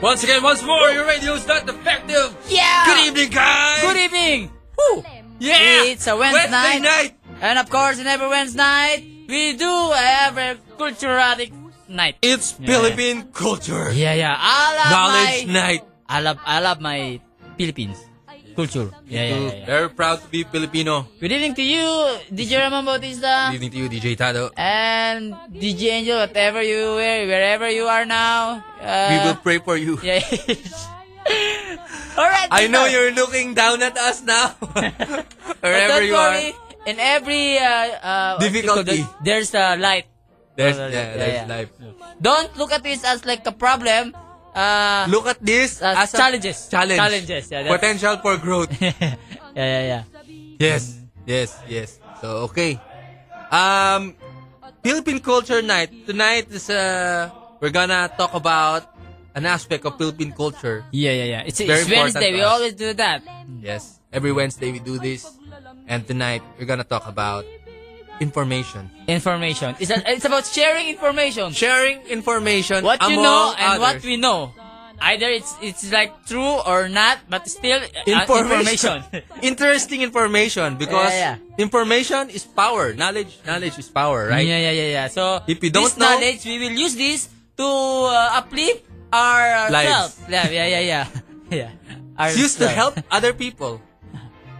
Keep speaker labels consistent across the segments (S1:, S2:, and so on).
S1: Once again, once more, your radio's not defective.
S2: Yeah!
S1: Good evening, guys.
S2: Good evening! Woo!
S1: Yeah.
S2: It's a Wednesday night.
S1: night.
S2: And of course, in every Wednesday night, we do have a cultural night.
S1: It's
S2: Yeah.
S1: Philippine culture.
S2: Yeah, yeah. I love
S1: Knowledge
S2: my...
S1: night.
S2: I love, I love my Philippines culture. Yeah, yeah, yeah, yeah.
S1: Very proud to be Filipino.
S2: Good evening to you, DJ Ramon Bautista.
S1: Good evening to you, DJ Tado.
S2: And DJ Angel, whatever you were, wherever you are now. Uh,
S1: we will pray for you.
S2: Yeah. Alright.
S1: I know
S2: Tito.
S1: you're looking down at us now.
S2: But
S1: Wherever
S2: don't
S1: you
S2: worry,
S1: are.
S2: in every uh, uh,
S1: Difficulty.
S2: there's a light.
S1: There's,
S2: Yeah,
S1: yeah,
S2: yeah,
S1: there's
S2: yeah.
S1: life.
S2: Don't look at this as like a problem. Uh,
S1: Look at this
S2: Uh,
S1: as a
S2: challenges.
S1: Challenge.
S2: Challenges, yeah, that's-
S1: Potential for growth.
S2: yeah, yeah, yeah.
S1: Yes, yes, yes. So okay. Um, Philippine Culture Night tonight is uh, we're gonna talk about an aspect of Philippine culture.
S2: Yeah, yeah, yeah. It's,
S1: Very
S2: it's
S1: important
S2: Wednesday.
S1: to
S2: We
S1: us.
S2: always do that.
S1: Yes, every Wednesday we do this, and tonight we're gonna talk about information,
S2: Information. It's, a, it's about sharing information.
S1: sharing information.
S2: What you
S1: among
S2: know and
S1: others.
S2: what we know. Either it's it's like true or not, but still uh, information.
S1: Interesting information because
S2: Yeah, yeah.
S1: information is power. Knowledge, knowledge is power, right?
S2: Yeah, yeah, yeah, yeah. So
S1: If you don't
S2: this
S1: know-
S2: knowledge, we will use this to uh, uplift our uh,
S1: Lives.
S2: self. Yeah, yeah, yeah, yeah. yeah. Our
S1: It's used to
S2: self.
S1: help other people.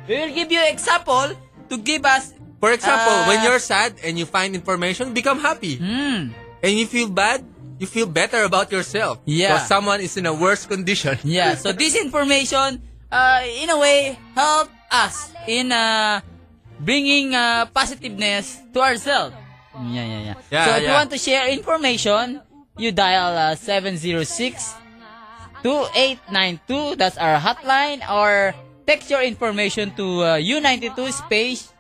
S2: We will give you example to give us.
S1: For example,
S2: Uh,
S1: when you're sad and you find information, become happy.
S2: Hmm.
S1: And you feel bad, you feel better about yourself.
S2: Yeah.
S1: Because someone is in a worse condition.
S2: Yeah. So this information, uh, in a way, help us in uh, bringing uh, positiveness to ourselves. Yeah, yeah, yeah.
S1: Yeah,
S2: so if you
S1: yeah.
S2: want to share information, you dial uh, 706 2892. That's our hotline. Or text your information to uh, U92 space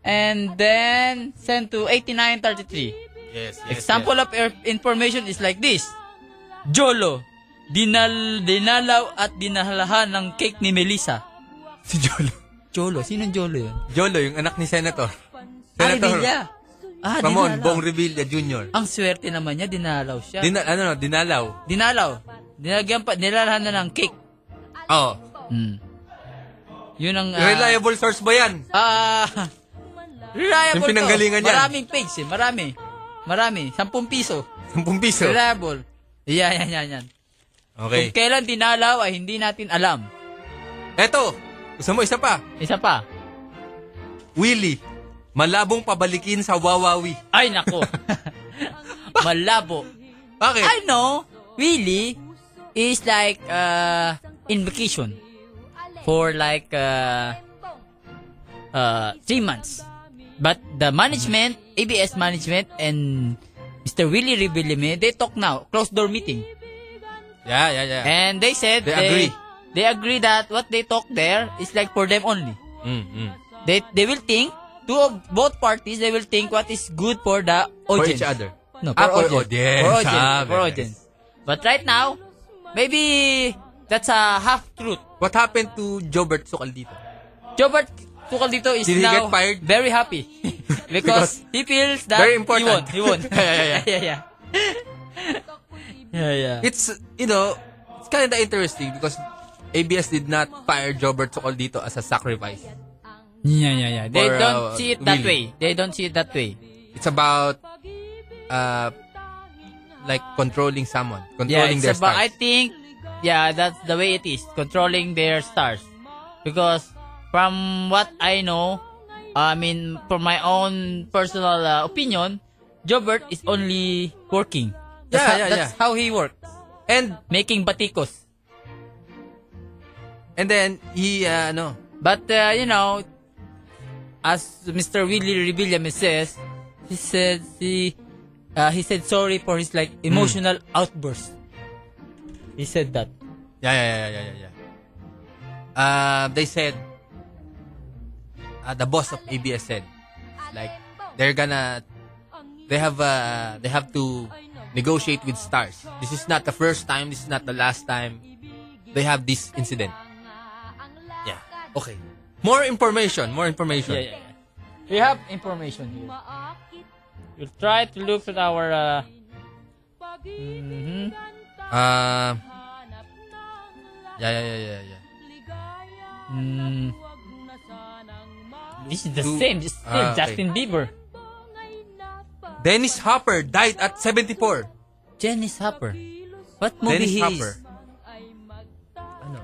S2: and then send to 8933.
S1: Yes, yes.
S2: Example of er- information is like this. Jolo, dinal dinalaw at dinalahan ng cake ni Melissa.
S1: Si Jolo.
S2: Jolo, sino Jolo yun?
S1: Jolo, yung anak ni Senator.
S2: Ah, Ay,
S1: Senator
S2: Villa. Ah,
S1: Ramon
S2: dinalaw.
S1: Bong Revilla Jr.
S2: Ang swerte naman niya, dinalaw siya.
S1: Dina, ano no, dinalaw.
S2: dinalaw. Dinagyan pa, nilalahan na ng cake.
S1: Oh.
S2: Hmm. Yun ang... ah,
S1: Reliable source ba yan?
S2: Ah, reliable
S1: Yung
S2: to.
S1: pinanggalingan niya.
S2: Maraming page eh, marami. Marami, 10 piso.
S1: 10 piso.
S2: Reliable. Yan, yan, yan, yan. Kung
S1: Okay.
S2: kailan dinalaw ay hindi natin alam.
S1: Eto. Gusto mo isa pa?
S2: Isa pa.
S1: Willie. Malabong pabalikin sa Wawawi.
S2: Ay, nako. Malabo.
S1: Bakit?
S2: I know, really, is like, uh, invocation for like, uh, uh, three months. But the management, ABS management, and Mr. Willie Ribilime, they talk now, closed door meeting.
S1: Yeah, yeah, yeah.
S2: And they said
S1: They agree.
S2: they agree that what they talk there is like for them only.
S1: Mm, mm.
S2: They, they will think, two of both parties, they will think what is good for the
S1: For
S2: audience.
S1: each other.
S2: No,
S1: Ah,
S2: for
S1: for
S2: audience.
S1: audience.
S2: For audience.
S1: Ah,
S2: for
S1: yes.
S2: audience. But right now, maybe that's a half truth.
S1: What happened to Jobert Sucaldito?
S2: Jobert Tukal dito is
S1: Did he get
S2: now
S1: fired?
S2: very happy
S1: Because-
S2: because, he feels that
S1: Very important.
S2: he won. He won.
S1: Yeah, yeah, yeah.
S2: yeah, yeah. yeah, yeah.
S1: it's you know it's kind of interesting because ABS did not fire Jobert Sokoldito as a sacrifice.
S2: yeah, yeah, yeah. They
S1: For,
S2: don't
S1: uh,
S2: see it that way.
S1: Willie.
S2: They don't see it that way.
S1: It's about uh like controlling someone,
S2: Yeah,
S1: controlling their
S2: it's about, I
S1: stars.
S2: think, yeah, that's the way it is. Controlling their stars. Because from what I know, I mean, from my own personal uh, opinion, Jobert is only working. That's
S1: Yeah,
S2: how,
S1: yeah,
S2: That's how he works.
S1: and
S2: Making batikos.
S1: and then he uh, ano
S2: But, uh, you know, as Mr. Willie Rebillame says, he said he, uh, he said sorry for his like
S1: Mm.
S2: emotional outburst. He said that.
S1: yeah yeah yeah yeah yeah. yeah. Uh, they said uh, the boss of ABS said like they're gonna they have uh they have to negotiate with stars. This is not the first time. This is not the last time they have this incident. Yeah. Okay. More information. More information.
S2: Yeah, yeah, yeah. We have information here. We'll try to look at our. Uh,
S1: Mm-hmm.
S2: mhm.
S1: Uh, Yeah, yeah, yeah, yeah, yeah.
S2: Mm. This is the
S1: Do-
S2: same. This is still
S1: Ah, okay.
S2: Justin Bieber.
S1: Dennis Hopper died at 74.
S2: Dennis Hopper. What movie
S1: Dennis
S2: he
S1: Hopper.
S2: is?
S1: Ano?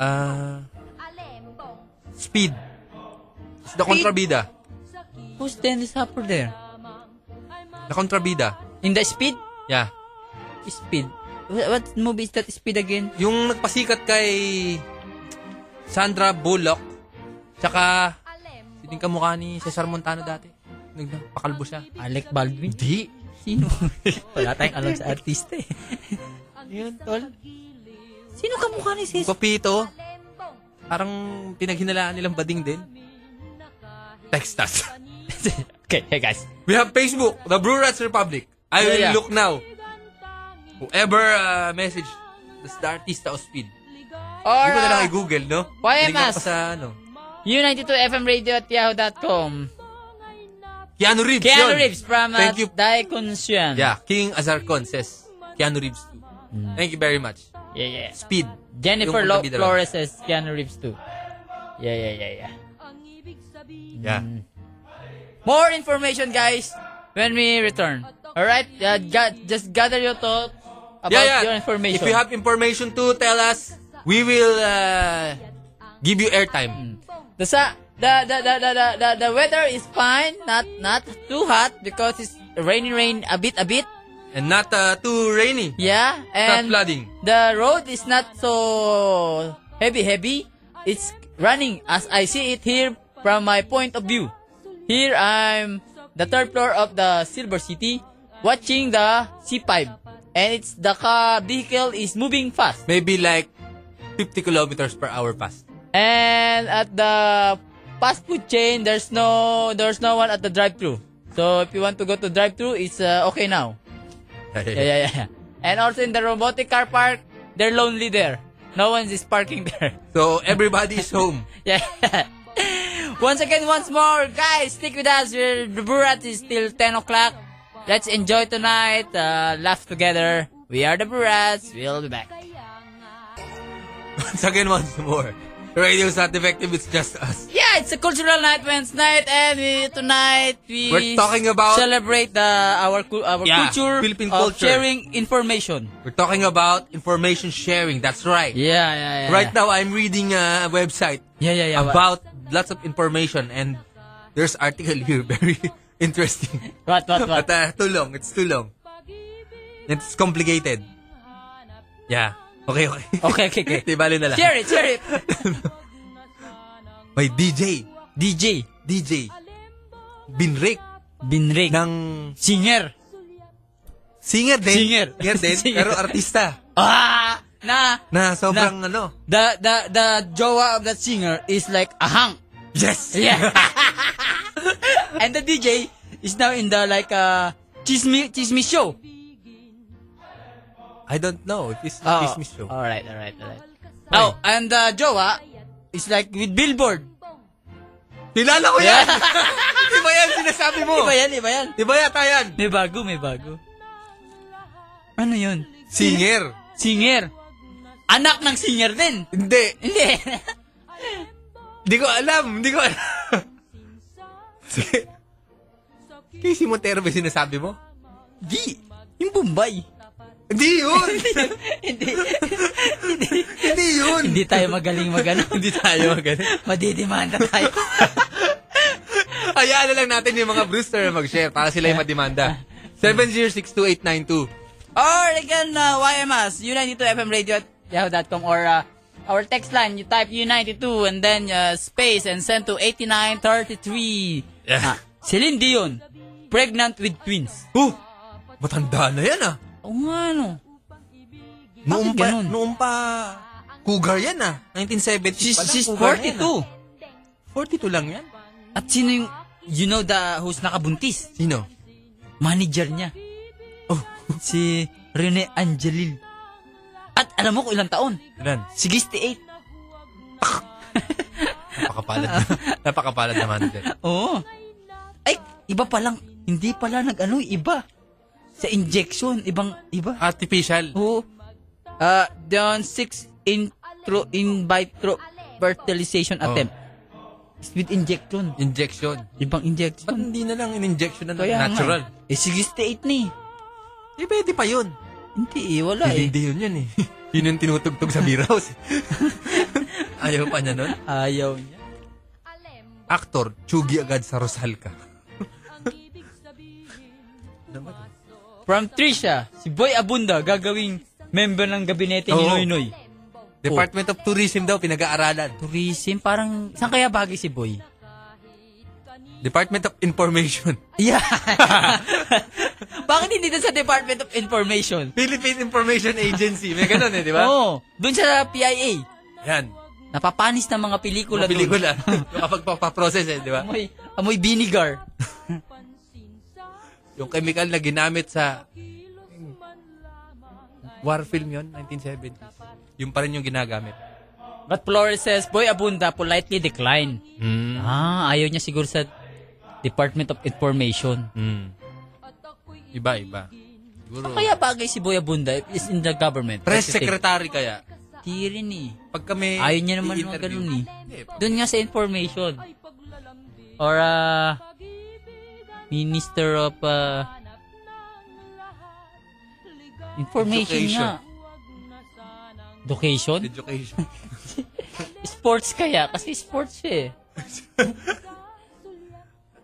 S1: Ah, Uh, Speed. It's the
S2: Speed?
S1: kontrabida.
S2: Who's Dennis Hopper there?
S1: The kontrabida.
S2: In the Speed?
S1: Yeah.
S2: Speed. Wh- What movie is that Speed again?
S1: Yung nagpasikat kay Sandra Bullock, tsaka, hindi ka mukha ni Cesar Montano dati. Nagpakalbo siya.
S2: Alec Baldwin?
S1: Hindi.
S2: Sino? Wala tayong alam sa artista eh. Yun, tol. Sino ka mukha ni Cesar?
S1: Papito. Parang pinaghinalaan nilang bading din. Text us.
S2: okay, hey guys.
S1: We have Facebook, The Blue Rats Republic. I will
S2: Yeah, yeah.
S1: look now. Whoever uh, message this the artista of speed. Hindi
S2: Or,
S1: ko na lang
S2: uh,
S1: i-google, no?
S2: Poemas.
S1: Hindi ko pa sa ano.
S2: U92FMRadio at yahoo.com.
S1: Keanu Reeves.
S2: Keanu
S1: yun.
S2: Reeves from uh,
S1: Thank you.
S2: Daikon Shuan.
S1: Yeah, King Azarcon says Keanu Reeves too. Thank you very much.
S2: Yeah, yeah.
S1: Speed.
S2: Jennifer
S1: Yung
S2: Lo
S1: magkabida lang.
S2: Flores as Keanu Reeves too. Yeah, yeah, yeah, yeah.
S1: Yeah.
S2: More information, guys, when we return. Alright? Uh, ga- just gather your thoughts about
S1: yeah, yeah.
S2: your information.
S1: If you have information too, tell us. We will uh, give you
S2: Mm.
S1: airtime.
S2: the, sa- the, the, the, the, the, the, the weather is fine, not not too hot because it's rainy rain a bit, a bit.
S1: And not uh, too rainy.
S2: Yeah, and
S1: flooding.
S2: The road is not so heavy, heavy. It's running as I see it here from my point of view. Here I'm the third floor of the Silver City, watching the C5, and it's the car vehicle is moving fast.
S1: Maybe like 50 kilometers per hour past.
S2: And at the fast food chain, there's no there's no one at the drive-through. So if you want to go to drive-through, it's uh, okay now. Yeah, yeah, yeah, yeah. And also in the robotic car park, they're lonely there. No one is parking there.
S1: So everybody is home.
S2: Yeah. once again, once more, guys, stick with us. We're, the Burat is till 10 o'clock. Let's enjoy tonight. Uh, laugh together. We are the Burats. We'll be back.
S1: once again, once more. Radio's not effective, it's just us.
S2: Yeah, it's a cultural night, Wednesday night, and we, tonight we
S1: We're talking about-
S2: celebrate the our cul- our
S1: Yeah,
S2: culture,
S1: Philippine
S2: of
S1: culture.
S2: sharing information.
S1: We're talking about information sharing. That's right.
S2: Yeah, yeah, yeah.
S1: Right now, I'm reading a website
S2: Yeah, yeah, yeah.
S1: about lots of information and there's article here very interesting.
S2: what, what,
S1: But
S2: what?
S1: uh, too long. It's too long. It's complicated. Yeah. Okay, okay.
S2: Okay, okay, okay.
S1: Di bali na lang.
S2: Share it, share it.
S1: May DJ.
S2: DJ
S1: DJ. Binrake
S2: Binrig.
S1: ng
S2: singer.
S1: singer din.
S2: Singer.
S1: Singer din,
S2: Singer.
S1: pero artista.
S2: Ah! Na,
S1: Na sobrang ano.
S2: the, the, the jowa of that singer is like a hang.
S1: Yes!
S2: Yeah. and the DJ is now in the like, uh, chismi, chismi show.
S1: I don't know if it's
S2: Oh,
S1: oh. Christmas show.
S2: Alright, alright, alright. Oh, and the jowa is like with billboard.
S1: Kilala ko yan! Di ba yan sinasabi mo?
S2: Iba yan, iba yan.
S1: Di ba yata yan?
S2: May bago, may bago. Ano yun?
S1: Singer.
S2: Singer. Anak ng singer din.
S1: Hindi.
S2: Hindi.
S1: Hindi ko alam. Hindi ko alam. Sige. Casey Montero ba yung sinasabi mo?
S2: Di. Yung Bombay.
S1: Hindi yun!
S2: Hindi.
S1: Hindi yun!
S2: Hindi tayo magaling magano.
S1: Hindi tayo magaling.
S2: Madidimanda tayo.
S1: Hayaan na lang natin yung mga Brewster na mag-share para sila yung madimanda. 7062892.
S2: or again, uh, YMS, U92FM Radio at yahoo.com or uh, our text line, you type U92 and then uh, space and send to 8933.
S1: Yeah.
S2: Ah, Celine Dion, pregnant with twins.
S1: Oh! Matanda na yan ah.
S2: Oo nga no.
S1: Noong pa,
S2: ganun?
S1: noong pa, cougar yan ah. 1970
S2: She's,
S1: pa lang,
S2: she's
S1: cougar yan,
S2: 42.
S1: ah. 42 lang yan?
S2: At sino yung, you know the, who's nakabuntis?
S1: Sino?
S2: manager niya. Oh, si Rene Angelil. At alam mo kung ilang taon?
S1: Ilan?
S2: 68.
S1: Napakapalad. Napakapalad naman. din.
S2: Oo. Ay, iba pa lang. Hindi pala nag-ano, iba. Sa injection, ibang iba.
S1: Artificial.
S2: Oo. Uh, down six intro invite through fertilization
S1: Oh.
S2: attempt. It's with injection.
S1: Injection.
S2: Ibang
S1: Ba't
S2: injection.
S1: hindi na lang in-injection na lang?
S2: Kaya nga.
S1: Natural.
S2: Eh, 68 na eh.
S1: Eh, pwede pa yun.
S2: Hindi eh, wala
S1: Hindi,
S2: eh.
S1: hindi yun yun eh. yun yung tinutugtog sa beer house. Ayaw pa niya nun.
S2: Ayaw niya.
S1: Actor, Chugi agad sa Rosalca. Ano ba to?
S2: From Trisha, si Boy Abunda gagawing member ng gabinete ni
S1: Oo.
S2: Noy Noy.
S1: Department of Tourism daw, pinag-aaralan.
S2: Tourism, parang, saan kaya bagay si Boy?
S1: Department of Information.
S2: Yeah. Bakit hindi dun sa Department of Information?
S1: Philippine Information Agency. May ganun eh, di ba?
S2: Oo. Dun sa PIA.
S1: Yan.
S2: Napapanis ng mga pelikula
S1: Mga
S2: dun.
S1: pelikula. Kapag papaprocess eh, di ba?
S2: Amoy, amoy vinegar.
S1: Yung chemical na ginamit sa war film yon 1970s. Yung pa rin yung ginagamit.
S2: But Flores says, Boy Abunda politely decline.
S1: Mm.
S2: Ah, ayaw niya siguro sa Department of Information.
S1: Iba, iba. Hmm. Siguro.
S2: Kaya bagay si Boy Abunda is in the government.
S1: Press
S2: Executive.
S1: secretary kaya.
S2: Di rin eh.
S1: Pag kami
S2: Ayaw niya naman mga
S1: i-interview.
S2: ganun eh.
S1: Hindi,
S2: Doon nga sa information.
S1: Ah.
S2: Or uh, Minister of uh, Information
S1: Education.
S2: nga. Education?
S1: Education.
S2: Sports kaya? Kasi sports siya eh.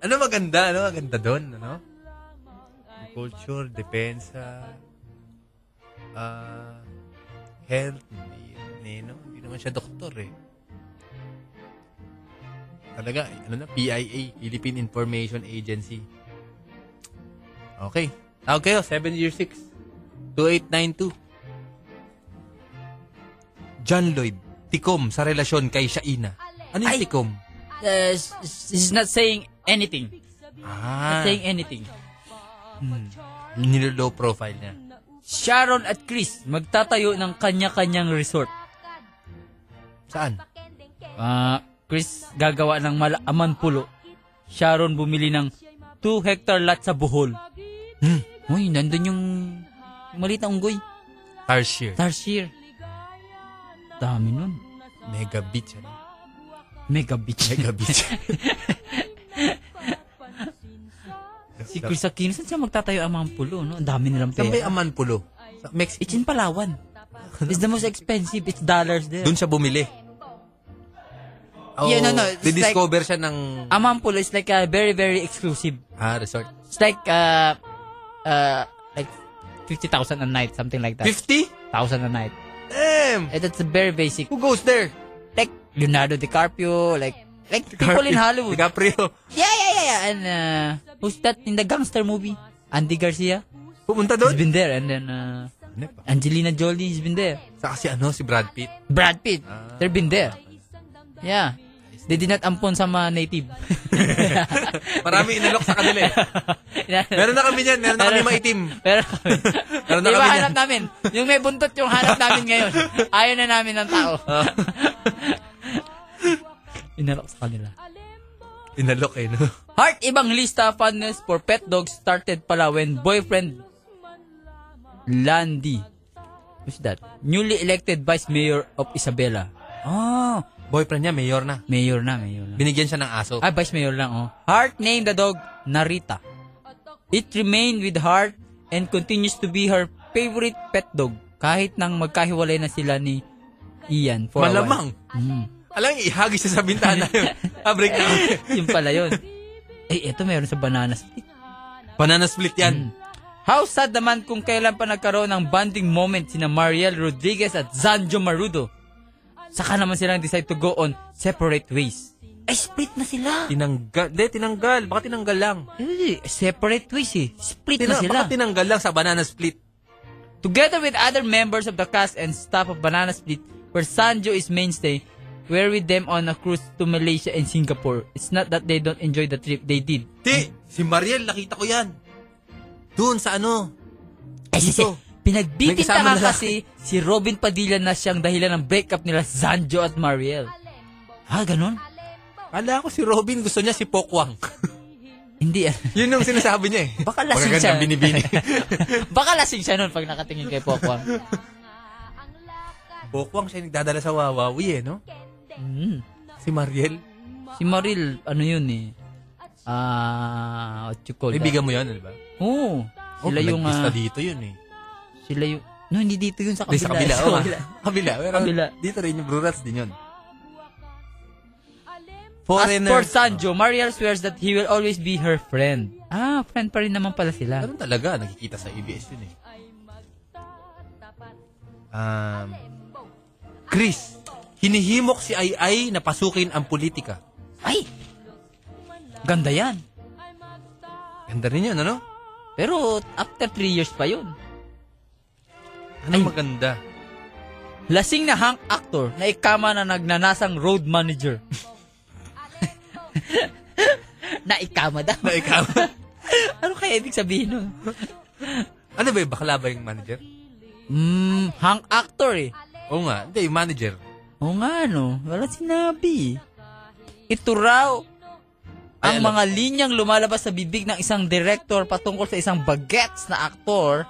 S1: ano maganda? Ano maganda doon? Ano? Culture, depensa, ah, health, hindi, hindi, no? hindi naman siya doktor eh. Talaga, ano na, PIA, Philippine Information Agency. Okay. Tawag kayo, 706-2892. John Lloyd, tikom sa relasyon kay Shaina. Ano yung
S2: Ay!
S1: tikom?
S2: Uh, s- s- he's not saying anything.
S1: Ah,
S2: Not saying anything.
S1: Hmm. nilo-low profile niya.
S2: Sharon at Chris magtatayo ng kanya-kanyang resort.
S1: Saan?
S2: Ah, Chris gagawa ng malaaman pulo. Sharon bumili ng 2 hectare lot sa Bohol.
S1: Hmm.
S2: Uy, nandun yung, yung maliit na unggoy.
S1: Tarsier.
S2: Tarsier. Dami nun.
S1: Mega beach. Ano?
S2: Mega beach.
S1: Mega beach.
S2: si Chris Aquino, saan siya magtatayo ang mga pulo, no? Ang dami nilang
S1: Saan ba
S2: pera.
S1: yung Amanpulo? Sa Mexico.
S2: It's in Palawan. It's the most expensive. It's dollars there.
S1: Doon siya bumili.
S2: Yeah, no, no, it's
S1: Didiscover siya ng
S2: Amampulo is like a very, very exclusive.
S1: ah, resort.
S2: It's like, uh, uh, like 50,000 a night, something like that.
S1: 50?
S2: 50,000 a night.
S1: Damn!
S2: Eh, that's a very basic.
S1: Who goes there?
S2: Like Leonardo DiCaprio, like, like people in Hollywood.
S1: DiCaprio.
S2: Yeah, yeah, yeah, yeah. And, uh, who's that in the gangster movie? Andy Garcia?
S1: Pumunta
S2: He's
S1: doon?
S2: been there. And then, uh,
S1: Ano pa?
S2: Angelina Jolie, he's been there.
S1: Saka si ano, si Brad Pitt.
S2: Brad Pitt,
S1: Ah.
S2: they've been there. Yeah. They did not ampon sa mga native.
S1: Marami inalok sa kanila eh. Meron na kami yan. Meron na kami maitim.
S2: Pero,
S1: Meron na
S2: Di ba
S1: kami
S2: hanap
S1: yan.
S2: namin. Yung may buntot yung hanap namin ngayon. Ayaw na namin ng tao. Inalok sa kanila.
S1: Inalok eh, no?
S2: Heart ibang lista funnels for pet dogs started pala when boyfriend Landy who's that? Newly elected vice mayor of Isabela. Oh,
S1: Boyfriend niya, mayor na.
S2: mayor na, mayor na.
S1: Binigyan siya ng aso.
S2: Ah, vice mayor lang, oh. Hart named the dog Narita. It remained with Hart and continues to be her favorite pet dog kahit nang magkahiwalay na sila ni Ian for a while.
S1: Malamang.
S2: Mm.
S1: Alang ihagis siya sa bintana yun. ah, break na.
S2: Yun pala yun. Eh, eto meron sa banana split.
S1: Banana split yan.
S2: How sad naman kung kailan pa nagkaroon ng bonding moment sina Mariel Rodriguez at Zanjo Marudo. Saka naman silang decide to go on separate ways. Ay, Eh, split na sila.
S1: Tinanggal. Hindi, tinanggal. Baka tinanggal lang.
S2: Eh, separate ways eh. Split
S1: Tina-
S2: na sila.
S1: baka tinanggal lang sa banana split.
S2: Together with other members of the cast and staff of Banana Split, where Sanjo is mainstay, we're with them on a cruise to Malaysia and Singapore. It's not that they don't enjoy the trip, they did.
S1: Di, si Mariel, nakita ko yan. Doon sa ano.
S2: Eh, si,
S1: Dito.
S2: pinagbitin
S1: Nagkasama na-
S2: kasi si Robin Padilla na siyang dahilan ng breakup nila Sanjo at Mariel. Ha, ganun?
S1: Kala ko si Robin, gusto niya si Pokwang.
S2: Hindi. ah.
S1: Yun yung sinasabi niya eh.
S2: Baka lasing siya.
S1: Magagandang binibini.
S2: Baka lasing siya nun pag nakatingin kay Pokwang.
S1: Pokwang siya yung nagdadala sa Wawawi eh, no?
S2: Mm.
S1: Si Mariel.
S2: Si Maril, ano yun eh. Ah, what you call that?
S1: Ibigan mo yun, ano ba?
S2: Oo. Sila yung,
S1: nagpista
S2: ah,
S1: dito yun eh.
S2: sila yung, no, hindi dito yun sa
S1: Di,
S2: kabila.
S1: sa kabila.
S2: Sa
S1: oh,
S2: kabila.
S1: kabila. Pero
S2: Kabila.
S1: dito rin yung Blue Rats din yun.
S2: As
S1: Foreigner.
S2: for Sanjo, Mariel swears that he will always be her friend. Ah, friend pa rin naman pala sila.
S1: Ganun talaga, nakikita sa ABS yun eh. Um, Chris, hinihimok si Ai Ai na pasukin ang politika.
S2: Ay! Ganda yan.
S1: Ganda rin yun, ano?
S2: Pero after 3 years pa yun.
S1: Anong Ano maganda?
S2: Lasing na hang actor na ikama na nagnanasang road manager. na ikama daw.
S1: Na ikaw?
S2: ano kaya ibig sabihin nun?
S1: ano ba, eh, bakla ba yung manager?
S2: Hmm, hang actor eh.
S1: Oo nga, hindi, yung manager.
S2: Oo nga no, wala sinabi. eh. Ito raw ang
S1: Ay, alam
S2: mga linyang lumalabas sa bibig ng isang director patungkol sa isang bagets na aktor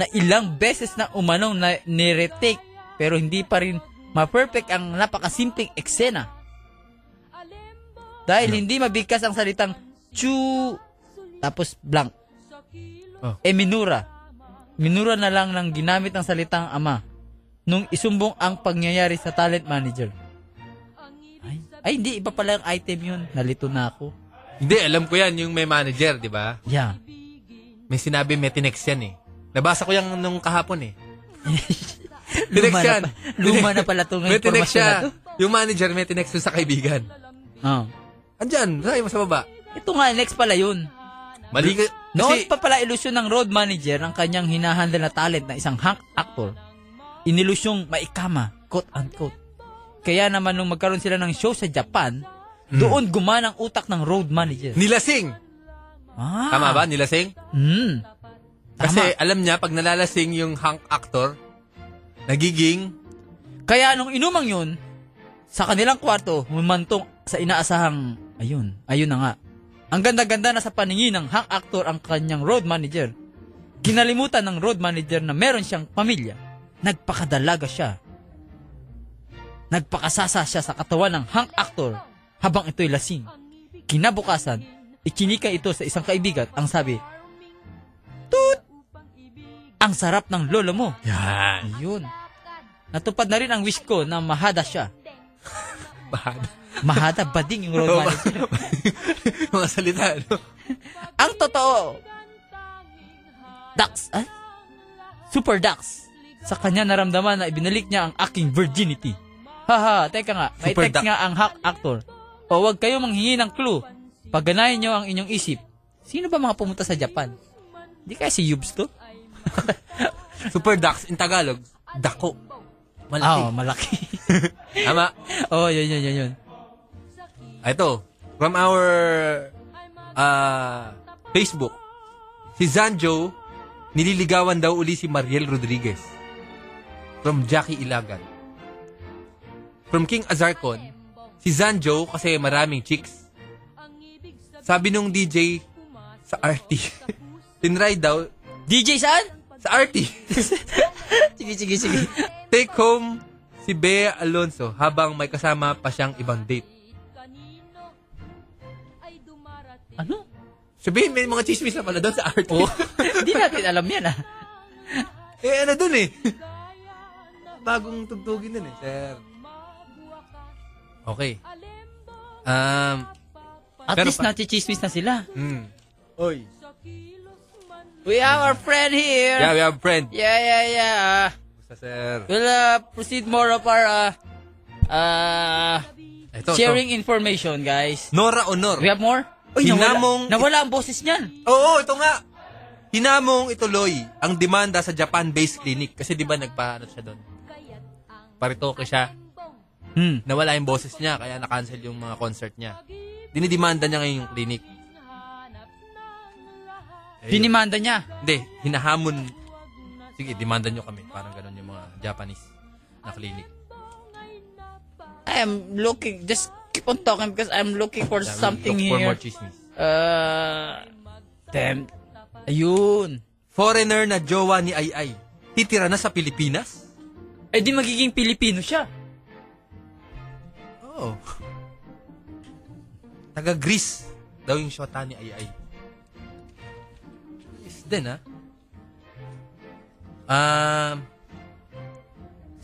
S2: na ilang beses na umanong na niretake pero hindi pa rin ma-perfect ang napakasimpleng eksena. Dahil hindi mabigkas ang salitang chu tapos blank.
S1: Oh.
S2: E minura. Minura na lang ng ginamit ang salitang ama nung isumbong ang pangyayari sa talent manager. Ay, ay hindi, iba pala yung item yun. Nalito na ako.
S1: Hindi, alam ko yan, yung may manager, di ba?
S2: Yeah.
S1: May sinabi, may tinext yan eh. Nabasa ko yan nung kahapon eh.
S2: Luma
S1: Tinext
S2: na,
S1: yan.
S2: pa- luma na pala itong
S1: May tinext
S2: informasyon na
S1: siya.
S2: to.
S1: Yung manager, may tinext yun sa kaibigan.
S2: Oh.
S1: Andyan, sabi mo sa baba.
S2: Ito nga, next pala yun.
S1: Mali ka,
S2: Noon
S1: kasi,
S2: pa pala ilusyon ng road manager ang kanyang hinahandle na talent na isang hunk actor. Inilusyong maikama, quote-unquote. Kaya naman nung magkaroon sila ng show sa Japan,
S1: Hmm.
S2: doon gumana ang utak ng road manager.
S1: nilasing.
S2: Ah.
S1: Tama ba, nilasing?
S2: Hmm.
S1: Kasi alam niya, pag nalalasing yung hunk actor, nagiging,
S2: Kaya nung inumang yun, sa kanilang kwarto, humantong sa inaasahang, ayun, ayun na nga. Ang ganda-ganda na sa paningin ng hang actor ang kanyang road manager. Kinalimutan ng road manager na meron siyang pamilya. Nagpakadalaga siya. Nagpakasasa siya sa katawan ng hang actor habang ito'y lasing. Kinabukasan, ikinika ito sa isang kaibigan ang sabi, Toot! Ang sarap ng lolo mo.
S1: yan,
S2: Ayun. Natupad na rin ang wish ko na mahada siya.
S1: bahad.
S2: Mahada bading yung road manager.
S1: Mga salita, no?
S2: ang totoo, Dax, ah? Super Dax. Sa kanya naramdaman na ibinalik niya ang aking virginity. Haha, teka nga, may
S1: Super
S2: text
S1: Dax.
S2: nga ang hack actor. O huwag kayo manghingi ng clue. Pagganayan niyo ang inyong isip. Sino ba mga pumunta sa Japan? Hindi kaya si Yubs to?
S1: Super Dax in Tagalog, dako.
S2: Ah,
S1: Malaki.
S2: Oh, malaki.
S1: Tama.
S2: oh, yun, yun, yun, yun.
S1: Ah, Ito, from our ah, Facebook, si Zanjo, nililigawan daw uli si Mariel Rodriguez. From Jackie Ilagan. From King Azarcon, si Zanjo kasi maraming chicks. Sabi nung DJ sa RT, tinry daw
S2: DJ saan?
S1: sa RT.
S2: Sige, sige, sige.
S1: Take home si Bea Alonso habang may kasama pa siyang ibang date.
S2: Ano?
S1: Sabihin, may mga chismis na pala doon sa RT.
S2: Oh. Hindi natin alam yan ah.
S1: Eh, ano dun eh? Bagong tugtugin dun eh, sir.
S2: Um,
S1: Okay. Um,
S2: At
S1: Pero
S2: least
S1: pa-
S2: nachichismis na sila.
S1: mm. Oy.
S2: We have our friend here.
S1: Yeah, we have friend.
S2: Yeah, yeah, yeah. Uh,
S1: Basta, sir.
S2: We'll uh, proceed more of our uh, uh,
S1: Ito,
S2: sharing
S1: ito.
S2: information, guys.
S1: Nora Honor.
S2: We have more?
S1: Hinamong-
S2: nawala, nawala ang boses niyan.
S1: Oo, ito nga. Hinamong ituloy ang demanda sa Japan-based clinic. Kasi di ba nagpa, ano siya doon? Paritoke siya.
S2: Hmm.
S1: Nawala yung boses niya, kaya na-cancel yung mga concert niya. Dinidemanda niya ngayon yung clinic. Ayun.
S2: Dinimanda niya.
S1: Hindi, hinahamon. Sige, demanda nyo kami. Parang ganun yung mga Japanese na clinic.
S2: I am looking, just keep on talking because I'm looking for
S1: Sabi,
S2: something
S1: Uh, look for
S2: here.
S1: more chismis.
S2: Uh, damn. Ayun.
S1: Foreigner na jowa ni Ai Ai. Titira na sa Pilipinas?
S2: Eh di magiging Pilipino siya.
S1: Oo. Oh. Taga Greece daw yung shota ni Ayay. Is din, ha? Um,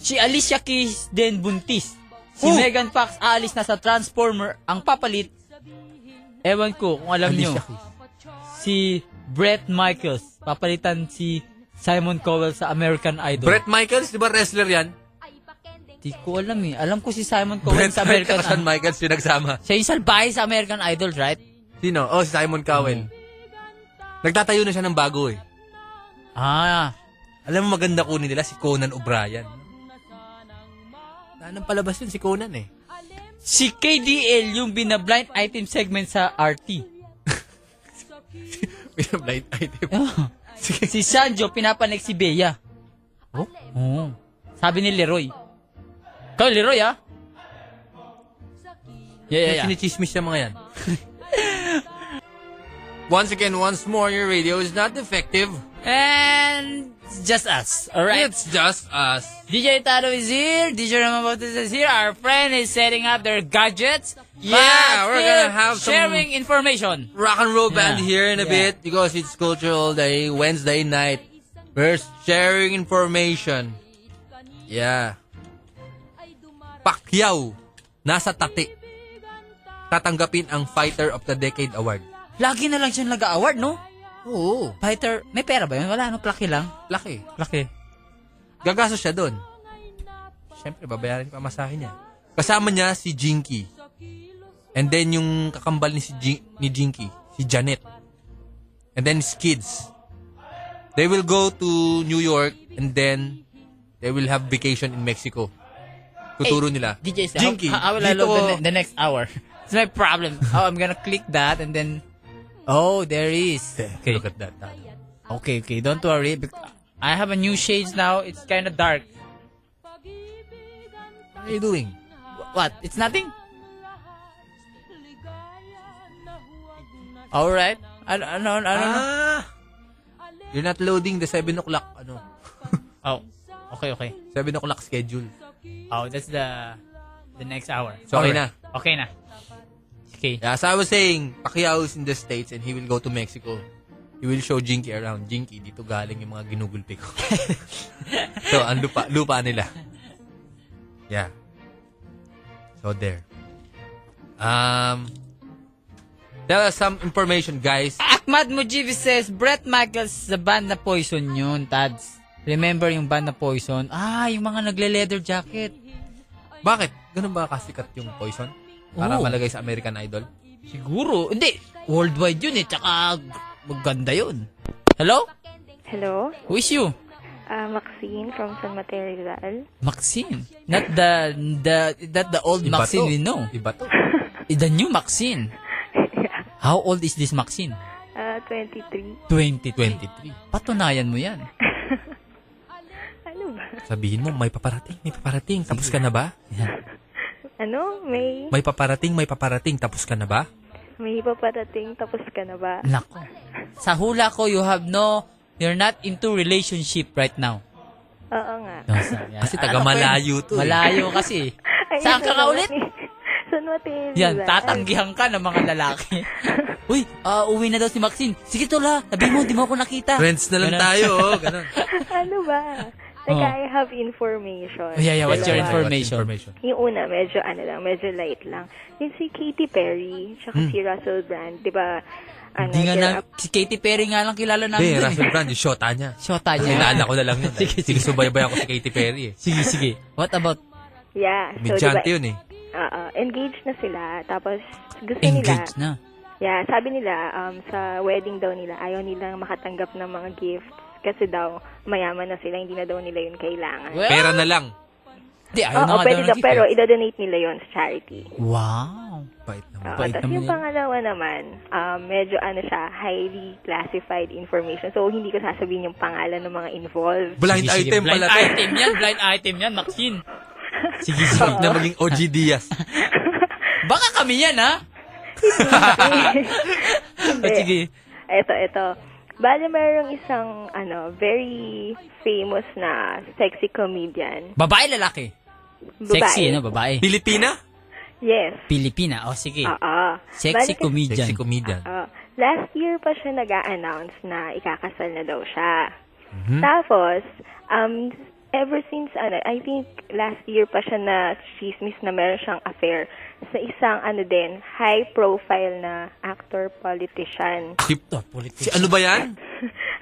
S2: Si Alicia Keys din buntis. Si
S1: Oh!
S2: Megan Fox aalis na sa Transformer ang papalit. Ewan ko kung alam niyo.
S1: Alicia Keys.
S2: Si Brett Michaels papalitan si Simon Cowell sa American Idol.
S1: Brett Michaels, di ba wrestler yan?
S2: Di ko alam eh. Alam ko si Simon Cowell
S1: Brett
S2: sa
S1: Michaels,
S2: American
S1: Shawn
S2: Idol.
S1: Michaels pinagsama.
S2: Siya yung salbahe sa American Idol, right?
S1: Sino? Oh, si Simon Cowell. Nagtatayo na siya ng bago eh.
S2: Ah.
S1: Alam mo maganda kunin nila si Conan O'Brien. Anong palabas yun si Conan eh?
S2: Si KDL yung binablind item segment sa RT.
S1: With a blind item. Sige.
S2: si Sanjo pinapanik si Bea.
S1: Oh?
S2: Oo. Sabi ni Leroy. Ikaw, Leroy, ah? Yeah, yeah, yeah.
S1: Sinichismis yung mga yan. once again, once more, your radio is not defective.
S2: And just us, alright?
S1: It's just us.
S2: DJ Taro is here, DJ Ramon Bautista is here, our friend is setting up their gadgets.
S1: Yeah,
S2: but
S1: we're
S2: still
S1: gonna have some-
S2: sharing information.
S1: Rock and roll band
S2: Yeah.
S1: here in a
S2: Yeah.
S1: bit because it's cultural day, Wednesday night. We're sharing information. Yeah. Pacquiao, nasa tati. Tatanggapin ang Fighter of the Decade Award.
S2: Lagi na lang siyang nag-award, no?
S1: Oo.
S2: Fighter, may pera ba yun? Wala, no? Plaki lang.
S1: Laki.
S2: Plaki.
S1: Gagaso siya doon. Siyempre, babayaran ko ang masahe niya. Kasama niya si Jinky. And then yung kakambal ni, si Jin- ni Jinky, si Janet. And then his kids. They will go to New York and then they will have vacation in Mexico. Tuturo nila.
S2: DJ Sal,
S1: Jinky,
S2: how, how will I
S1: dito ko,
S2: load the, ne- the next hour? It's my problem. Oh, I'm gonna click that and then... Oh, there is. Okay,
S1: Look at that. ah.
S2: okay, okay. Don't worry. bec- I have a new shades now. It's kind of dark.
S1: What are you doing?
S2: What? It's nothing? Alright. I, I don't, I don't know.
S1: Ah! You're not loading the 7 o'clock, ano,
S2: Oh, okay, okay.
S1: 7 o'clock schedule.
S2: Oh, that's the the next hour.
S1: So, okay
S2: Alright. Okay na. Okay.
S1: Yeah, as I was saying, Pacquiao is in the States and he will go to Mexico. He will show Jinky around. Jinky, dito galing yung mga ginugulpi ko. so, ang lupa, lupa nila. Yeah. So, there. Um, tell us some information, guys.
S2: Ahmad Mujib says, Brett Michaels sa band na Poison yun, Tads. Remember yung band na Poison? Ah, yung mga nagle-leather jacket.
S1: Bakit? Ganun ba kasikat yung Poison? Para
S2: Oo.
S1: malagay sa American Idol?
S2: Siguro. Hindi. Worldwide yun eh. Tsaka maganda yun. Hello?
S3: Hello,
S2: Who is you?
S3: uh, Maxine from San Mateo Rizal.
S2: Maxine. Not the, the, not the old
S1: Iba
S2: Maxine
S1: to.
S2: we know.
S1: Iba to.
S2: The new Maxine.
S3: yeah.
S2: How old is this Maxine?
S3: Uh, 23.
S2: 2023. Patunayan mo yan.
S3: Ano ba?
S1: Sabihin mo, may paparating, may paparating. Tapos ka na ba?
S3: Ano? May,
S1: May paparating, may paparating. Tapos ka na ba?
S3: may paparating tapos ka na ba?
S2: Nako. Sa hula ko, you have no, you're not into relationship right now.
S3: Oo nga.
S1: Kasi taga malayo to eh.
S2: Malayo kasi.
S3: Ano Ay,
S2: Saan ka
S3: San
S2: nga ulit?
S3: Mateo- San Mateo Rizal.
S2: Yan, tatanggihan ka ng mga lalaki. Uy, ah, uwi na daw si Maxine. Sige tula, sabi mo, di mo ako nakita.
S1: Friends na lang
S2: Ganun.
S1: tayo, oh. Ganun.
S3: ano ba? Teka,
S2: Oo.
S3: I have information.
S2: Oh, yeah, yeah, what's your
S3: Dalawa.
S2: information?
S3: Yung una, medyo ano lang, medyo light lang. Yung si Katy Perry, tsaka si Russell Brand, di ba? Ano,
S2: Hmm. Hindi nga na,
S3: they're up-
S2: si Katy Perry nga lang kilala
S1: Hindi,
S2: namin. dun eh.
S1: Russell Brand, yung shota niya.
S2: Shota niya.
S1: Inaala ko na lang yun.
S2: Sige,
S1: sige,
S2: sige.
S1: sige. Sinusubaybay ako si Katy Perry eh.
S2: Sige, sige. What about
S3: Yeah. So, di ba,
S1: Midyante yun eh.
S3: Oo, engaged na sila. Tapos, gusto nila,
S2: engaged na?
S3: yeah, sabi nila, um, sa wedding daw nila, ayaw nilang makatanggap ng mga gifts. Kasi daw, mayaman na sila, hindi na daw nila yun kailangan.
S2: Well,
S1: Pera na lang.
S2: Di, ayaw
S3: Oo,
S2: na nga daw eh.
S3: pwede daw,
S2: nakita.
S3: pero idodonate nila yun sa charity.
S2: Wow.
S1: Bait naman.
S3: Oo,
S2: Bait
S3: tapos
S2: naman
S3: yung
S2: yun.
S3: pangalawa naman, um, medyo ano siya, highly classified information. So, hindi ko sasabihin yung pangalan ng mga involved.
S1: Blind
S2: Sige, sige,
S1: item
S2: blind
S1: pala to.
S2: item yan, blind item yan, Maxine. Sige,
S1: Sarap
S2: sige.
S1: na maging OG Diaz.
S2: Baka kami yan, ha?
S3: Hindi.
S2: sige.
S3: Eto, eto. Bale, mayroong isang, ano, very famous na sexy comedian.
S2: Babae, lalaki.
S3: Babae.
S2: Sexy, ano? Babae.
S1: Pilipina?
S3: Yes.
S2: Pilipina. O, sige.
S3: Oo.
S2: Sexy
S3: Bale, kasi-
S2: comedian. Ah.
S1: Sexy comedian.
S3: Oo. Ah, last year pa siya nag announce na ikakasal na daw siya. Tapos, um, ever since, ano, I think last year pa siya na chismis na meron siyang affair sa isang, ano din, high-profile na actor politician.
S1: Si, si ano ba yan?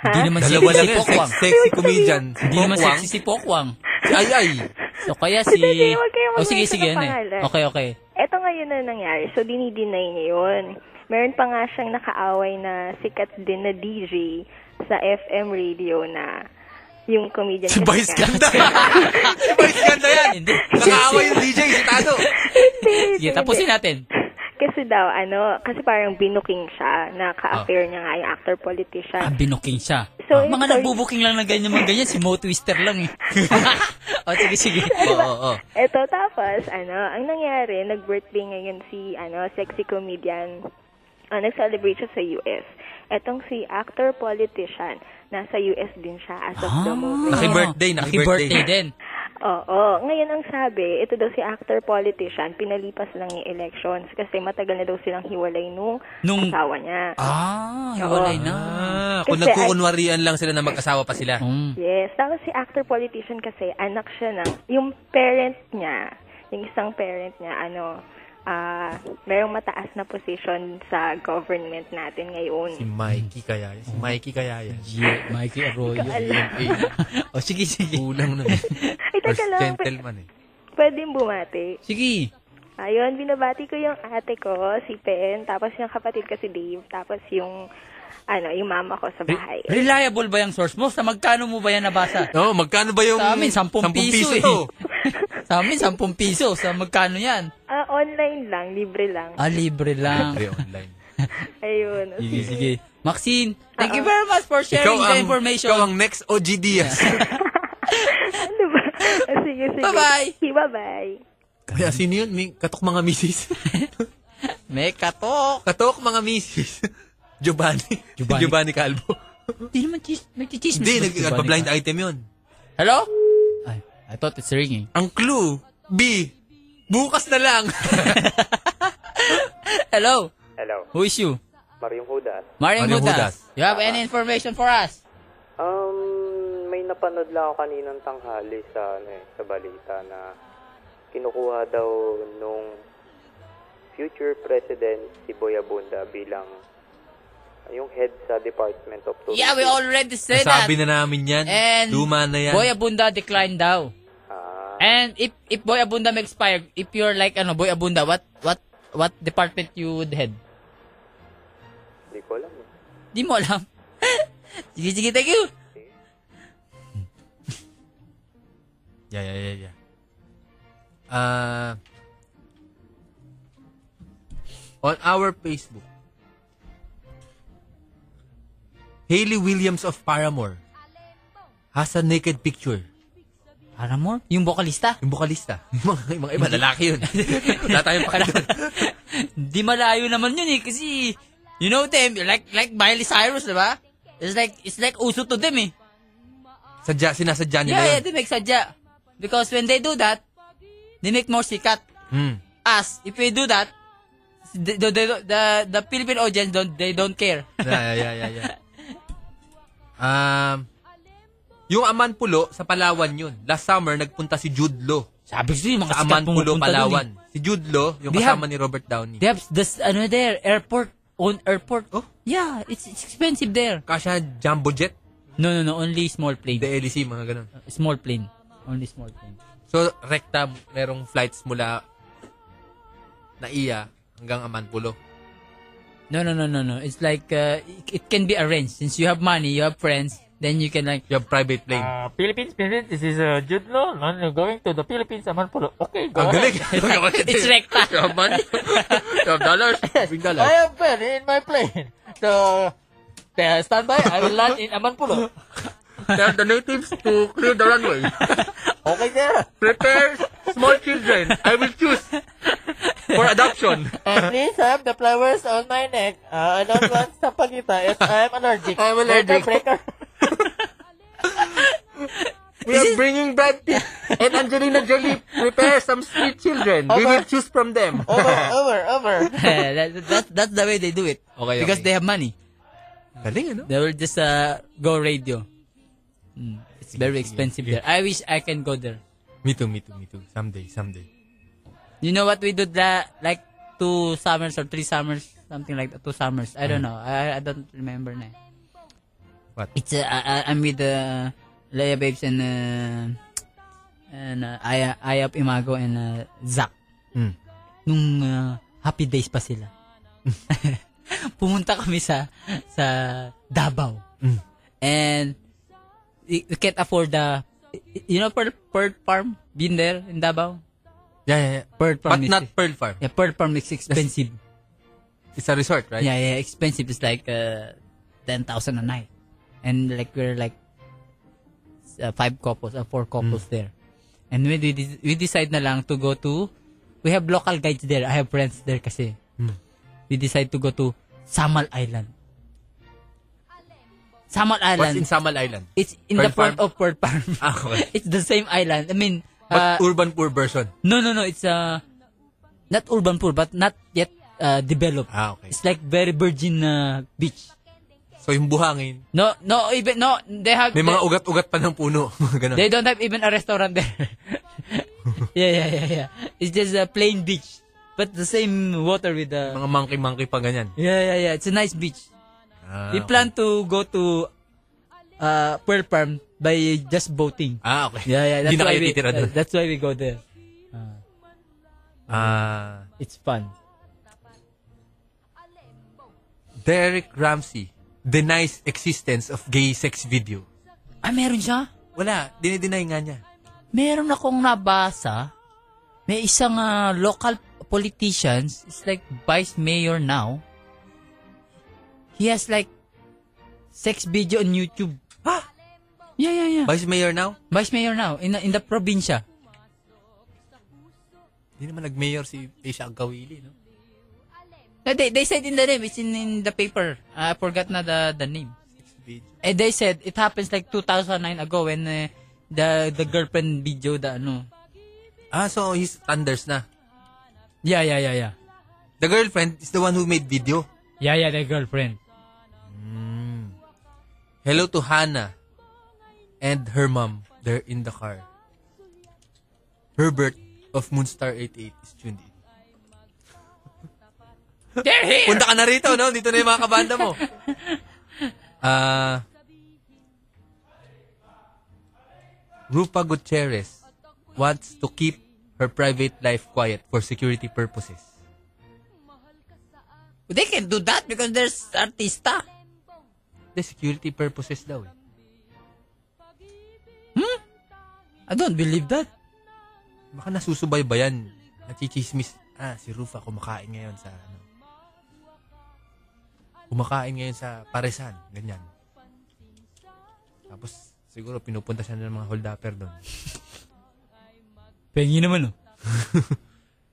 S2: Hindi naman
S1: Dalawa lang
S2: Ah, sexy si
S1: yan.
S2: Pokwang.
S1: Sex- sexy comedian. Si
S2: Hindi naman
S1: Pokwang.
S2: sexy si Pokwang.
S1: Si Ay Ay.
S2: So, kaya si...
S3: Hindi, hindi, huwag kayo
S2: O, sige,
S3: mag-mention
S2: sige.
S3: ng
S2: Ano eh.
S3: pangalan.
S2: Okay, okay.
S3: Eto ngayon na nangyari, so dinideny niya yun. Meron pa nga siyang nakaaway na sikat din na DJ sa FM radio na yung comedian.
S1: Si
S3: kasi
S1: Vice
S3: nga-
S1: Ganda. si Vice Ganda yan.
S2: Hindi.
S1: Nakaaway yung DJ, si Tado.
S2: Sige, tapusin natin.
S3: Kasi daw, ano, kasi parang binuking siya na ka-affair niya nga yung actor politician.
S2: Ah, binuking siya.
S3: So,
S2: Ah, mga
S3: so-
S2: nagbubuking lang ng ganyan, mga ganyan. Si Mo Twister lang eh. o, sige, sige.
S1: Oo, oo, oo.
S3: Eto, tapos, ano, ang nangyari, nag-birthday ngayon si, ano, sexy comedian. Ah, nag-celebrate siya sa US. Etong si actor politician, nasa US din siya as of
S2: Ah.
S3: the moment.
S1: Naki-birthday, naki-birthday.
S2: Naki-birthday din.
S3: Oo. Ngayon ang sabi, ito daw si actor politician, pinalipas lang yung elections kasi matagal na daw silang hiwalay nung,
S2: Nung-
S3: asawa niya.
S2: Ah, hiwalay na.
S1: Ah, kung
S3: Kasi
S1: nagkukunwarian lang sila na mag-asawa pa sila.
S2: Mm.
S3: Yes, tapos si actor politician kasi anak siya ng yung parent niya, yung isang parent niya ano, ah merong mataas na position sa government natin ngayon.
S1: Si Mikey kaya yan. Si Mikey kaya yan.
S2: Yeah, Mikey Arroyo. o, Oh, sige, sige.
S1: Kulang na.
S3: Ay, teka
S1: First
S3: lang, pwede,
S1: gentleman eh.
S3: pwedeng bumati.
S2: Sige.
S3: Ayun, binabati ko yung ate ko, si Pen, tapos yung kapatid ko si Dave, tapos yung ano, yung mama ko sa bahay.
S2: Re- reliable ba yung source mo? Sa magkano mo ba yan nabasa?
S1: Oo, Oh, magkano ba yung...
S2: Sa amin, 10 piso, eh.
S1: to?
S2: Sa amin, 10 piso. Sa magkano yan?
S3: Ah, online lang, libre lang.
S2: Ah, libre lang.
S1: Ay, online.
S3: Ayun.
S2: sige, sige. Maxine, thank you very much for sharing the information.
S1: Ikaw ang next OG Diaz.
S3: Ano ba? Ah, sige, sige.
S2: Bye-bye.
S3: Sige, Bye-bye.
S1: Kaya sino yun? May katok mga misis.
S2: May katok.
S1: katok mga misis. Giovanni.
S2: Giovanni.
S1: Giovanni Calvo.
S2: Hindi naman chis, nagchichismis.
S1: Hindi,
S2: ba si Bani
S1: nag-blind
S2: ka?
S1: item yun.
S2: diba? Hello? Ay, I thought it's ringing.
S1: Ang clue, B, bukas na lang.
S2: Hello?
S4: Hello,
S2: Who is you?
S4: Mariong Hudas.
S2: Marian
S1: Marian Hudas.
S2: Hudas. You have any information for us?
S4: Um, may napanood lang ako kaninang tanghali sa, ano eh, sa balita na kinukuha daw nung future president si Boy Abunda bilang ah, yung head sa Department of Tourism.
S2: Yeah, we already said that.
S1: Sabi na namin yan.
S2: And
S1: Luma na yan.
S2: Boy Abunda declined daw.
S4: Ah,
S2: And if if Boy Abunda may expire, if you're like ano Boy Abunda, what what what department you would head?
S4: hindi ko alam. eh.
S2: Di mo alam. sige, sige, thank you.
S1: Yeah, yeah, yeah, yeah. Uh, on our Facebook, Hayley Williams of Paramore has a naked picture.
S2: Paramore? Yung vocalista?
S1: Yung vocalista. Yung mga, yung mga iba, lalaki yun. Wala tayong pakinggan.
S2: Di malayo naman yun eh, kasi you know them, like like Miley Cyrus, di ba? It's like it's like uso to them eh.
S1: Sadya, sinasadya nila
S2: Yeah, yeah,
S1: Ano yun.
S2: they make sadya. Because when they do that, they make more sikat.
S1: Hmm.
S2: Us, if we do that, the the the, the, the Philippine audience don't they don't care.
S1: yeah, yeah, yeah, yeah. Um, yung Aman Pulo, sa Palawan yun. Last summer, nagpunta si Jude Law.
S2: Sabi ko sa'yo, yung mga
S1: Sa
S2: sikat
S1: Aman Pulo,
S2: pumupunta dun
S1: Palawan. Si Jude Law, yung
S2: They
S1: kasama
S2: have-
S1: ni Robert Downey.
S2: They have this, ano there, airport, own airport.
S1: Oh.
S2: Yeah, it's, it's expensive there.
S1: Kasha Jumbo Jet,
S2: No, no, no, only small plane.
S1: the LEC, mga ganun.
S2: Small plane. Only small plane.
S1: So, rekta, merong flights mula Naiya hanggang Aman Pulo.
S2: No, no, no, no, no. It's like, uh, it, it can be arranged. Since you have money, you have friends, then you can like,
S1: You have private plane.
S5: Uh,
S2: Ah.
S5: Philippines, Philippines, this is uh, Jude Law. No, no, going to the Philippines, Amanpulo. Okay, go
S1: Ang
S5: ahead.
S1: galing.
S2: it's recta.
S1: You have money. You have dollars. Big dollars.
S5: I have been in my plane. So, uh, stand by. I will land in Amanpulo.
S1: Tell the natives to clear the runway.
S5: Okay, sir.
S1: Prepare small children. I will choose.
S6: for adoption.
S5: And please have the flowers on my neck. Uh, I don't want sa palita as I'm allergic. I'm allergic.
S6: We are bringing Brad Pitt and Angelina Jolie. Prepare some sweet children. We will choose from them.
S5: over, over, over.
S2: that, that, that's the way they do it.
S1: Okay,
S2: Because
S1: okay.
S2: they have money.
S6: Galing, ano?
S2: They will just uh, go radio. Mm, It's very expensive there. I wish I can go there.
S1: Me too, me too, me too. Someday, someday.
S2: You know what we do la- like two summers or three summers, something like that. Two summers. I don't know. I, I don't remember na.
S1: Mm. What?
S2: It's uh, I, I- I'm with uh, Leia Babes and uh, and uh, Aya Ayap Imago and uh, Zach.
S1: Mm.
S2: Nung uh, happy days pa sila. Pumunta kami sa sa Davao.
S1: Mm.
S2: And we we can't afford the you know Pearl, Pearl Farm? Been there in Davao?
S1: Yeah, yeah, yeah.
S2: Pearl Farm
S1: But
S2: is-
S1: not Pearl Farm.
S2: Yeah, Pearl Farm is expensive.
S1: It's a resort, right?
S2: Yeah, yeah, expensive. It's like uh, 10,000 a night. And like we're like s- uh, five couples or four
S1: Mm.
S2: couples there. And we, de- we decide na lang to go to, we have local guides there. I have friends there kasi.
S1: Mm.
S2: We decide to go to Samal Island. Samal
S1: What's in
S2: Island.
S1: Samal Island?
S2: it's in
S1: Pearl
S2: the
S1: Farm?
S2: port of Port Farm.
S1: Ah, okay.
S2: it's the same island. I mean, uh,
S1: But urban poor version.
S2: no, no, no. It's uh, not urban poor, but not yet uh, developed.
S1: Ah, okay.
S2: It's like very virgin uh, beach.
S1: So yung buhangin,
S2: No, no, even no. They have.
S1: may mga
S2: they,
S1: ugat-ugat pa ng puno. Mga Ganun.
S2: they don't have even a restaurant there. yeah, yeah, yeah, yeah. It's just a plain beach, but the same water with the.
S1: mga monkey-monkey pa ganyan.
S2: Yeah, yeah, yeah. It's a nice beach.
S1: Ah,
S2: We plan to go to uh, Pearl Farm by just boating.
S1: okay. Ah, okay.
S2: Yeah, yeah. That's
S1: Hindi na
S2: why
S1: kayo
S2: we.
S1: titira doon.
S2: uh, that's why we go there.
S1: Ah,
S2: It's fun.
S1: Derek Ramsey denies existence of gay sex video.
S2: Ah, meron siya.
S1: Wala, dinideny nga niya.
S2: meron akong nabasa, may isang ah, local politicians, it's like vice mayor now, he has like sex video on YouTube. yeah, yeah, yeah.
S1: Vice Mayor now?
S2: Vice mayor now, in, in the probinsya.
S1: Hindi naman nag-mayor si Asia Gawili, no?
S2: No, they, they said in the name, it's in, in the paper. I forgot na the, the name.
S1: Video.
S2: Eh, they said, it happens like 2009 ago when eh, the the girlfriend video, the ano.
S1: Ah, so he's thunders na.
S2: Yeah, yeah, yeah, yeah.
S1: The girlfriend is the one who made video.
S2: Yeah, yeah, the girlfriend.
S1: Hello to Hannah and her mom. They're in the car. Herbert of Moonstar 88 is tuned in.
S2: They're here!
S1: Punta ka na rito, no? Dito na yung mga kabanda mo. Ah... Rupa Gutierrez wants to keep her private life quiet for security purposes.
S2: They can do that because there's artista.
S1: The security purposes daw eh.
S2: I don't believe that.
S1: Baka nasusubaybayan. Nachichismis. Ah, si Rufa kumakain ngayon sa ano. Kumakain ngayon sa Paresan. Ganyan. Tapos, siguro pinupunta siya ng mga holdapper doon.
S2: Pengi naman, oh.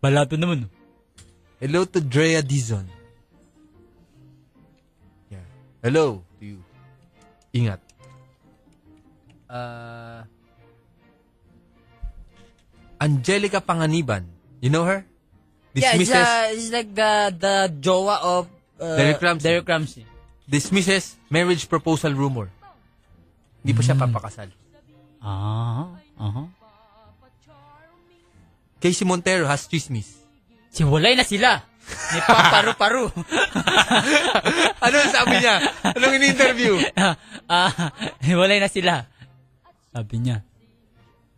S2: Balato naman, oh.
S1: Hello to Drea Dizon. Yeah. Hello to you. Ingat. Uh, Angelica Panganiban. You know her?
S2: Yeah, it's,
S1: Dismisses,
S2: uh, it's like the the jowa of uh,
S1: Derek Ramsey.
S2: Derek Ramsey.
S1: dismisses marriage proposal rumor. Hindi pa siya
S2: Hmm.
S1: papakasal.
S2: Ah, aha.
S1: Casey Montero has chismis.
S2: Si Walay na sila. May paparu-paru.
S1: Ano ang sabi niya? Anong in-interview?
S2: ah, hiwalay na sila. Sabi niya,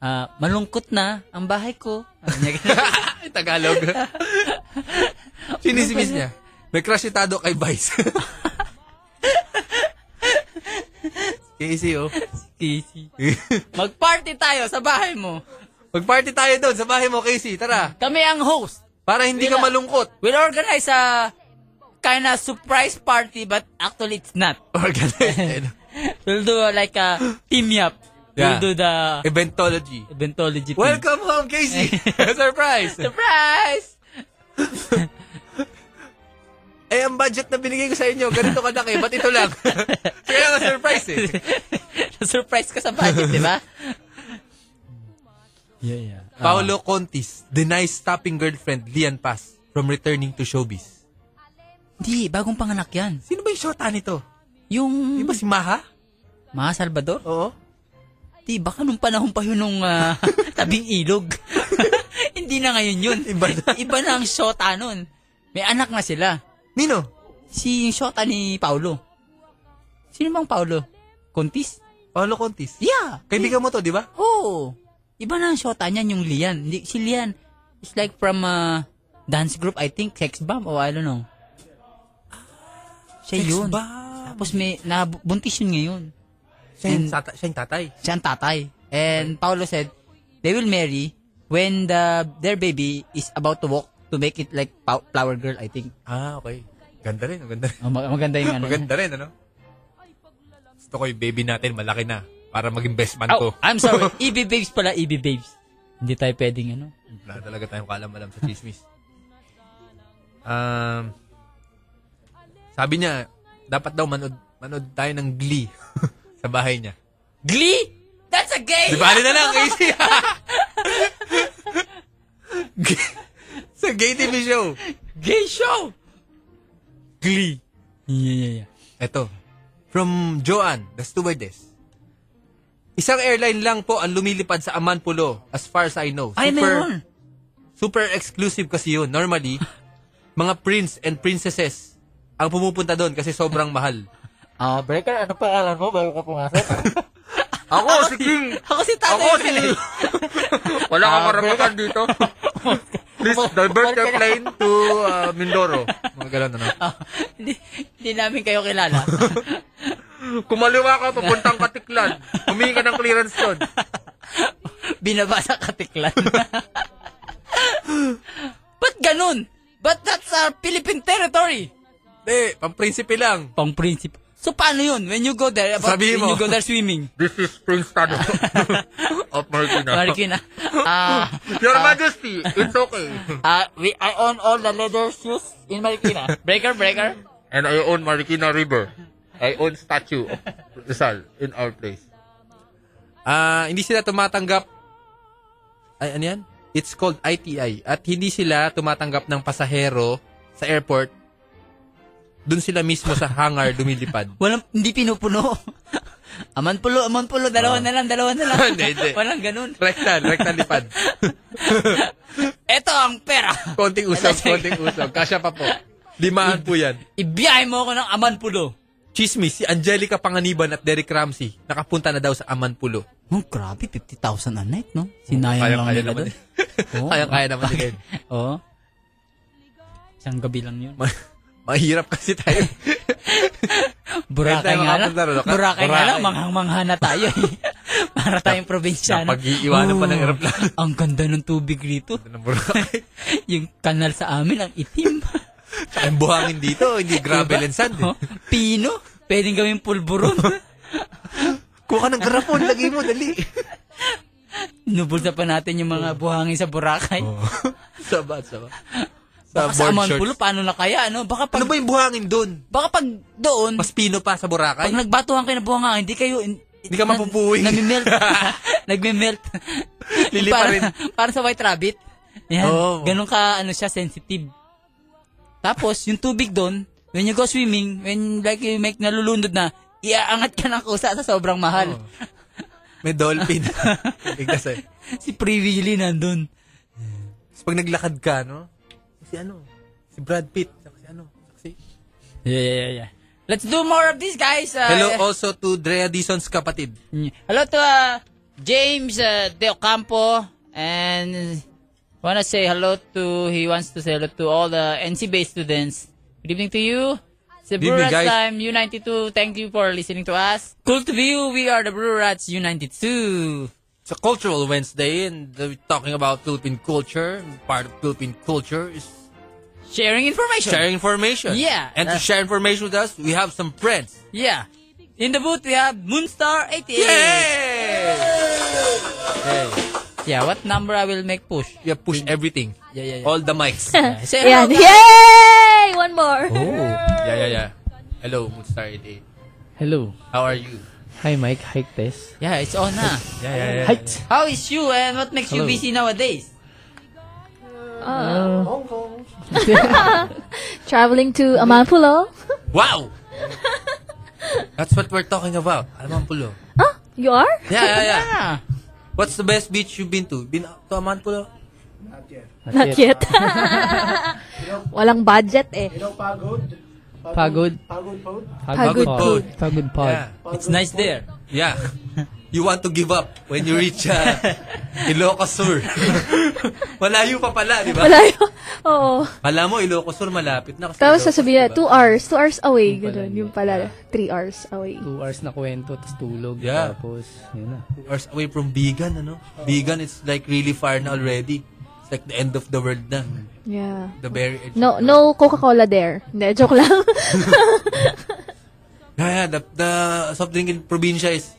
S2: ah, malungkot na ang bahay ko. Sabi niya ganun.
S1: Tagalog. Sinismis niya. May crush si Tado kay Vice. Casey, oh.
S2: Casey. Mag-party tayo sa bahay mo.
S1: Mag-party tayo doon sa bahay mo, Casey. Tara.
S2: Kami ang host.
S1: Para hindi ka malungkot.
S2: We'll organize a kind of surprise party, but actually it's not.
S1: Organized.
S2: We'll do uh, like a team up.
S1: Yeah.
S2: We'll do the
S1: Eventology.
S2: eventology. team.
S1: Welcome home, Casey. Surprise.
S2: Surprise!
S1: Eh, ang budget na binigay ko sa inyo, ganito kalaki, ba't ito lang? Kaya nga surprise eh.
S2: Na-surprise ka sa budget, di ba? Yeah, yeah.
S1: Paolo Contis denies stopping girlfriend Lian Paz from returning to showbiz.
S2: Hindi, bagong panganak yan.
S1: Sino ba yung shota nito?
S2: Yung
S1: Di ba si Maha?
S2: Maha Salvador?
S1: Oo.
S2: Di, baka nung panahon pa yun nung ah, tabing ilog. Hindi na ngayon yun. Iba na. Iba na ang shota nun. May anak na sila.
S1: Nino?
S2: Si yung shota ni Paulo. Sino bang Paulo? Contis?
S1: Paolo Oh, Contis.
S2: Yeah.
S1: Kaibigan mo to, di ba?
S2: Oo. Iba na ang shota niyan, yung Lian. Hindi- Si Lian is like from a dance group, I think, Sex Bomb, or I don't know. Siya
S1: Sex
S2: yun.
S1: Bomb.
S2: Tapos may, nabuntis yun ngayon.
S1: Siya yung, sata- siya yung tatay.
S2: Siya ang tatay. And Paolo said, they will marry when the their baby is about to walk to make it like pow- flower girl, I think.
S1: Ah, okay. Ganda rin, ang ganda rin.
S2: Oh, mag- maganda yung ano.
S1: Maganda rin, ano? Gusto ko yung baby natin, malaki na. Para maging best man ko.
S2: Oh, I'm sorry. EB Babes pala, EB Babes. Hindi tayo pwedeng ano.
S1: Wala talaga tayong kaalam-alam sa chismis. Um, sabi niya, dapat daw manood, manood tayo ng Glee sa bahay niya.
S2: Glee? That's a gay!
S1: Di ba? Ano na lang, easy. Glee- sa gay TV show.
S2: Gay show! Glee. Yeah, yeah, yeah.
S1: Eto, from Joanne, the stewardess. Isang airline lang po ang lumilipad sa Amanpulo, as far as I know.
S2: Ay, meron.
S1: Super exclusive kasi yun. Normally, mga prince and princesses ang pumupunta doon kasi sobrang mahal.
S5: Ah, Breaker, ano pangalan mo bago ka pumasok?
S1: Ako, si King!
S2: Ako si tatay. eh.
S1: Ako, si Wala kang karapatan dito. Please, divert your plane to uh, Mindoro. Mga ganun, ano?
S2: Ah, Hindi hindi namin kayo kilala.
S1: Kumaliwa ka, papuntang Katiklan. Humingi ka ng clearance doon.
S2: binabasa katiklan. Ba't ganun? But that's our Philippine territory.
S1: Hindi, pang-prinsipe lang.
S2: Pang prinsip. So paano yun? When you go there, about,
S1: Sabihin mo.
S2: when you go there swimming.
S1: This is Prince Tano of Marikina.
S2: Marikina. Ah,
S1: Your Majesty, it's okay.
S2: ah, we, I own all the leather shoes in Marikina. Breaker, breaker.
S1: And I own Marikina River. I own statue of Rizal in our place. Ah, hindi sila tumatanggap. Ay, ano yan? It's called ITI. At hindi sila tumatanggap ng pasahero sa airport. Doon sila mismo sa hangar lumilipad.
S2: Walang, hindi pinupuno. Aman pulo, aman pulo. Dalawa na lang, dalawa na lang.
S1: Hindi, hindi.
S2: Walang ganun.
S1: Rectal, rectal lipad.
S2: Eto ang pera.
S1: Konting usap, konting usap. Kasya pa po. Limahan po yan.
S2: Ibiyahe mo ako ng aman pulo.
S1: Chismis, si Angelica Panganiban at Derek Ramsey nakapunta na daw sa Amanpulo.
S2: Oh, grabe, 50,000 a night, no? Sinayang lang
S1: Kayang-kaya
S2: nila
S1: naman
S2: doon. Oh.
S1: eh. Kayang-kaya naman
S2: Kaya-
S1: din.
S2: Oo. Isang gabi lang yun.
S1: Ma- mahirap kasi tayo.
S2: Burakay
S1: tayo
S2: nga lang.
S1: makapunta ron, okay?
S2: Burakay nga
S1: Boracay.
S2: lang, manghang-mangha na tayo eh. Para tayong probinsyano.
S1: napag-iiwanan pa ng
S2: Oo,
S1: eroplano.
S2: Ang ganda ng tubig rito. Yung kanal sa amin, ang itim.
S1: Ang buhangin dito, hindi gravel and sand. Eh.
S2: Oh, Pino. Pwedeng gawin pulburon.
S1: Kuha ka ng garapon, lagay mo, dali.
S2: Nubulsa pa natin yung mga buhangin sa Boracay.
S1: saba, saba.
S2: Baka sa
S1: board
S2: Amanpulo,
S1: shorts.
S2: paano na kaya? Ano? Baka pag,
S1: Ano ba yung buhangin doon?
S2: baka pag doon,
S1: Mas pino pa sa Boracay?
S2: Pag nagbatuhan kayo na buhanganga, hindi kayo... Hindi
S1: ka mapupuwi.
S2: Namimelt. Nagme-melt.
S1: Lilipa
S2: para,
S1: rin.
S2: Para sa white rabbit. Yan.
S1: Oo.
S2: Ganun ka, ano siya, sensitive. Tapos, yung tubig doon, when you go swimming, when like you make nalulunod na, iaangat ka ng kusa sa sobrang mahal.
S1: May dolphin. Bigkas eh.
S2: si Free Willy nandun.
S1: Tapos pag naglakad ka, no? Si ano? Si Brad Pitt. saka Si ano? saka Si...
S2: Yeah, yeah, yeah, yeah. Let's do more of this, guys. Uh,
S1: Hello oh, also to Drea Dizon's kapatid.
S2: Mm. Hello to uh, James uh, De Ocampo and wanna say hello to he wants to say hello to all the NC Bay students. Good evening to you. It's the
S1: Good
S2: Brew
S1: evening,
S2: Rats
S1: guys.
S2: Time U92. Thank you for listening to us. Cool to view. We are the Brew Rats U92.
S1: It's a cultural Wednesday and we're talking about Philippine culture. Part of Philippine culture is
S2: Sharing information.
S1: sharing information.
S2: Yeah.
S1: And to
S2: That's-
S1: share information with us, we have some friends.
S2: Yeah. In the booth we have Moonstar88.
S1: Yay! Hey.
S2: Yeah, yeah. What number I will make push?
S1: Yeah, push everything.
S2: Yeah, yeah, yeah.
S1: All the mics.
S2: Yeah. So,
S7: Ayan. Yay! One more.
S1: Oh. Yeah, yeah, yeah. Hello, Moonstar 88.
S8: Hello.
S1: How are you?
S8: Hi, Mike. Hi, Tess.
S2: Yeah, it's on na.
S1: Yeah, yeah, yeah.
S8: Hi.
S2: How is you and what makes you
S8: Hello.
S2: busy nowadays?
S7: Traveling to Amanpulo.
S1: Wow! That's what we're talking about. Alamampulo.
S7: Huh? You are?
S1: Yeah, yeah, yeah.
S2: Ah.
S1: What's the best beach you've been to? Been to Amanpulo?
S7: Not yet. Walang budget eh.
S8: Pagod.
S7: Pagod
S1: pod.
S8: Pagod pod.
S1: Yeah.
S2: It's nice there.
S1: Yeah. You want to give up when you reach uh, Ilocos Sur. Malayo pa pala, di ba?
S7: Wala yun. Oo.
S1: Alam mo, Ilocos Sur malapit na. kasi
S7: Tapos
S1: Ilocos, di
S7: sasabihin na,
S1: ba?
S7: two hours, two hours away.
S8: Yung pala,
S7: Ganun,
S8: yun.
S7: yung pala, three hours away.
S8: Two hours na kwento, tapos tulog.
S1: Yeah.
S8: Tapos, yun na.
S1: Two hours away from Bigan, ano? Bigan, it's like really far na already. It's like the end of the world na.
S7: Yeah.
S1: The very edge.
S7: No, no Coca-Cola there. Hindi, joke lang.
S1: Yeah, yeah, the, the soft drink in probinsya is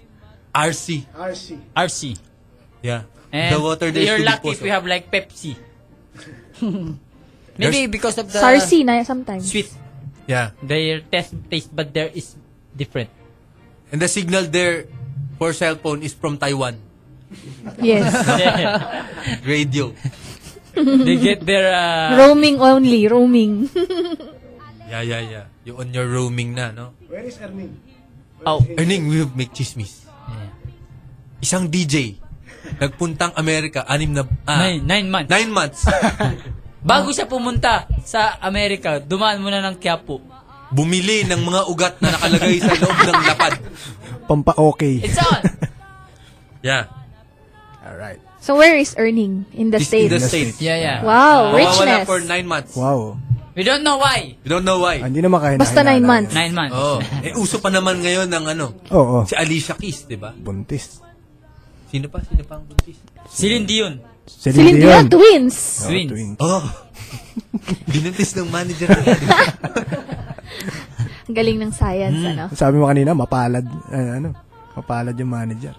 S1: RC.
S2: RC.
S1: Yeah.
S2: And
S1: the water there is
S2: you're
S1: tubig
S2: lucky
S1: po,
S2: if
S1: so-
S2: we have like Pepsi. Maybe because of the
S7: Sarsi na sometimes.
S2: sweet.
S1: Yeah.
S2: Their test taste but there is different.
S1: And the signal there for cell phone is from Taiwan.
S7: Yes.
S1: Radio.
S2: they get their uh,
S7: roaming only, roaming.
S1: Yeah, yeah, yeah. You on your roaming na, no?
S2: oh.
S1: Earning, we will make chismis. Isang DJ. Nagpuntang Amerika, anim na... ah,
S2: Nine, nine months.
S1: nine months.
S2: Bago siya pumunta sa Amerika, dumaan muna ng Quiapo.
S1: Bumili ng mga ugat na nakalagay sa loob ng lapad.
S9: Pampa-okay.
S2: It's on!
S1: Yeah.
S9: Alright.
S7: So where is earning? In the
S1: This
S7: state.
S1: in the States.
S2: yeah, yeah.
S7: Wow,
S1: Mawawala
S7: richness.
S1: for nine months.
S9: Wow.
S2: We don't know why.
S1: We don't know why.
S9: Ah, Hindi naman kaya
S7: Basta nine
S9: nakainala
S7: months.
S2: Nine months.
S1: Oh. Eh, uso pa naman ngayon ng ano,
S9: yan. Oo.
S1: si Alicia Keys, di ba?
S9: Buntis.
S1: Sino pa? Sino pa ang buntis?
S2: Celine Dion.
S7: Celine Dion, twins.
S9: Oo,
S2: Twins.
S9: twins.
S1: Oh! Binuntis ng manager niya.
S7: Ang galing ng science,
S1: Hmm.
S7: ano?
S9: Sabi mo kanina, mapalad. ah, ano? Mapalad yung manager.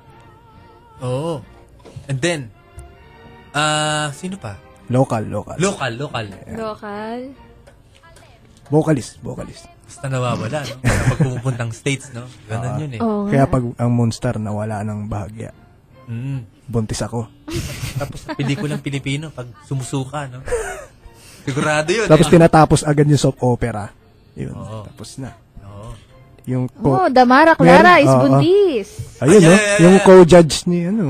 S1: Oo. And then, ah, sino pa?
S9: Local, local.
S1: Local, local.
S7: Local.
S9: vocalist, vocalist.
S1: Basta nawawala, no? Kapag pumupuntang States, no? Ganun yun, eh.
S7: Oo
S9: Kaya
S7: nga.
S9: pag ang monster nawala ng bahagya,
S7: Oh.
S1: Mm.
S9: buntis ako.
S1: Tapos, pelikulang Pilipino, pag sumusuka, no? Sigurado yun,
S9: Tapos
S1: eh.
S9: tinatapos agad yung soap opera. Yun,
S1: Oo.
S9: tapos na.
S1: Oo.
S9: Yung
S7: Oh,
S9: co-
S7: Damara Clara
S9: Meron- Ah,
S7: is
S9: oo.
S7: buntis.
S9: ayun,
S1: Ah, yeah,
S9: no?
S1: yeah, yeah,
S9: yung
S1: yeah.
S9: co-judge ni ano.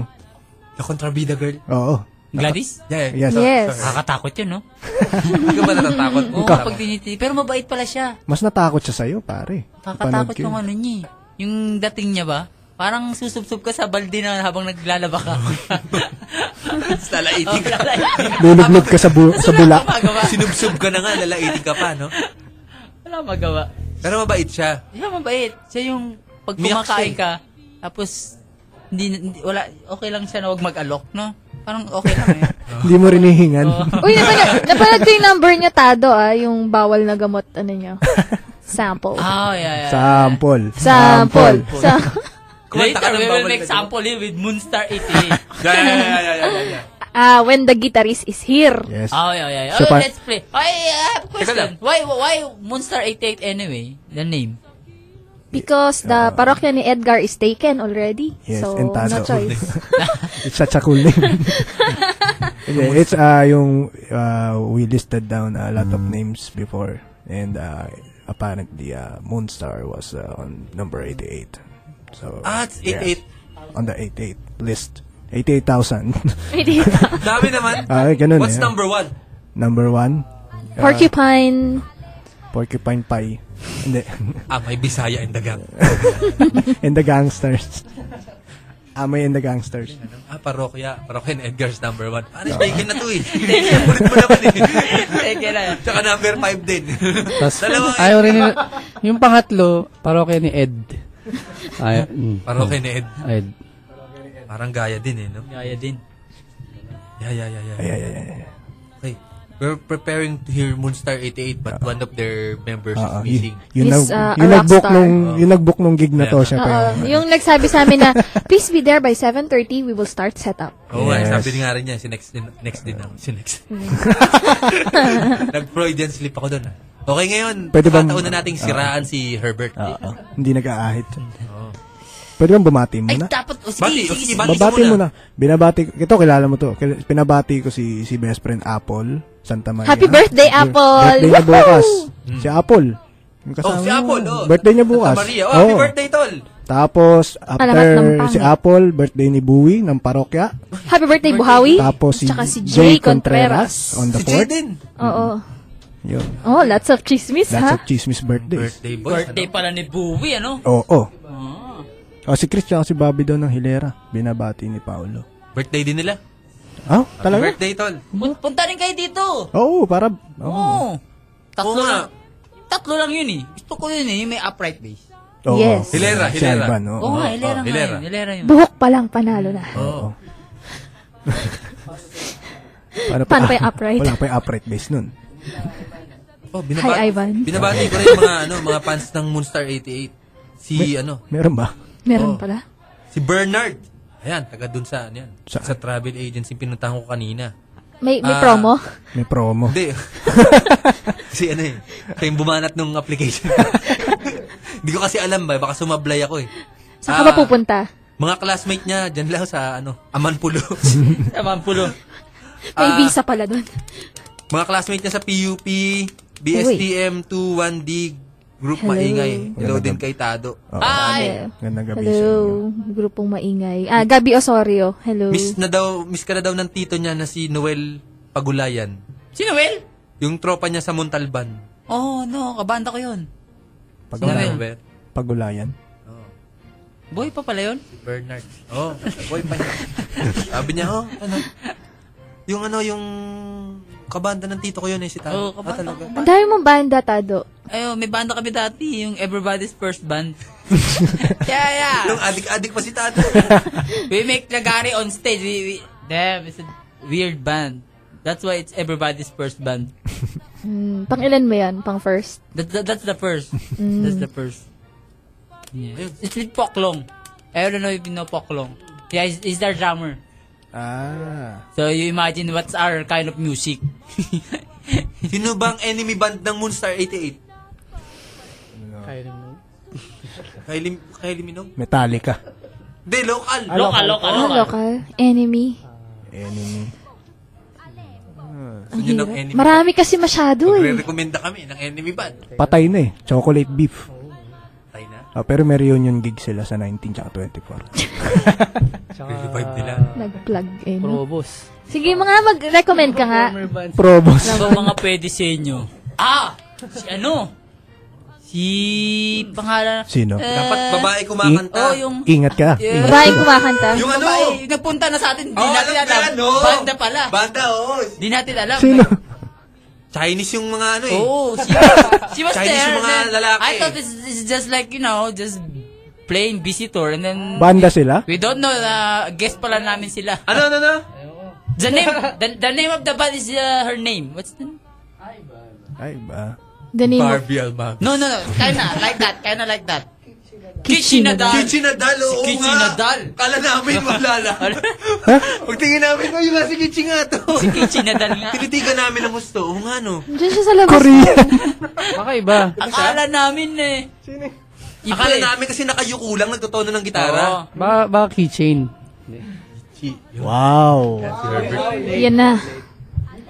S1: The Contrabida girl.
S9: Oo.
S2: Gladys?
S1: Yeah, yeah.
S9: Yes.
S7: Yes.
S2: Nakakatakot yun, no?
S1: Hindi ka ba natatakot mo?
S2: Oo, kapag tinitili. Pero mabait pala siya.
S9: Mas natakot siya sa'yo, pare.
S2: Nakakatakot
S9: Panood ko yun.
S2: yung ano niya eh. Yung dating niya ba? Parang susubsob ka sa balde na habang naglalaba ka.
S1: Lalaitin ka.
S9: Lulublob ka sa, bu- sa
S2: Wala
S9: bulak.
S2: magawa.
S1: Sinubsob ka na nga, lalaitin ka pa, no?
S2: Wala magawa.
S1: Pero mabait siya.
S2: Siya mabait. Siya yung pag
S1: Umiyak siya eh.
S2: kumakain ka, tapos hindi, hindi- wala, okay lang siya na huwag mag-alok, no? Parang okay lang eh.
S9: Hindi mo rin hihingan.
S7: Uy, napanood, napanood ko yung number niya, Tado, ah. Yung bawal na gamot, ano niya. Sample.
S2: Ah, yeah, yeah.
S9: Sample.
S7: Sample. Sa
S1: Kumanta ka ng
S2: Later, we will
S1: bawal
S2: make
S1: na
S2: sample here with Moonstar 88.
S1: Yeah, yeah, yeah, yeah, yeah, yeah, yeah.
S7: ah, when the guitarist is here.
S9: Yes.
S2: oh, yeah, yeah. yeah.
S9: So,
S2: Oh,
S9: pa-
S2: let's play. Ay, I
S1: lang.
S2: have a question. Why, why Moonstar 88 anyway? The name.
S7: Because the parokya ni Edgar is taken already.
S9: Yes,
S7: so,
S9: and
S7: no
S9: Tado.
S7: choice.
S9: It's such a cool name. Hindi, It's uh, yung uh, we listed down a lot of names before and uh, apparently uh, Moonstar was uh, on number 88. So
S1: Ah, it's
S9: yeah,
S1: 88.
S9: on the 88 list. 88,000.
S7: Hindi.
S1: Dami naman.
S9: Ah, ganun
S1: What's
S9: eh.
S1: number one?
S9: number 1,
S7: Porcupine.
S9: Porcupine Pie. Hindi.
S1: Ah, may Bisaya in the gang.
S9: and the Gangsters. Amoy and the Gangsters.
S1: Ah, parokya. Parokya and Edgar's number one. Ano, taken na to eh. Ulit mo naman eh.
S2: Teka lang.
S1: Tsaka number five din.
S8: Tapos,
S1: Dalawa-
S8: ayaw rin nila. Yung pangatlo, parokya ni Ed. Ay, mm,
S1: parokya ni Ed.
S8: Ed.
S1: Parang gaya din eh, no?
S2: Gaya din.
S1: Yeah, yeah, yeah, yeah.
S9: Eh, Ay, ay, ay, ay.
S1: Okay. We're preparing to hear Moonstar 88 but one of their members
S9: Oo,
S1: is
S9: y-
S1: missing.
S9: yun,
S7: He's,
S9: nag,
S7: uh, a
S9: yun nag-book
S7: rockstar.
S9: nung,
S1: Oh.
S9: yun nag-book nung gig na to siya pa
S7: Oo.
S9: yun.
S7: Uh, Yung nagsabi sa amin na, please be there by 7.30, we will start setup.
S1: Oo nga,
S9: Yes.
S1: sabi nga rin niya, si next din, next din ako, si next.
S7: Mm.
S1: Nag-Freudian sleep ako doon. ah. Okay ngayon,
S9: Pwede bang- Ah.
S1: pagkataon na nating siraan si Herbert.
S9: Oo. Hindi nag-aahit.
S1: Oh.
S9: Pwede bang bumati
S2: Ay,
S9: muna?
S2: dapat. O, sige,
S1: Bati,
S2: sige,
S1: o, sige,
S2: sige.
S1: bati ka
S9: Babati
S1: muna.
S9: mo na. Binabati, ito kilala mo to. Kil- Pinabati ko si si best friend Apple Santa Maria.
S7: Happy birthday, Apple!
S9: Birthday niya
S7: Woohoo!
S9: bukas. Si Apple. Yung
S1: Hmm. Oh,
S9: kasama
S1: si
S9: mo.
S1: Apple, oh.
S9: Birthday niya bukas.
S1: Santa Maria, oh, happy
S9: Oo.
S1: birthday, tol!
S9: Tapos,
S7: Alamat
S9: after
S7: ng pangit.
S9: si Apple, birthday ni Bowie ng parokya.
S7: Happy birthday, Buhawi!
S9: Tapos si,
S7: Tsaka si
S9: Jay
S7: Jay Contreras.
S9: Contreras on the
S1: Si
S9: 4th.
S1: Jaden!
S7: Oo.
S9: Yun.
S7: Oh, lots of chismis,
S9: That's
S7: ha?
S9: a chismis birthdays.
S1: Birthday boy.
S2: Birthday pala ni Bowie, ano?
S9: Oo. Oh,
S7: Ah.
S9: si Christian si Bobby daw ng Hilera. Binabati ni Paolo.
S1: Birthday din nila.
S9: Oh, talaga?
S1: Birthday, tol.
S2: Pun- Punta rin kayo dito.
S9: Oo, oh, para...
S2: Oo.
S9: Oo.
S2: Tatlo
S1: Oo nga.
S2: lang. Tatlo lang yun eh. Gusto ko yun eh. Yung may upright base.
S9: Oo.
S7: Yes.
S1: Hilera,
S9: Si
S1: Hilera.
S9: Alban, oo.
S2: Oo nga,
S1: oo,
S2: hilera nga
S1: hilera.
S2: yun. Hilera yun.
S7: Buhok pa lang, panalo na.
S1: Oo.
S9: Paano
S7: Paano pa yung upright?
S9: Wala pa yung upright base nun.
S1: Oh, binaba-
S7: Hi, Ivan.
S1: Binabati ko rin yung mga, ano, mga fans ng Moonstar 88. Si, ano,
S9: Meron ba?
S7: Meron
S1: Oo.
S7: pala.
S1: si Bernard. Ayan, taga dun sa, ano yan.
S9: Saan?
S1: Sa travel agency, pinuntahan ko kanina.
S7: May, may
S1: Ah.
S7: promo?
S9: May promo.
S1: Hindi. kasi ano eh. Siya yung bumanat nung application. Hindi ko kasi alam ba. Baka sumablay ako eh.
S7: Saan ka
S1: Ah,
S7: ba pupunta?
S1: Mga classmate niya, dyan lang sa ano, Amanpulo.
S2: Tamang pulo.
S7: May
S1: ah.
S7: visa pala doon.
S1: mga classmate niya sa PUP, BSTM 21D, Group Maingay. Hello din kay Tado.
S2: Ay!
S9: Gandang gabi sa inyo.
S7: Hello, grupong maingay. Ah, Gabi Osorio. Hello.
S1: Miss na daw, miss ka na daw ng tito niya na si Noel Pagulayan.
S2: Sino, Will?
S1: Yung tropa niya sa Montalban.
S2: Oh, no. Kabanda ko yun. Ano
S1: Pagulayan.
S9: Pagulayan. Pagulayan.
S2: Boy pa pala yun.
S1: Bernard. Oh, boy pa niya. Sabi niya, oh, ano, yung ano, yung kabanda ng tito ko yun eh, si Taro.
S2: Oo, Oh, kabanda
S1: talaga.
S7: Ang dami mong banda, Tado.
S2: Ayo, may banda kami dati. Yung Everybody's First Band. yeah, yeah.
S1: Nung adik-adik pa si Taro.
S2: We make Lagari on stage. We, we, damn, it's a weird band. That's why it's everybody's first band.
S7: Mm, pang ilan mo yan? Pang first?
S2: That, that, that's the first. That's the first. Yeah. It's with Poklong. I don't know if you know Poklong. Yeah, he's, he's their drummer.
S9: Ah.
S2: So you imagine what's our kind of music.
S1: Sino bang enemy band ng Moonstar 88? Kylie, Kylie Minogue?
S9: Metallica.
S1: Hindi, local.
S2: local, local,
S7: Ah,
S2: local.
S7: local? Enemy?
S9: Enemy.
S1: Gusto nyo ng enemy
S7: Marami kasi masyado eh.
S1: Re-recommenda kami ng enemy band.
S9: Patay na eh. Chocolate beef.
S1: Tayo na.
S9: Ah, pero may reunion gig sila sa 19 tsaka 24.
S1: Re-revive nila.
S7: Nag-plug eh. no?
S8: Probos.
S7: Sige mga mag-recommend ka nga.
S9: Probos.
S2: Ano ba mga pwede sa inyo? Ah! Si ano? Si... Pangalan...
S9: Sino?
S7: Eh,
S1: Dapat babae kumakanta.
S2: Oh, yung...
S9: Ingat ka.
S2: Yeah.
S7: Bahay kumakanta.
S1: Yung ano?
S2: Babae, nagpunta na sa atin. Di
S1: Oh,
S2: natin
S1: alam
S2: alam.
S1: na, no?
S2: Banda pala.
S1: Banda, oo.
S2: Di natin alam.
S9: Sino?
S1: Chinese yung mga ano eh.
S2: Oh, she, she was
S1: Chinese
S2: there.
S1: yung mga
S2: and then
S1: lalaki.
S2: I thought it's, it's just like, you know, just plain visitor. And then,
S9: Banda sila?
S2: we don't know, uh, guest pala namin sila.
S1: Ano, ano, ano?
S2: The name, the, the name of the band is uh, her name. What's the name?
S9: Ay ba?
S7: The name of
S1: Barbie Almag.
S2: No, no, no. Kinda like that. Kinda like that.
S7: Kishinadal.
S2: Kishinadal.
S1: Kitchen Nadal, oo
S2: Kitchen
S1: nga.
S2: Nadal.
S1: Kala namin malala. Pagtingin namin, ay, yung nasa kitchen nga to.
S2: Si Kishinadal nga.
S1: Tinitigan namin ang gusto. Oo nga, no.
S7: Diyan siya sa labas.
S8: Kakaiba.
S2: Akala namin eh. Sino?
S1: Akala namin kasi nakayuko lang, nagtotono ng gitara.
S8: Ba, ba keychain?
S9: Wow.
S7: Yan na.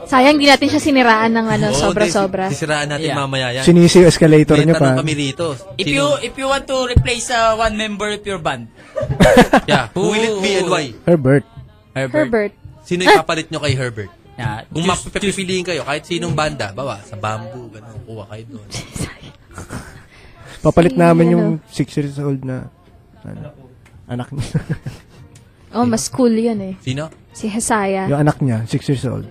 S7: Sayang di natin siya siniraan ng ano,
S1: Oo,
S2: Oh,
S7: sobra-sobra.
S1: di, Sisiraan natin
S2: Yeah.
S1: mamaya yan.
S9: Sinisi yung escalator
S1: May
S9: niya
S1: tanong
S9: pa.
S1: kami rito.
S2: If
S1: Sino-
S2: you if you want to replace uh, one member of your band,
S1: Yeah, who will it be and why?
S9: Herbert.
S7: Herbert.
S1: Sino ipapalit nyo kay Herbert?
S2: yeah,
S1: Kung
S2: choose-
S1: mapipiliin kayo, kahit sinong banda, bawa, sa bamboo, gano'n, kuha kayo doon.
S9: Papalit
S7: Si-
S9: namin
S7: ano?
S9: yung 6 years old na ano, anak niya.
S7: Oh, mas cool yun eh.
S1: Sino?
S7: Si Hesaya.
S9: yung anak niya, 6 years old.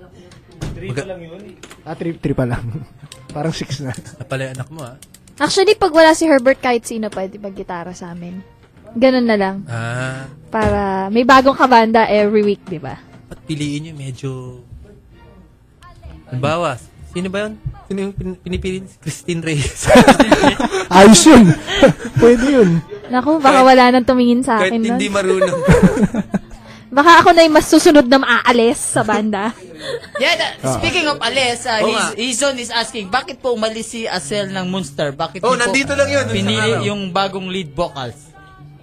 S1: Maga- eh.
S9: Ah, 3 pa lang. Parang 6 na.
S1: napala yung anak mo, ah. ha?
S7: Actually, pag wala si Herbert, kahit sino pwede mag-gitara sa amin. Ganun na lang.
S1: Ah,
S7: Para may bagong kabanda every week, di ba?
S1: ba't piliin nyo medyo... Halimbawa, sino ba yun? Sino yung pin- pinipili? Christine Reyes.
S9: Ayos yun. Pwede yun.
S7: Naku, baka wala nang tumingin sa
S1: Kahit
S7: akin nun.
S1: hindi marunong.
S7: Baka ako na yung mas susunod na maaalis sa banda.
S2: Yeah, that- speaking of Ales,
S1: Ah.
S2: uh,
S1: Oo
S2: his,
S1: nga.
S2: his son is asking, bakit po umalis si Asel ng Monster? Bakit
S1: Oh,
S2: niyo po
S1: nandito lang yun, nung isang araw.
S2: Pinili yung bagong lead vocals.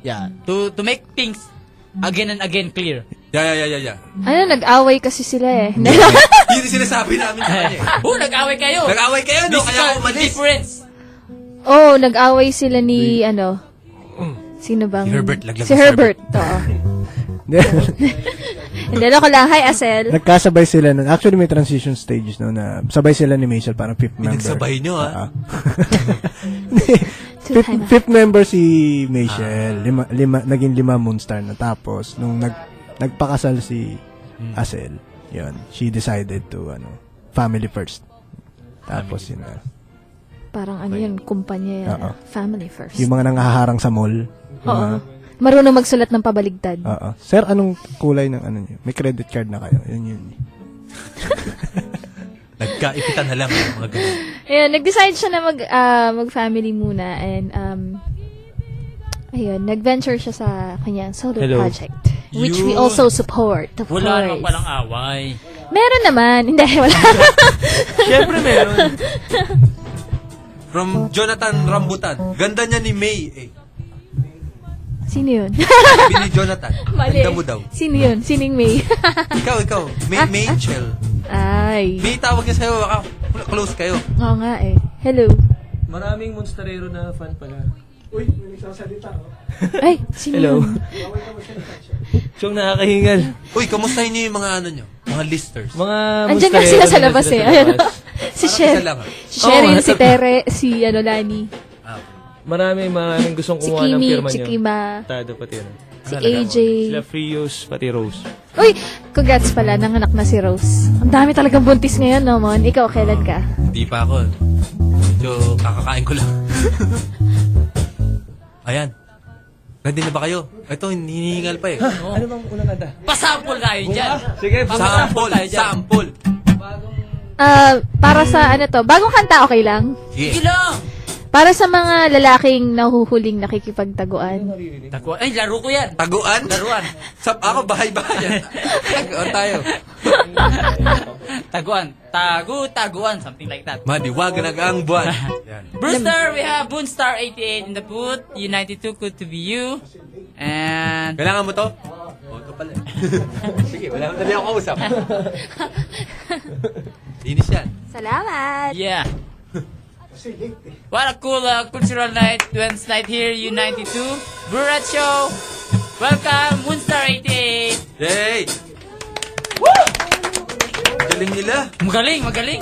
S2: Yeah, to to make things again and again clear.
S1: yeah, yeah, yeah, yeah, yeah.
S7: ano, nag-away kasi sila eh.
S1: Yun yung sinasabi namin sa kanya. eh.
S2: Oh, nag-away kayo.
S1: Nag-away kayo, no?
S2: This is
S1: Kaya ako
S2: a
S1: umalis.
S2: difference.
S7: Oo, oh, nag-away sila ni, ano, sino bang?
S1: Si Herbert, laglag
S7: Si
S1: si
S7: Herbert, oo. Hindi, loko lang. Hi, Asel.
S9: Nagkasabay sila nun. Actually, may transition stages no na sabay sila ni Maisel parang fifth member.
S1: Pinagsabay nyo, ha?
S9: Ah. fifth, fifth member si Maisel. Lima, lima, naging lima Moonstar na. Tapos, nung nag, nagpakasal si Asel, yun, she decided to, ano, family first. Tapos, yun na.
S7: Parang ano yun, kumpanya yan.
S9: Oo.
S7: Family first.
S9: Yung mga nangaharang sa mall. yung
S7: Oo.
S9: mga-
S7: Marunong magsulat ng pabaligtad.
S9: Oo. Sir, anong kulay ng ano niyo? May credit card na kayo. Yun yun.
S1: Nagkaipitan na lang yung mga ganun.
S7: Ayun, nag-decide siya na mag, ah, mag-family muna and um, ayun, nag-venture siya sa kanyang solo
S8: Hello.
S7: project. Which we
S1: Yun.
S7: also support, of
S2: Wala naman
S7: course.
S2: palang away.
S7: Meron naman. Hindi, wala.
S6: Siyempre meron.
S1: From Jonathan Rambutan. Ganda niya ni May, eh.
S7: Sino yun?
S1: Sabi ni Jonathan.
S7: Mali.
S1: Ganda mo daw.
S7: Sino yun? Sining May?
S1: Ikaw, ikaw. May, Maychel.
S7: Ay.
S1: May tawag niya sa'yo. Baka close kayo.
S7: Oo nga eh. Hello.
S6: Maraming monsterero na fan pala.
S7: Ay, sino
S6: Hello.
S7: yun?
S6: Chong nakakahingal.
S1: Uy, kamustahin niyo yung mga ano niyo? Mga listers.
S6: Mga
S7: Andyan lang
S6: monsterero
S7: sila sa
S6: na
S7: labas eh.
S6: sila sa
S7: Ayun.
S6: labas.
S7: si
S1: Parang
S7: Sher.
S1: isa lang, ah.
S7: Si Sherin,
S6: Oo,
S7: si Tere, si ano, Lani,
S6: Maraming maraming gustong
S7: si
S6: kumuha ng
S7: Kimi,
S6: firma
S7: si
S6: niyo.
S7: Kima,
S6: Tado pati rin.
S7: si AJ.
S6: Sila Frios, pati Rose.
S7: Uy, congrats pala, nanganak na si Rose. Ang dami talagang buntis ngayon, no, Mon? Ikaw, kailan ka?
S1: Hindi pa ako. Medyo kakakain ko lang. Ayan. Ready na ba kayo? Ito, hinihingal pa eh.
S6: Ano bang unang kanta?
S2: Pasampol tayo dyan.
S6: Sige,
S1: Sample, sample.
S7: Ah, para sa ano to, bagong kanta, okay lang?
S2: Sige
S1: Sige.
S2: lang.
S7: Para sa mga lalaking nahuhuling nakikipagtaguan.
S2: Takwa. Ay, laro ko yan.
S1: Taguan?
S2: Laruan.
S1: Sap ako, bahay-bahay. Taguan tayo.
S2: Taguan. Tagu, taguan. Something like that.
S1: Madiwag na ang buwan. Yan.
S2: Brewster, we have Boonstar 88 in the booth. U92, good to be you. And...
S1: Kailangan mo to? Oo, to pala. Sige, wala na ako kausap. Linis yan.
S7: Salamat!
S2: Yeah. What a cool uh, cultural night, Wednesday night here, U92. Brewrat Show. Welcome, Moonstar 88.
S1: Yay! Woo! Galing nila.
S2: Magaling, magaling.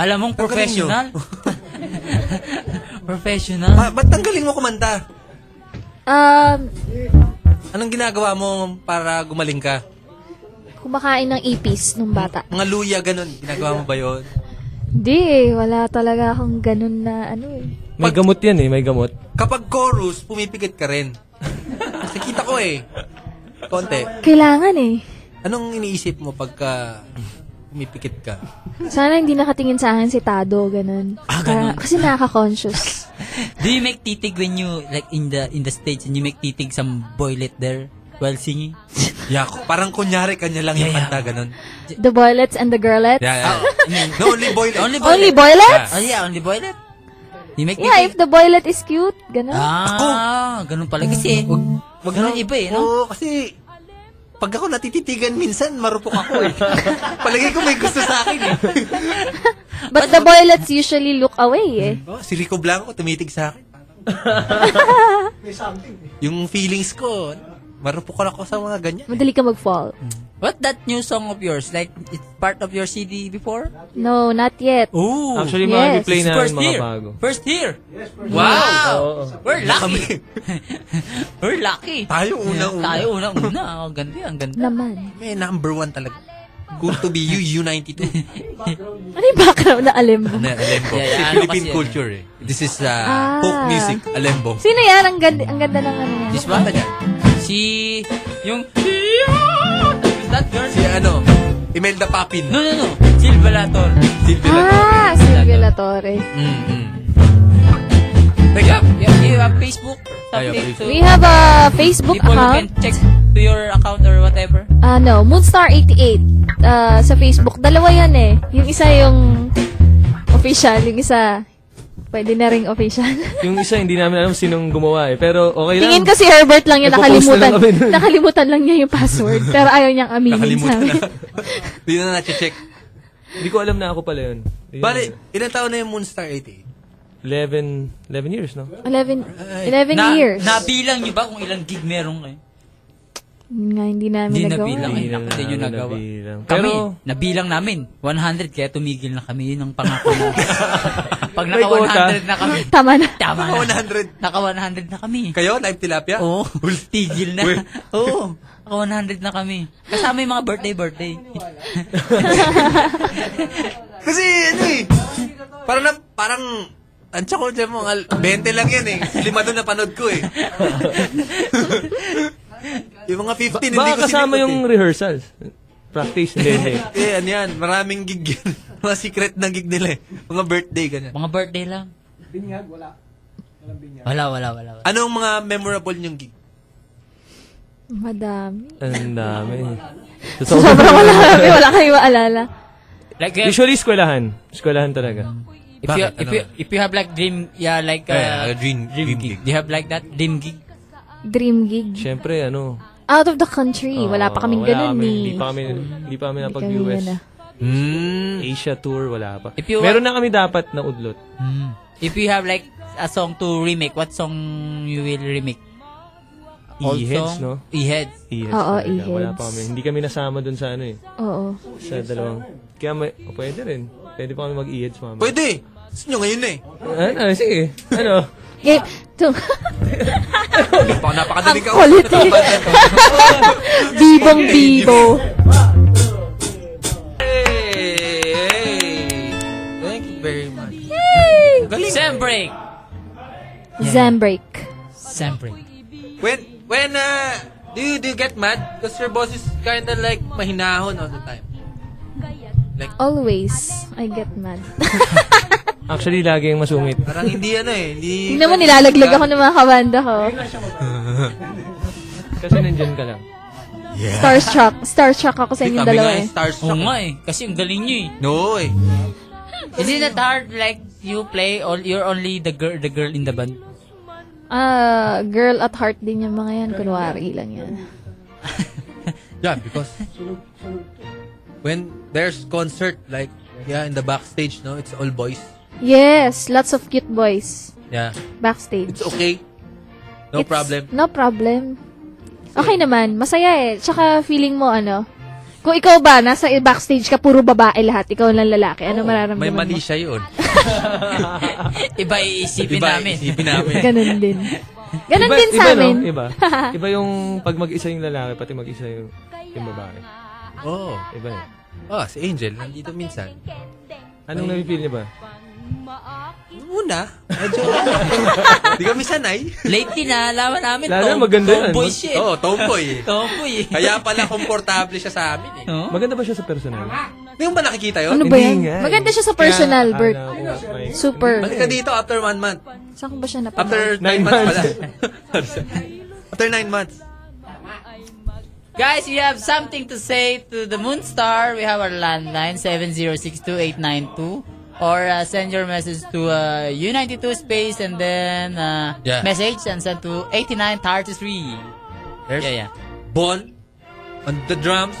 S2: Alam mong professional. professional.
S1: Ba- ba't ang galing mo kumanta?
S7: Um,
S1: Anong ginagawa mo para gumaling ka?
S7: kumakain ng ipis nung bata.
S1: Mga luya, ganun. Ginagawa mo ba yun?
S7: Hindi, wala talaga akong ganun na ano eh.
S6: May gamot yan eh, may gamot.
S1: Kapag chorus, pumipikit ka rin. Kasi kita ko eh. Konti.
S7: Kailangan eh.
S1: Anong iniisip mo pagka pumipikit ka?
S7: Sana hindi nakatingin sa akin si Tado, ganun. Para- kasi nakaka-conscious.
S2: Do you make titig when you, like, in the in the stage and you make titig some boylet there while singing?
S1: Yeah, parang kunyari kanya lang yung
S2: Yeah, yeah.
S1: kanta, ganun.
S7: The boylets and the girlettes?
S1: Yeah, yeah. no, only boy.
S2: Only boy.
S7: Only boylets?
S2: Oh yeah, only boylet. You make
S7: Yeah,
S2: titig.
S7: if the boylet is cute, ganun.
S2: Ah, ganun pala kasi. Wag, wag ganun iba eh, no?
S1: Oo, kasi pag ako natititigan minsan, marupok ako eh. Palagi ko may gusto sa akin eh.
S7: But the boylets usually look away eh.
S1: Oh, si Rico Blanco tumitig sa akin. Yung feelings ko, marupok ako sa mga ganyan.
S7: Madali ka mag-fall.
S2: What that new song of yours? Like, it's part of your CD before?
S7: No, not yet.
S2: Ooh.
S6: Actually,
S7: Yes.
S6: mga replay
S2: It's
S6: na
S2: first
S6: mga
S2: year.
S6: bago.
S2: First year. Wow.
S6: Oo.
S2: We're lucky. We're lucky.
S1: Tayo unang-una.
S2: Tayo una-una. Ang ganda, ang ganda.
S7: Naman.
S1: May number one talaga. Good to be you, U92.
S7: Ano yung background na alim mo?
S1: Na, Alembo.
S2: Yeah, yeah,
S1: Kasi
S2: ano
S1: Philippine
S2: kasi yan.
S1: culture eh. This is uh,
S7: Ah.
S1: folk music, Alembo.
S7: Sino yan? Ang ganda, ang ganda ng ano yan.
S2: This one? Si... Yung... Is that girl?
S1: Si ano, Imelda Papin.
S2: No, no, no. Silva Lator.
S1: Silvia Latorre.
S7: Ah, Silvia La Torre.
S1: Mm, mm.
S2: Wait, you have, you have, you have Facebook?
S1: I have
S2: Something
S1: Facebook.
S2: to-
S7: We have a Facebook
S2: people who can
S7: account.
S2: check to your account or whatever.
S7: Ah, no, Moonstar88 ah, sa Facebook. Dalawa yan eh. Yung isa yung official, yung isa pwede na ring official.
S10: Yung isa, hindi namin alam sinong gumawa eh. Pero okay lang.
S7: Tingin ko si Herbert lang yung
S10: Nagpo-post na
S7: nakalimutan.
S10: lang kami nun.
S7: nakalimutan lang niya yung password. Pero ayaw niyang aminin sa
S1: Nakalimutan na.
S7: amin.
S1: Hindi na nache-check.
S10: Hindi ko alam na ako pala yun. Yun.
S1: Bale, ilang taon na yung Moonstar 88?
S10: 11, 11 years, no?
S7: 11, 11
S2: Na,
S7: years.
S2: Nabilang nyo ba kung ilang gig eh? meron kayo?
S7: Yun nga, hindi namin
S2: Hindi
S7: nagawa.
S2: nabilang. Ay,
S10: Hindi
S2: naku, hindi
S10: namin
S2: nyo nagawa.
S10: nabilang.
S2: Kami,
S10: Pero-
S2: nabilang namin. 100, kaya tumigil na kami. Yun ang pangako namin. Pag
S10: May quota.
S2: naka-100 na kami,
S7: Tama na.
S2: tama
S1: Mga
S2: na.
S1: 100.
S2: Naka-100 na kami.
S1: Kayo, live tilapia?
S2: Oo, tigil na.
S1: Uy.
S2: Oo, naka-100 na kami. Kasama yung mga birthday-birthday.
S1: Kasi ano eh, parang, na, parang, Ansa ko dyan mga al- 20 lang yan eh. Lima doon napanood ko eh. yung mga 15, hindi
S10: Baka
S1: ko eh.
S10: kasama
S1: sinikot
S10: yung rehearsals. Practice, hindi. hindi.
S1: eh. Eh, ano yan, maraming gig yan. mga secret na gig nila eh. Mga birthday, ganyan.
S2: mga birthday lang. Binyag, wala. Wala, wala, wala.
S1: Anong mga memorable yung gig?
S7: Madami.
S10: Ang dami.
S7: So, sobrang wala kami. Wala kayo maalala.
S2: Like, uh,
S10: Usually, eskwelahan. Eskwelahan talaga.
S2: if, you,
S1: Bakit?
S2: if, you,
S1: Ano?
S2: if you have like dream, yeah, like, uh,
S1: Yeah, yeah, dream- dream gig.
S2: Do you have like that? Dream gig?
S7: Dream gig.
S10: Siyempre, ano.
S7: Out of the country. wala
S10: ah,
S7: pa kaming
S10: wala
S7: ganun eh.
S10: kami.
S7: ni.
S10: Hindi pa kami, hindi pa kami
S7: yun
S10: napag-US.
S7: ah.
S1: Hmm.
S10: Asia tour, wala pa.
S2: If you want-
S10: Meron na kami dapat na udlot.
S2: Mm. If you have like a song to remake, what song you will remake? E
S10: E-heads, no?
S2: E-heads.
S10: Yes,
S7: Oo, E
S10: E talaga.
S7: e-heads.
S10: Wala pa kami. Hindi kami nasama dun sa ano eh.
S7: Oo.
S10: Sa dalawang. Kaya may, oh, pwede rin. Pwede pa kami mag-e-heads mama.
S1: Pwede eh. Gusto nyo ngayon na eh.
S10: Ano, sige. Ano?
S7: Game. Tung.
S1: Baka napakadaling ka.
S7: Kulit eh. Bibong bibo.
S1: Thank you very much.
S2: Sembreak.
S7: Zambreak.
S2: Sembreak.
S1: When, when, uh, do you, do you get mad? Because your boss is kinda like mahinahon all the time.
S7: Always, I get mad.
S10: Actually, lagi yung masungit.
S1: Parang hindi ano eh. Hindi,
S7: Hindi naman nilalaglag ako ng mga kabanda ko.
S10: Kasi nandyan ka lang.
S7: Starstruck. Starstruck ako sa
S1: Hindi
S7: inyong
S1: kami
S7: dalawa
S1: nga
S7: eh.
S1: eh. Stars
S2: Oo nga eh. Kasi ang galing nyo eh.
S1: No eh.
S2: Isn't it hard like you play all, you're only the girl the girl in the band?
S7: Ah, girl at heart din yung mga yan. Kunwari lang yan.
S1: Yeah, because when there's concert like yeah in the backstage, no, it's all boys.
S7: Yes, lots of cute boys.
S1: Yeah,
S7: Backstage.
S1: it's okay. No
S7: It's-
S1: problem.
S7: No problem. Okay naman. Masaya eh. Tsaka feeling mo ano, kung ikaw ba, nasa backstage ka, puro babae lahat, ikaw lang lalaki, ano mararamdaman
S1: Oh, May mali
S7: mo?
S1: siya yun.
S2: Iba iisipin
S1: Iba,
S2: namin.
S1: isipin namin.
S7: Ganun din. Ganun din sa
S10: iba,
S7: amin.
S10: No? Iba. Iba yung pag mag-isa yung lalaki, pati mag-isa yung, yung babae.
S1: Oh,
S10: Iba eh.
S1: oh, si Angel, nandito minsan.
S10: Anong nabipil niya ba?
S1: Una, medyo, di kami sanay.
S2: Lately na, alaman namin
S10: Lalo,
S2: tom-
S10: maganda yan.
S2: tomboy siya eh.
S1: Oo, oh, tomboy eh.
S2: Tomboy eh.
S1: Kaya pala komportable siya sa amin eh.
S2: No?
S10: Maganda ba siya sa personal?
S1: Hindi mo ba nakikita
S7: Ano
S1: yun?
S7: ba
S10: Hindi
S7: yan?
S10: nga eh.
S7: Maganda siya sa personal,
S10: Kaya,
S7: Bert.
S10: alam ko, may-
S7: Super.
S1: Balik ka dito after one month.
S7: Saan ko ba siya napanood?
S1: After nine,
S10: Nine
S1: months pala.
S10: months.
S1: after nine months.
S2: Guys, you have something to say to the Moonstar. We have our landline 7062892 or uh, send your message to uh, U92 space and then uh,
S1: Yeah.
S2: message and send to 8933.
S1: There's
S2: Yeah, yeah.
S1: Bon on the drums,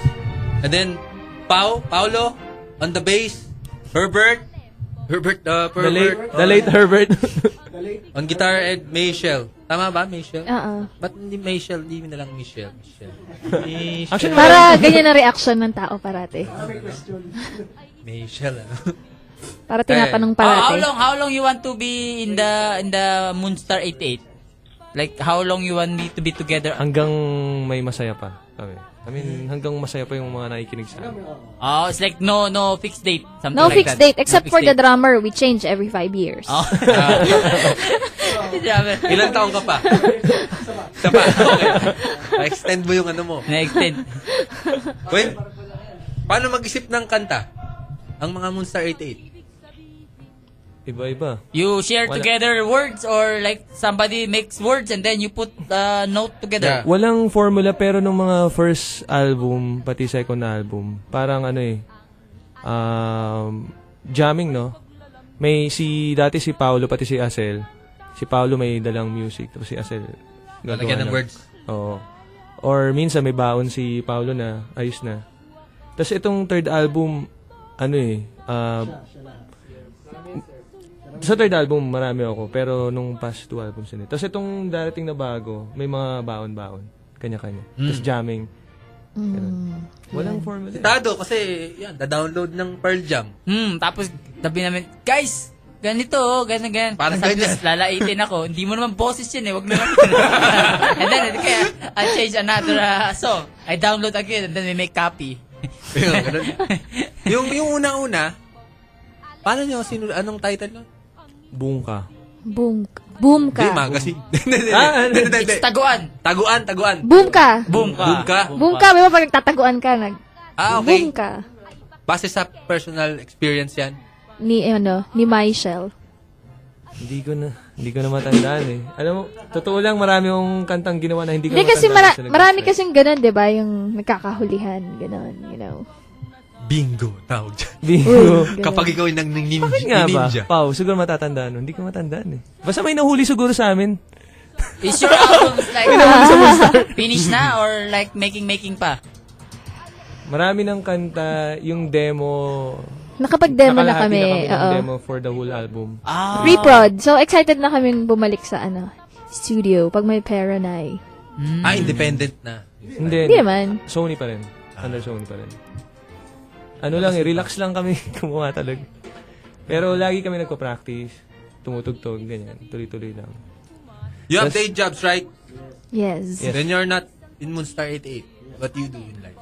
S1: and then Pau, Paulo on the bass, Herbert, Herbert, uh,
S10: The late,
S1: Herbert uh,
S10: the late Herbert.
S1: on guitar, and Michelle. Tama ba, Michelle?
S7: Oo.
S1: Ba't hindi Michelle? Hindi na lang Michelle. Michelle.
S10: Actually,
S7: Para ganyan ang reaction ng tao parate.
S1: Michelle, ano?
S7: Para
S2: How,
S7: tinatanong
S2: how
S7: parate.
S2: long how long you want to be in the in the Moonstar 88? Like how long you want me to be together?
S10: hanggang may masaya pa kami. I mean, hanggang masaya pa yung mga nakikinig sa amin.
S2: Oh, it's like no no fixed date. Something
S7: No
S2: like
S7: fixed
S2: that.
S7: date except for the drummer. We change every five years.
S2: Oh.
S1: Ilang taon ka pa? Isa pa. Okay. extend mo yung ano mo.
S2: Na-extend.
S1: When, paano mag-isip ng kanta? Ang mga Moonstar 88.
S10: Iba-iba.
S2: You share
S10: Wala.
S2: together words or like somebody makes words and then you put the note together.
S10: Walang formula pero nung mga first album pati second album, parang ano eh um, jamming no. May si dati si Paolo pati si Asel. Si Paolo may dalang music tapos si Asel gagawa
S1: Lalagyan ng words.
S10: Oo. Or minsan may baon si Paolo na ayos na. Tapos itong third album ano eh ah, sa third album marami ako pero nung past two albums yun. eh. Tapos itong darating na bago, may mga baon-baon, kanya-kanya. Tapos jamming. Walang formula.
S1: Tado kasi yan, da-download ng Pearl Jam.
S2: Hmm, tapos sabi namin, guys, ganito, oh, ganyan, ganyan. Para sabi
S1: ganyan.
S2: ko, lalaitin ako. Hindi mo naman boses yun eh, wag naman. and then, kaya, I change another uh, song. I download again and then we make copy.
S1: Yung, ganun. yung, yung una-una, paano nyo, sino, anong title nun?
S10: Buong ka.
S7: Boom. Boom
S1: Hindi,
S7: ka.
S1: magazine. Hindi, hindi,
S10: Ah,
S1: hindi, hindi, hindi.
S2: It's taguan.
S1: Taguan, taguan.
S7: Boom ka.
S2: Boom ka.
S1: Boom ka.
S7: Boom ka. May mga pag nagtataguan ka. Nag
S1: Ah,
S7: Boom
S1: okay.
S7: ka.
S1: Base sa personal experience yan.
S7: Ni, ano, ni Michelle.
S10: Hindi ko na, hindi ko na matandaan eh. Alam mo, totoo lang marami akong kantang ginawa na hindi ko
S7: Hindi kasi mara-
S10: matandaan sa nag-
S7: marami kasing ganun, di ba? Yung nagkakahulihan. Ganun, you know.
S1: Bingo, tawag dyan.
S10: Bingo.
S7: Ganun.
S1: Kapag ikaw yung nang ninja.
S10: Bakit nga ba?
S1: ninja.
S10: Pau, siguro matatandaan nun. Hindi ko matandaan eh. Basta may nahuli siguro sa amin.
S2: Is your albums like finish na or like making making pa?
S10: Marami ng kanta, yung demo.
S7: Nakapag-demo na
S10: nakalahati
S7: kami.
S10: ng
S7: Oo.
S10: demo for the whole album.
S2: Ah.
S7: Reprod. So, excited na kaming bumalik sa, ano, studio. Pag may pera na eh.
S10: Mm.
S9: Hmm.
S1: Ah, independent na.
S10: Hindi.
S7: Hindi naman.
S10: Sony pa rin. Under Sony pa rin. Ano lang eh, relax lang kami gumawa talaga. Pero lagi kami nagpa-practice, tumutugtog, ganyan. Tuloy-tuloy lang.
S1: You have
S10: Yes.
S1: day jobs, right?
S7: Yes.
S10: Yes.
S1: Then you're not in Moonstar 88. What you do in life?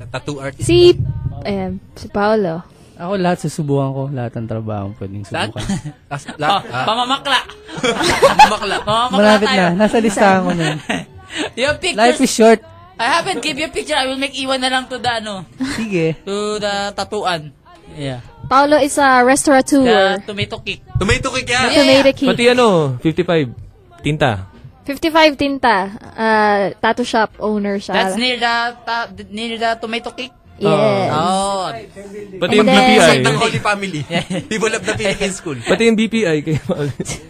S1: Sa tattoo artist.
S7: Si, ayan, si Paolo.
S8: Ako lahat susubukan ko. Lahat ng trabaho pwedeng
S1: Lahat?
S8: subukan.
S1: Last,
S2: Pa-
S1: last, ah,
S2: Oh, pamamakla.
S1: bumakla.
S2: Pamamakla
S8: Malapit
S2: tayo.
S8: na. Nasa listahan ko na. yun.
S2: Your pictures.
S8: Life is short.
S2: I haven't give you a picture. I will make iwan na lang to the ano.
S8: Sige.
S2: To the tatuan. Yeah.
S7: Paolo is a
S2: The
S7: restaurateur.
S2: tomato cake.
S1: Tomato cake yan.
S7: Tomato cake.
S10: Pati ano, 55, tinta.
S7: 55 Tinta, uh, tattoo shop owner siya.
S2: That's near the ta- near the tomato cake.
S7: Yes.
S2: Oh.
S7: And
S10: Pati yung
S7: then-
S10: BPI.
S1: Ng Holy Family. People of the Philippine School.
S10: Pati yung BPI. Kaya,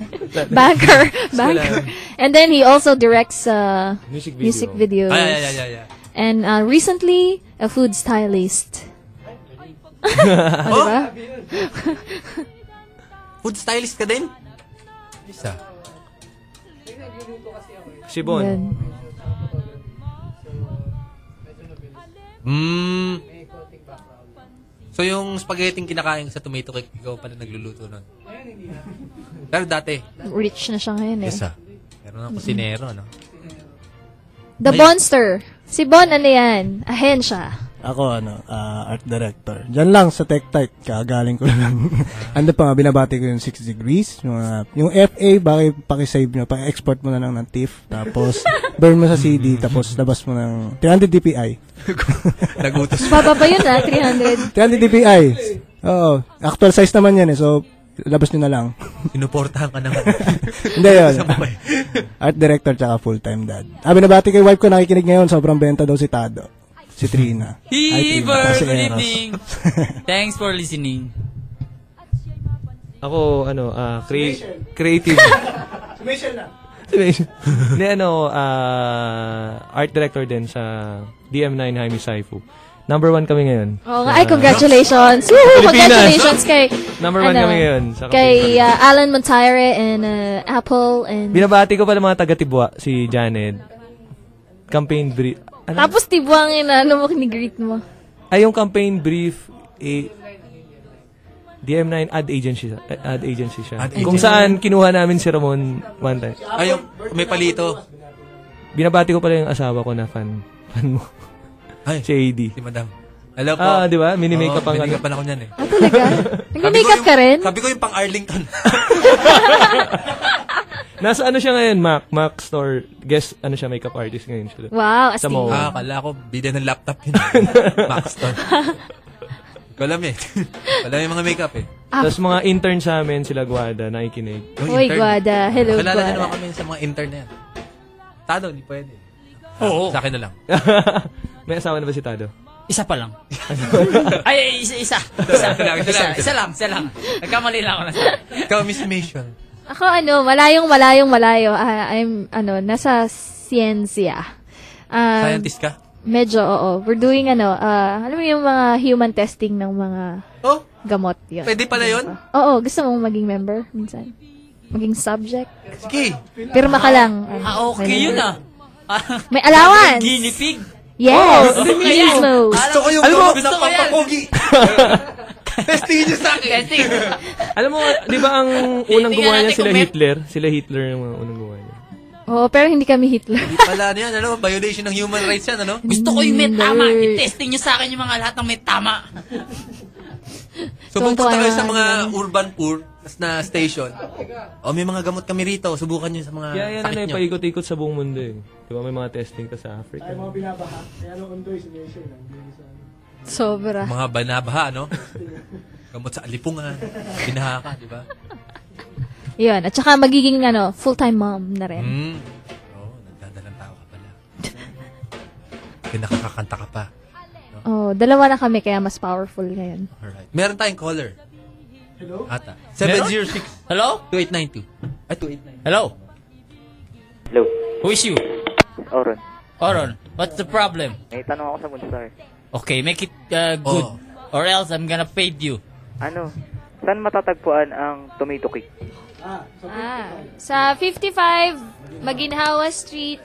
S7: Banker. Banker. And then he also directs uh,
S10: music video.
S7: music videos.
S1: Ay, ay, ay, ay, ay.
S7: And uh, recently, a food stylist. oh, diba?
S1: Food stylist ka din? Isa.
S10: Si Bon.
S7: Yan.
S1: Mm. So yung spaghetti yung kinakain sa tomato cake, ikaw pala nagluluto nun. Pero dati.
S7: Rich na siya ngayon eh.
S1: Isa. Meron ng kusinero, no?
S7: The Bonster. Si Bon, ano yan? Ahen siya.
S9: Ako, ano, ah, art director. Diyan lang sa Tech Tite, kagaling ko lang. Ando pa nga, binabati ko yung 6 degrees. Yung, mga- yung FA, bakit pakisave nyo? Pa-export mo na lang ng TIFF. Tapos, burn mo sa CD. Tapos, labas mo ng 300 DPI.
S1: Nagutos.
S7: Baba pa yun ah, 300.
S9: 300 DPI. Oo. Actual size naman yan eh. So, labas nyo na lang.
S1: Sinuportahan ka ng...
S9: Hindi yun.
S1: ano, Sa buhay.
S9: Art director tsaka full-time dad. Ah, binabati kay wife ko nakikinig ngayon. Sobrang benta daw si Tado. Si Trina. Ay, Trina.
S2: Heaver,
S9: Si
S2: good
S9: Eros.
S2: evening. Thanks for listening.
S10: Ako, ano, ah, crea- creative. Summation na. Hindi, ano, ah, art director din sa DM9 Jaime Saifu. Number one kami ngayon.
S7: Oh,
S10: Sa-
S1: Ah.
S7: ay, congratulations. Woohoo, congratulations kay,
S10: Number one
S7: ano,
S10: kami ngayon. Sa
S7: kay
S10: Kapitbahay.
S7: uh, Alan Montire and uh, Apple and...
S10: Binabati ko pala mga taga-Tibwa, si Janet. Campaign brief. Ano?
S7: Tapos tibuangin na, ano mo kinigreet mo?
S10: Ay, yung campaign brief, eh, DM9 ad agency siya. eh, Ad agency siya.
S1: Ad agency.
S10: Kung saan kinuha namin si Ramon one time.
S1: Ay, yung may palito.
S10: Binabati ko pala yung asawa ko na fan, fan mo.
S1: Ay,
S10: si AD.
S1: si madam. Hello po.
S10: Ah, di ba? Mini-makeup
S1: Oo,
S10: ang ano.
S1: mini-makeup ako niyan eh.
S7: Ah, talaga? Nag-makeup
S1: yung-
S7: ka rin?
S1: Sabi ko yung pang Arlington.
S10: Nasa ano siya ngayon, Mac? Mac store. Guess, ano siya, makeup artist ngayon siya.
S7: Wow, astig.
S10: Sa Moa.
S1: ah, kala ko, bida ng laptop yun. Maxton. ko alam eh. Wala yung mga makeup eh.
S7: Ah.
S10: Tapos mga intern sa amin, sila Guada, nakikinig.
S7: Hoy, Guada. ah, Hello,
S1: Kilala na
S7: Guada.
S1: naman kami sa mga intern na yan. Tado, hindi pwede.
S2: Oo.
S1: Sa akin na lang.
S10: May asawa na ba si Tado?
S2: Isa pa lang. Ay, isa, isa. Isa,
S1: Isa lang, isa
S2: isa,
S1: lang.
S2: isa lang, isa lang. Nagkamali lang ako na
S1: Ikaw, Miss Mission.
S7: Ako ano, malayong malayong malayo. Ah, I'm ano, nasa siyensya. Um,
S1: Scientist ka?
S7: Medyo, oo. We're doing ano, ah, alam mo yung mga human testing ng mga gamot yun.
S1: Pwede pala yun?
S7: Oo, gusto mong maging member minsan? Maging subject?
S1: Sige.
S7: Pirma ka lang.
S2: Ah, okay yun ah.
S7: May allowance.
S2: Guinea pig.
S7: Yes!
S2: Oh,
S7: Mismo.
S2: ayan.
S1: Gusto ko yung
S10: Alam mo-
S1: gamot
S2: Gusto
S1: ng
S2: ko yan.
S1: pampapogi. Testingin niyo sa akin.
S2: Testing.
S10: Alam mo, di ba ang unang
S2: Tingnan
S10: gumawa niya
S2: natin
S10: sila
S2: kung may-
S10: Hitler? Sila Hitler yung mga unang gumawa niya.
S7: Oo, pero hindi kami Hitler.
S1: Hindi pala ano yan, ano? Violation ng human rights yan, ano?
S2: Gusto ko yung may tama. I-testing nyo sa akin yung mga lahat ng may tama.
S1: So, pumunta
S7: Tuwan-tuwa
S1: kayo
S7: na,
S1: sa mga
S7: ano.
S1: urban poor tas na station. O, may mga gamot kami rito. Subukan nyo sa mga
S10: Kaya yan ano,
S1: Ah, sakit
S10: eh,
S1: nyo.
S10: paikot-ikot sa buong mundo eh. Di ba may mga testing ka sa Africa? Ah,
S9: binabaha. Kaya nung undoy, sinesyo lang.
S7: Sobra.
S1: Mga banabaha, no? Gamot sa alipungan. Binaha ka, di ba?
S7: Yun. At saka magiging ano, full-time mom na rin.
S1: Hmm. Oo, oh, nagdadalang tao ka pala. Kaya nakakakanta ka pa.
S7: Oh, dalawa na kami kaya mas powerful ngayon.
S1: Alright. Meron tayong caller. Hello? Ata.
S2: Meron?
S1: 706-2892.
S2: Hello?
S1: Ay, 2892.
S2: Hello?
S4: Hello.
S2: Who is you?
S4: Oron.
S2: Oron, what's the problem?
S4: May tanong ako sa Moonstar.
S2: Okay, make it uh, good.
S1: Oh.
S2: Or else I'm gonna fade you.
S4: Ano? Saan matatagpuan ang tomato cake?
S7: Ah, sa 55 Maginhawa Street,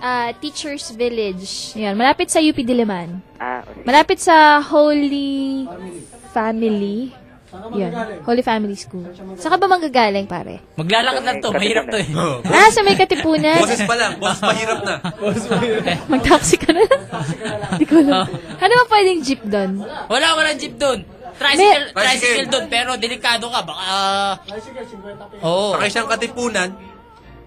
S7: ah, Teachers Village. Yan, malapit sa UP Diliman.
S4: Ah, o sige.
S7: Malapit sa Holy Family. Yan, Holy Family School. Saan ka ba manggagaling, pare?
S2: Maglalakad lang to, mahirap to eh.
S1: Oh.
S7: Ah, sa may katipunan.
S1: Boses pa lang. Boses mahirap na.
S7: Mag-taxi ka na lang. Hindi ko alam. Ano ba pwedeng jeep doon?
S2: Wala, wala jeep doon. Tricycle,
S7: May-
S2: tricycle doon, pero delikado ka. Baka, ah, oo.
S1: Sakay siyang katipunan.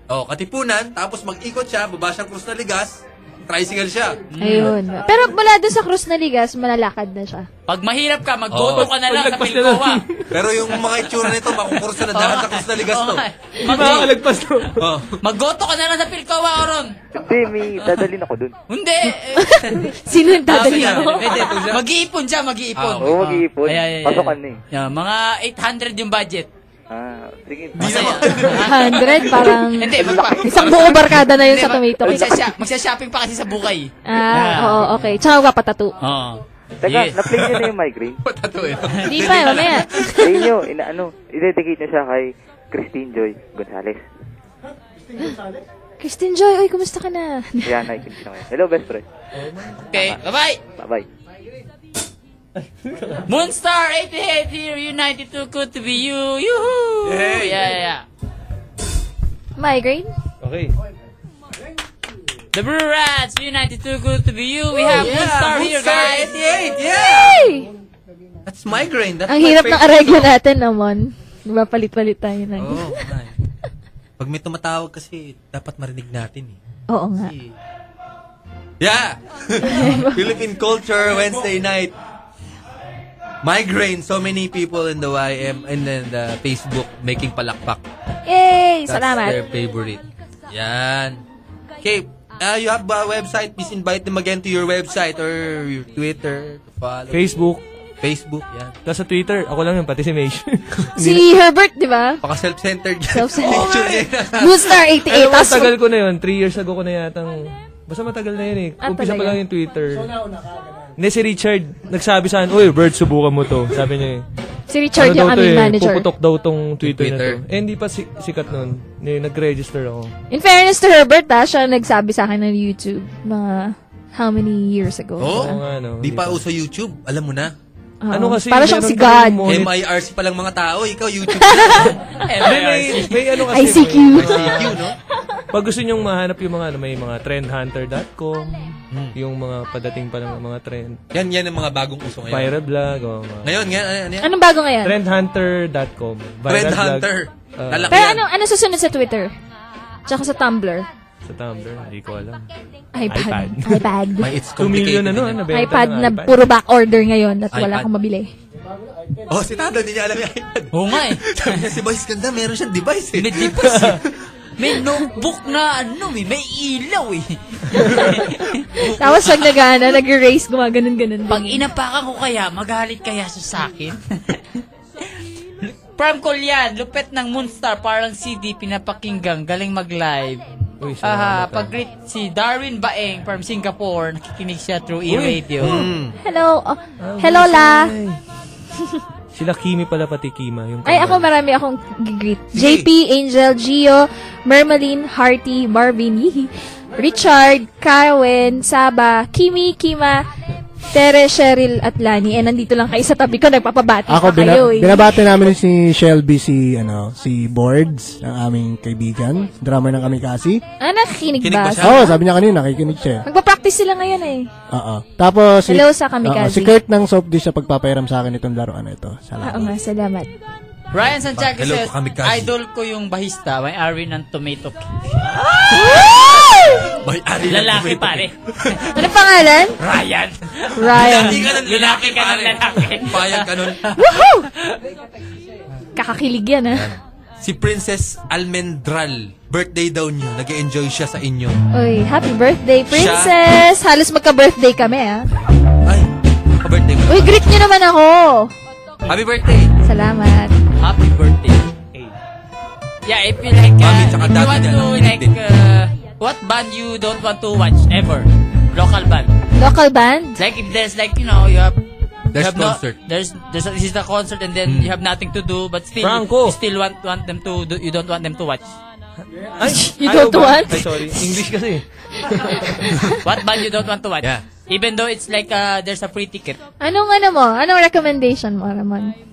S1: Oh, katipunan. Tapos mag-ikot siya. Baba siyang krus na ligas. Tricycle siya.
S7: Ayun. Pero mula doon sa Cruz Naligas, malalakad na siya.
S2: Pag mahirap ka,
S1: Oo.
S2: magboto ka na lang sa
S10: Lagpas na lang.
S2: Pilcoa.
S1: Pero yung mga itsura nito, makukurso na dahan
S2: Ah.
S1: sa krus na ligas to.
S2: Okay.
S10: Di
S2: Oh. Mag-
S10: ba kakalagpas to?
S1: Oh.
S2: magboto ka na lang sa Pilcoa, Oron.
S4: Hindi, may dadalhin ako dun.
S2: Hindi.
S7: Sino yung dadali
S1: Ah,
S7: mo?
S1: Pwede, pwede.
S2: Mag-iipon siya, mag-iipon.
S1: Ah,
S4: Oo, mag-iipon.
S2: Ayan, ayan, ayan.
S4: Pasokan na eh.
S2: Yeah, mga 800 yung budget.
S4: Ah, sige.
S2: Masaya.
S7: 100, parang...
S2: Hindi, magpa-
S7: Isang buo barkada na yun sa
S2: Hindi,
S7: tomato.
S2: mag-
S7: cake.
S2: magsasya- Magsashopping pa kasi sa bukay.
S7: Ah, oo, okay. Tsaka papatato.
S2: Oo.
S4: Teka,
S2: Yeah.
S4: na-play nyo na yung migraine.
S1: Tato eh.
S7: Hindi pa, mamaya.
S4: Play nyo, ina, ano, i-dedicate nyo siya kay Christine Joy Gonzalez.
S7: Christine Joy, oy, kumusta ka na?
S4: Ayan, nakikinig siya ngayon. Hello, best friend.
S2: Okay, bye-bye.
S4: Bye-bye.
S2: Moonstar 88 here, United too good to be you. Yoo-hoo! Yeah, yeah, yeah.
S7: Migraine?
S10: Okay.
S2: The Blue Rats, United too good to be you. We have Oh, Moonstar here, guys.
S1: 88, yeah!
S7: Hey!
S1: That's migraine. That's
S7: Ang
S1: my
S7: hirap ng
S1: favorite
S7: areglo natin naman. Diba, palit-palit tayo na.
S1: Oo, oh, Pag may tumatawag kasi, dapat marinig natin eh.
S7: Oo nga.
S1: Kasi- Yeah! Philippine Culture Wednesday night. Migraine. So many people in the YM and then the Facebook making palakpak.
S7: Yay!
S1: That's their
S7: Salamat.
S1: favorite. Yan. Okay. Uh, you have a website. Please invite them again to your website or your Twitter. To follow.
S10: Facebook.
S1: Facebook. Yan.
S10: Tapos sa Twitter, ako lang yun, pati si Meish.
S7: Si Herbert, di ba?
S1: Baka self-centered. yan. eh.
S7: Self-centered.
S1: Picture niya.
S7: Moonstar 88.
S10: Alam mo,
S7: Tapos,
S10: tagal ko na yun. Three years ago ko na yatang... Basta matagal na yun eh.
S7: Ah,
S10: Umpisa pa
S7: talaga?
S10: lang yung Twitter. Hindi, si Richard, nagsabi sa akin, Uy, Bird, subukan mo to. Sabi niya eh.
S7: si Richard yung
S10: daw to
S7: aming
S10: eh,
S7: manager.
S10: Puputok daw tong Twitter,
S1: Twitter.
S10: na to. Eh, hindi pa si- sikat nun. Hindi, nag-register ako.
S7: In fairness to Herbert, ah, siya nagsabi sa akin ng YouTube mga how many years ago.
S1: Oo.
S10: Oo nga, no.
S1: Oh, Di pa uso YouTube. Alam mo na.
S7: Oo.
S10: Ano kasi,
S7: Para siyang
S10: meron
S7: si
S10: kang
S7: God.
S10: mo- Monet.
S1: MIRC pa lang mga tao. Ikaw YouTube.
S10: Hindi, may, may ano kasi.
S7: ICQ.
S10: may mga-
S1: ICQ, no?
S10: Pag gusto nyong mahanap yung mga, ano, may mga trendhunter.com, yung mga padating pa ng mga trend.
S1: Yan, yan ang mga bagong uso ngayon.
S10: Viral vlog, o mga.
S1: Ngayon, ngayon, ano, ano yan?
S7: Anong bago ngayon?
S10: Trendhunter.com. Viral
S1: Trendhunter.
S10: Vlog. Ah,
S1: Lalaki
S7: Pero
S1: yan.
S7: ano, ano susunod sa Twitter? Tsaka sa Tumblr?
S10: Sa Tumblr, hindi ko alam.
S7: iPad. iPad.
S10: May it's complicated. 2 million ano, na, nabenta
S7: iPad
S10: ng
S7: na
S10: iPad.
S7: puro back order ngayon at
S1: iPad.
S7: wala akong mabili.
S1: Oh, si Tado, hindi niya alam yung iPad.
S2: Oo nga eh.
S1: Sabi niya, si Boyce ganda, meron siyang device eh.
S2: device May notebook na ano eh, may ilaw eh.
S7: Tapos pag nag-ano, nag-erase, gumaganon-ganon.
S2: Pag inapakan ko kaya, magalit kaya siya sa akin. Prank call yan, lupet ng Moonstar, parang CD, pinapakinggan, galing mag-live.
S10: Uy,
S2: Aha,
S10: salamat, ah.
S2: pag-greet si Darwin Baeng from Singapore, nakikinig siya through
S10: Uy.
S2: e-radio.
S10: Mm.
S7: Hello, oh, hello la.
S10: Sila Kimi pala pati Kima. Yung
S7: Ay, ako marami akong gigreet. JP, Angel, Gio, Mermaline, Hearty, Marvin, Yihi, Richard, Karen, Saba, Kimi, Kima, Tere, Cheryl, at Lani. Eh, nandito lang kayo sa tabi ko, nagpapabati pa
S9: Ako, bina-
S7: kayo eh.
S9: binabate namin si Shelby, si, ano, si Boards, ang aming kaibigan, drummer ng Kamikasi.
S7: Ah, nakikinig
S9: Kinig
S7: ba?
S9: Oo, sabi niya kanina, nakikinig siya.
S7: Magpa-practice sila ngayon eh.
S9: Oo. Tapos, si,
S7: Hello sa Kamikaze.
S9: Oo, si Kurt ng Soft Dish siya pagpapairam sa akin itong laruan na ito.
S7: Oo
S9: Salamat.
S7: nga, salamat.
S2: Ryan Santiago
S9: Hello,
S2: says,
S9: kamikaze.
S2: idol ko yung bahista, may ari ng tomato cake.
S1: May ari
S2: Lalaki pare.
S7: Ah! Ano pangalan?
S2: Ryan.
S7: Ryan.
S1: Lalaki ka ng lalaki, pare. Payag ka nun.
S7: Woohoo! Kakakilig yan ah.
S1: Si Princess Almendral. Birthday daw niyo. nag enjoy siya sa inyo.
S7: Uy, happy birthday, princess! Halos magka-birthday kami ah.
S1: Birthday mo.
S7: Uy, greet nyo naman ako!
S1: Happy birthday!
S7: Salamat.
S2: Happy birthday. Yeah, if you like, uh, if you want to, like, uh, what band you don't want to watch ever? Local band.
S7: Local band?
S2: Like, if there's like, you know, you have...
S1: There's
S2: you have no-
S1: concert. Hmm.
S2: there's, there's a, this is the concert and then you have nothing to do but still, you still want, want them to, do, you don't want them to watch.
S10: Ay,
S2: You
S10: ayaw
S2: don't
S10: ba?
S2: want?
S10: Ay, sorry. English kasi.
S2: what band you don't want to watch? Even though it's like, uh, there's a free ticket.
S7: Anong ano mo? Anong recommendation mo, Ramon?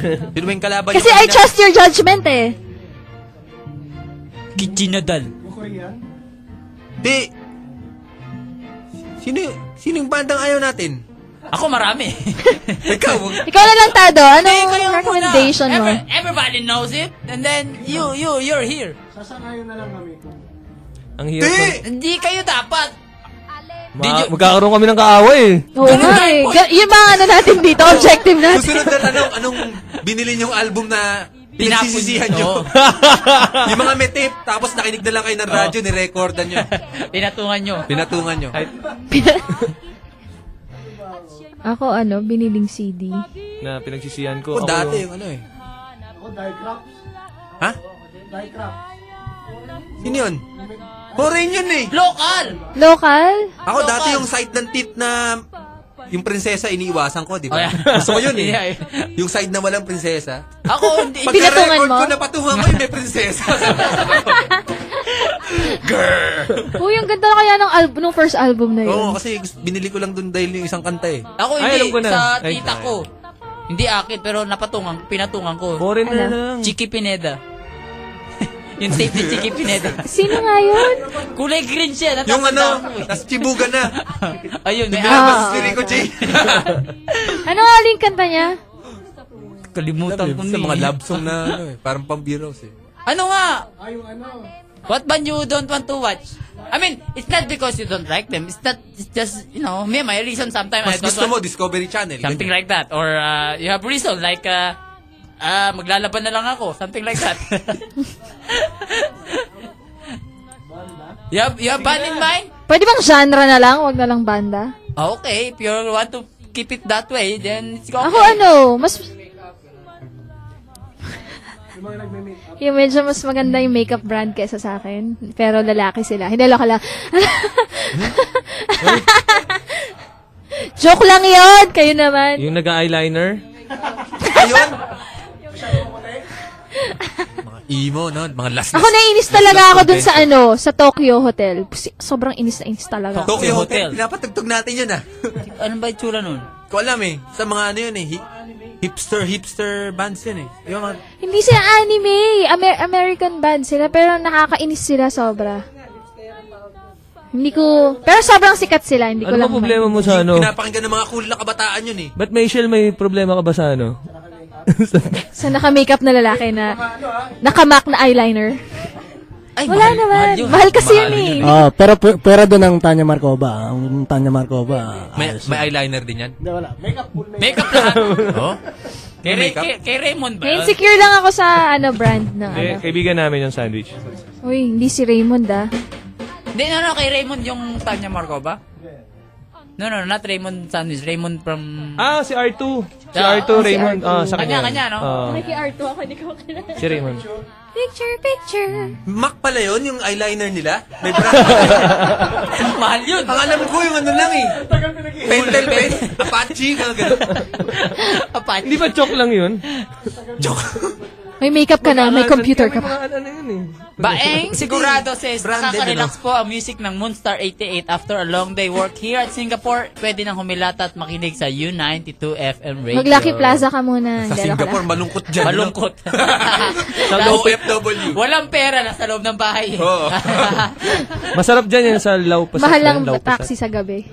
S1: Sino ba yung kalaban
S7: Kasi I trust your judgment eh.
S2: Kichinadal.
S1: Di! Sino, y- sino yung bandang ayaw natin?
S2: Ako marami.
S1: Ikaw,
S7: Ikaw na lang, Tado. Anong recommendation mo?
S2: Every- everybody knows it and then you, you, you're here.
S9: Sasanayan na lang kami kung...
S10: Ang hirap. nun.
S2: Hindi kayo dapat.
S10: Ma- magkakaroon kami ng kaaway eh.
S7: Oo nga eh. Ga- Yung mga ano natin dito, objective natin.
S1: Susunod na tanong, anong binili niyong album na pinagsisisihan
S2: Oo.
S1: niyo? yung mga may tape, tapos nakinig na lang kayo ng radyo, nirecordan niyo.
S2: Pinatungan nyo.
S1: Pinatungan niyo.
S7: Ako ano, biniling CD.
S10: Na pinagsisihan ko.
S1: Ako dati yung ano eh.
S9: Ako, Diecraft.
S1: Ha?
S9: Diecraft.
S1: Sino yun? Foreign yun eh.
S2: Local!
S7: Local?
S1: Ako dati yung side ng tit na yung prinsesa iniiwasan ko, di ba? Gusto ko yun eh.
S2: Oh, Yeah,
S1: Yung side na walang prinsesa.
S2: Ako, hindi.
S1: Pagka-record ko, napatungan ko yung may prinsesa.
S7: Uy, ang ganda kaya ng album, nung first album na yun.
S1: Oo, kasi gusto- binili ko lang dun dahil yung isang kanta eh.
S2: Ako hindi. Sa tita ko. Hindi akin, pero napatungan, pinatungan ko.
S7: Ano?
S10: Foreigner lang.
S2: Chiki Pineda. yung tape ni Chiki Pineda.
S7: Sino nga yun?
S2: Kulay green siya.
S1: Yung ano,
S2: tas
S1: chibuga na.
S2: Ayun, may
S1: Nabas
S2: abas.
S1: si Rico J.
S7: Ano nga aling kanta niya?
S2: Kalimutan ko
S1: Sa
S2: ni-
S1: mga love song na ano eh, parang pambiros eh.
S2: Ano nga? Ay, ano? What band you don't want to watch? I mean, it's not because you don't like them. It's not, it's just, you know, me, my reason sometimes I
S1: Mas
S2: don't
S1: gusto
S2: want-
S1: mo, Discovery Channel.
S2: Something
S1: ganyan.
S2: like that. Or uh, you have reason like, uh, ah, maglalaban na lang ako. Something like that. you have, you have band in mind?
S7: Pwede bang genre na lang? Wag na lang banda?
S2: Ah, Okay, if you want to keep it that way, then it's okay.
S7: Ako ano, mas... yung medyo mas maganda yung makeup brand kesa sa akin. Pero lalaki sila. Hindi, loka lang. Joke lang yun! Kayo naman.
S10: Yung nag-eyeliner.
S1: Emo, no? Mga last
S7: Ako naiinis talaga ako dun sa ano, sa Tokyo Hotel. Pusi- Sobrang inis na inis talaga. ako.
S1: Tokyo Hotel. Pinapatugtog natin yun ah.
S2: ano ba itsura nun?
S1: Ko alam eh. Sa mga ano yun eh. hi- hipster, hipster bands yun eh. Yung mga
S7: Hindi sila anime. Amer- American band sila. Pero nakakainis sila sobra. Hindi ko... Pero sobrang sikat sila. Hindi ko lang
S10: Ano ba problema mo sa ano?
S1: pinapakinggan ng mga cool na kabataan yun eh.
S10: Ba't Michelle may problema ka ba sa ano?
S7: Sa naka-makeup na lalaki na nakamak na eyeliner.
S2: Ay,
S7: Wala naman. Mahal, kasi yun eh.
S9: Ah, pero pe- pera doon ang Tanya Marcova. Ang Tanya Marcova.
S1: May, may eyeliner din yan? Oh?
S9: Hindi, wala. Makeup
S2: Makeup lahat.
S1: Oo?
S2: Kay, Ray- kay, kay Raymond ba?
S7: Na insecure lang ako sa ano brand ng ano.
S10: Eh, kaibigan namin yung sandwich.
S7: Uy, hindi si Raymond ah.
S2: Hindi, no, no, kay Raymond yung Tanya Marco ba? No, no, not Raymond Sandwich. Raymond from...
S10: Ah, si R2. Si
S2: Ah,
S10: R2,
S2: si
S10: Raymond.
S2: R2.
S10: Ah, sa
S2: Kanya,
S10: kanya.
S2: kanya, no?
S10: Ah.
S7: Naki R2 ako, hindi ko kilala.
S10: si Raymond.
S7: Picture, picture.
S1: Mac pala yun, yung eyeliner nila? May bra.
S2: Mahal yun.
S1: Ang alam ko yung ano lang eh. Pentel pen, Apache, gano'n gano'n.
S10: Hindi ba joke lang yun?
S7: May makeup ka na, may computer ka pa.
S10: Ano yun eh?
S2: Baeng, sigurado says,
S1: Branded,
S2: nakaka-relax po ang music ng Moonstar 88 after a long day work here at Singapore. Pwede nang humilata at makinig sa U92 FM radio.
S7: Mag Lucky Plaza ka muna.
S1: Sa
S7: Joke
S1: Singapore,
S7: lang.
S1: malungkot dyan. no?
S2: Malungkot.
S1: Sa OFW.
S2: Walang pera na sa loob ng bahay.
S1: Oo.
S10: Masarap dyan yan sa Lau Pasat.
S7: Mahal lang
S10: Lau Pasat.
S7: taxi sa gabi.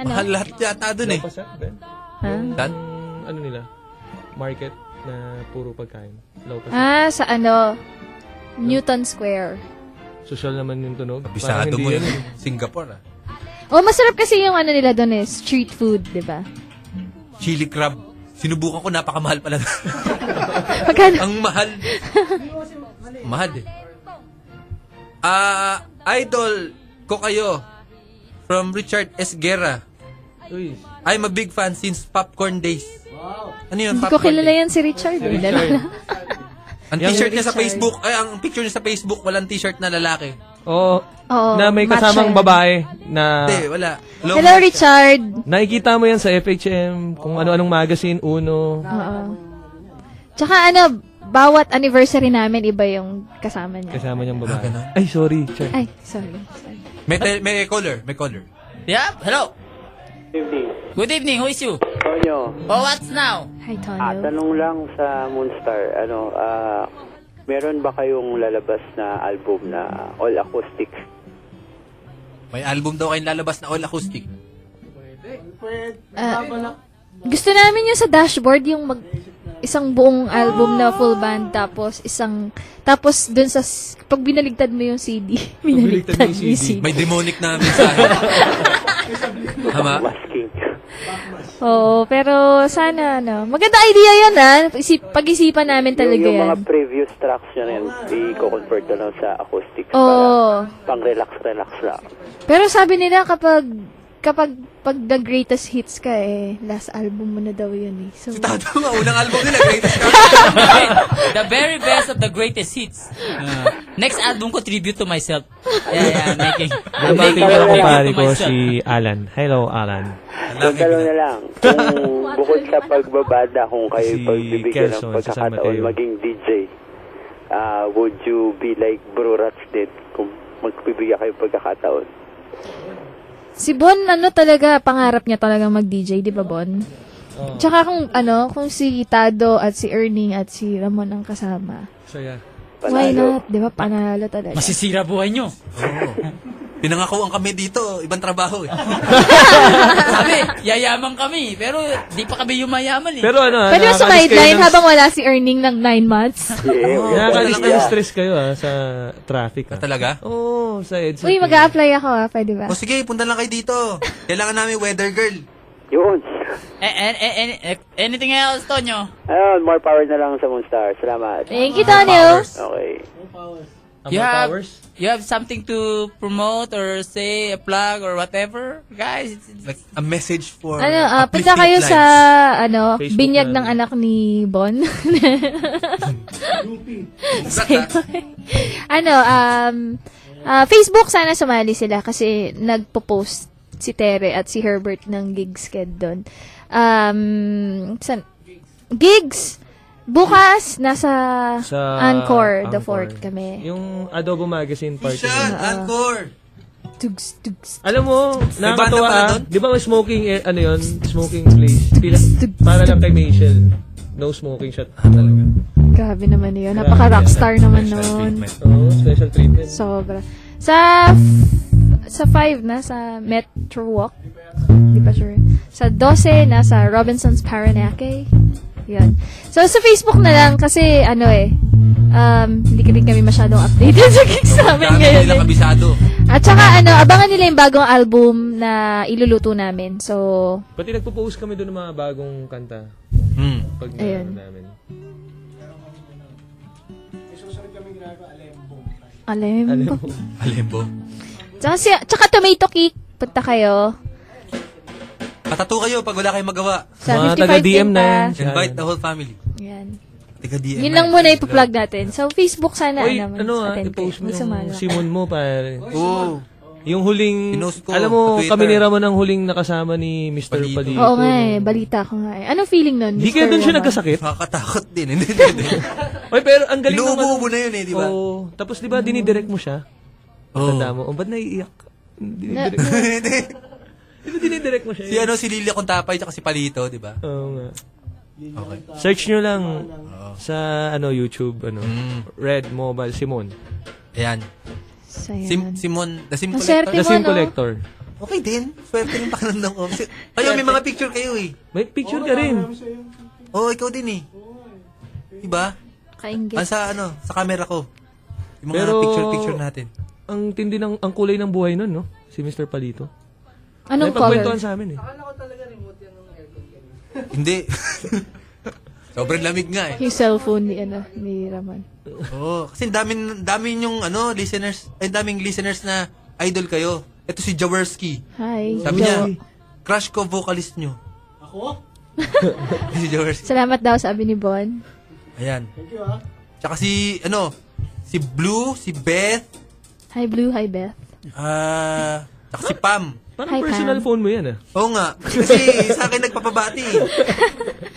S7: Ano?
S1: Mahal lahat yata dun eh.
S10: Lau Pasat, Ben.
S7: Ha?
S1: Dan?
S10: Yung ano nila? Market na puro pagkain. Lau Pasat.
S7: Ah, sa ano? Newton Square.
S10: Social naman yung tunog.
S1: Bisado
S10: Parang
S1: mo
S10: hindi eh.
S1: yun. Singapore ah.
S7: Oh, masarap kasi yung ano nila doon eh, street food, di ba?
S1: Chili crab. Sinubukan ko, napakamahal pala.
S7: Magkano?
S1: Ang mahal. mahal eh. Ah, idol ko kayo from Richard S. Guerra.
S10: eh. Uy,
S1: I'm a big fan since Popcorn Days. Ano yun,
S7: Hindi ko
S1: Popcorn
S7: kilala
S1: Days?
S7: yan si Richard. eh. Lala-
S1: Ang t-shirt niya sa
S7: Richard.
S1: Facebook, ay, ang picture niya sa Facebook, walang t-shirt na lalaki.
S10: Oo.
S7: Oo,
S10: na may
S7: matcha
S10: kasamang
S7: yan.
S10: babae na
S1: Hindi, wala. Long-
S7: Hello, Richard.
S10: nakikita mo yan sa FHM, kung ano-anong magazine, Uno.
S7: Oo. Tsaka ano, bawat anniversary namin, iba yung kasama niya.
S10: Kasama niyang
S1: Ah,
S10: babae.
S1: ganun.
S10: Ay, sorry. Char.
S7: Ay, sorry. sorry.
S1: May, te- may color, may color.
S2: Yeah, hello. Good evening. Good evening, who is you?
S4: Tonyo,
S2: Oh, what's now?
S7: Hi,
S4: ah,
S7: Tonyo.
S4: tanong lang sa Moonstar, ano, ah, meron ba kayong lalabas na album na all acoustic?
S1: May album daw kayong lalabas na all acoustic.
S7: Ah, gusto namin yung sa dashboard, yung mag, isang buong album na full band, tapos isang, tapos dun sa, s- pag binaligtad mo yung CD, binaligtad mo yung CD.
S1: May demonic na mensahe. Tama?
S4: Masking.
S7: Oo, pero sana, ano, maganda idea yan, ha? Isip, pag-isipan namin
S4: yung,
S7: talaga
S4: yung
S7: yan.
S4: mga previous tracks nyo na yan, i-convert na lang sa acoustic.
S7: Oo.
S4: Pang relax-relax lang.
S7: Pero sabi nila kapag, kapag, pag the greatest hits ka, eh, last album mo na daw yun, eh. So,
S1: Tama, unang album nila, greatest cover.
S2: The very best of the greatest hits. Uh, next album ko, Tribute to Myself. Yeah, yeah, I'm making... I'm
S10: Nabati
S2: making
S10: ko
S2: a
S10: yung
S2: tribute
S10: kumpare
S2: to
S10: ko
S2: myself.
S10: si Alan. Hello, Alan.
S4: Yung gano'n na lang. Kung bukod sa pagbabada, kung kayo
S10: Si
S4: pagbibigyan ng
S10: Kelson sa San
S4: pagkakataon
S10: Mateo.
S4: maging DJ, ah, would you be like Bro Rats did kung magbibigyan kayo ng pagkakataon?
S7: Si Bon, ano talaga, pangarap niya talaga mag-DJ, di ba Bon? Tsaka kung, ano, kung si Tado at si Erning at si Ramon ang kasama.
S10: So, yeah.
S7: Why not? Di ba, panalo talaga.
S2: Masisira buhay nyo.
S1: Pinangakuan kami dito, ibang trabaho eh.
S2: Sabi, yayaman kami. Pero di pa kami yumayaman eh.
S10: Pero ano,
S7: Pwede ba
S10: nakakaalis
S7: sumideline
S10: kayo ng-
S7: habang wala si Erning ng 9 months?
S4: Yeah,
S10: Nakakaalis kayo ng stress kayo ah, sa traffic ah.
S1: Talaga?
S10: Oo, sa EDSA.
S7: Uy, mag apply ako ah, pwede ba?
S1: O sige, punta lang kayo dito. Kailangan namin weather girl.
S4: Yun.
S2: Eh, eh, eh, eh, anything else, Tonyo?
S4: Ayun, more power na lang sa Moonstar. Salamat.
S7: Thank you, Tonyo!
S4: Okay.
S2: You have, you have something to promote or say, a plug or whatever? Guys, it's, it's-
S1: Like a message for
S7: Ano, ah, punta
S1: uplifting
S7: kayo
S1: lives.
S7: sa, ano,
S10: Facebook
S7: binyag
S10: na-
S7: ng anak ni Bon. ano, um, ah, Facebook sana sumali sila kasi nagpo-post si Tere at si Herbert ng gigs ked doon. Um, san, gigs! Bukas, nasa
S10: Sa
S7: Anchor, The
S10: Angkor.
S7: Fort kami.
S10: Yung Adobo Magazine party.
S1: Sean,
S10: nila.
S1: Anchor.
S7: Tugs, tugs.
S10: Alam mo,
S1: banda
S10: nakakatawa
S1: pala
S10: ah.
S1: doon?
S10: Di ba may smoking, eh, ano yun, smoking place? Pila, para lang kay Michelle. No smoking shot talaga.
S7: Grabe naman yun. Napaka-rockstar naman nun.
S10: Oo, special treatment.
S7: Sobra. Sa f- sa 5 na sa Metro Walk. Hindi pa sure. Sa 12 na sa Robinson's Paranaque. Yan. So sa Facebook na lang kasi ano eh
S9: um, hindi ka rin kami masyadong updated sa gigs namin ngayon. eh.
S1: nila kabisado.
S9: At saka ano, abangan nila yung bagong album na iluluto namin. So,
S10: Pati nagpo-post kami doon ng mga bagong kanta.
S1: Hmm.
S10: Pag Ayun.
S9: Ayun. Mm,
S10: namin.
S9: alam mo.
S1: Alembo.
S9: Tsaka, si, tsaka tomato cake. Punta kayo.
S1: Patato kayo pag wala kayong magawa.
S9: Sa Mga 55 taga-DM din na yan. pa.
S1: Invite the whole family.
S9: Yan.
S1: Taga DM.
S9: Yun lang muna ipa-plug natin. So, Facebook sana.
S10: Uy,
S9: naman,
S10: ano ah,
S9: attend kayo.
S10: i-post mo
S9: May
S10: yung
S9: sumalo.
S10: Simon mo, pare.
S1: Oo.
S10: Yung huling,
S1: Pinost ko
S10: alam mo,
S1: sa Twitter.
S10: kami ni Ramon ang huling nakasama ni Mr. Palito.
S9: Oo nga eh, balita ko nga eh. Anong feeling nun?
S10: Hindi
S9: Mr.
S10: kaya doon siya
S9: Woman?
S10: nagkasakit?
S1: Nakakatakot din. Hindi, hindi.
S10: Uy, pero ang galing
S1: Inuubo-ubo na yun eh, di ba?
S10: Oo. Tapos di ba,
S9: Mm.
S10: dinidirect mo siya?
S1: Oo.
S10: Tanda mo, oh, ba't naiiyak? Dinidirect mo.
S1: Hindi.
S10: Di ba dinidirect mo siya?
S1: si ano, si Lilia Contapay tsaka si Palito, di ba?
S10: Oo nga.
S1: Okay.
S10: Search nyo lang sa ano YouTube, ano,
S1: Mm.
S10: Red Mobile Simon.
S1: Ayan.
S9: So,
S1: Sim, Simon, the Sim
S9: Ang
S1: Collector.
S9: swerte
S10: The
S9: mo,
S10: Sim
S9: no?
S10: Collector.
S1: Okay din. Swerte yung pakiramdam ko. Si- Kayo, may mga picture kayo eh.
S10: May picture ka rin.
S1: Oo, oh, ikaw din eh. Diba?
S9: Kainggit.
S1: Ah, sa ano, sa camera ko. Yung mga
S10: Pero-
S1: picture-picture natin.
S10: Ang tindi ng, ang kulay ng buhay nun, no? Si Mr. Palito.
S9: Anong
S10: May
S9: color?
S10: pagkwentuhan sa amin eh.
S1: Hindi. Sobrang lamig nga eh.
S9: Yung cellphone ni, ano, ni Raman.
S1: Oo, kasi daming, daming yung ano, listeners, ay daming listeners na idol kayo. Ito si Jaworski.
S9: Hi.
S1: Sabi
S9: Jo.
S1: niya, crush ko vocalist nyo. Ako? si Jaworski.
S9: Salamat daw, sabi ni Bon.
S1: Ayan. Thank you ah. Tsaka si, ano, si Blue, si Beth,
S9: Hi Blue, hi Beth.
S1: ah, tsaka si Pam.
S10: Parang
S9: Hi,
S10: personal
S9: Pam.
S10: phone mo yan ah.
S1: Oo nga. Kasi sa akin nagpapabati.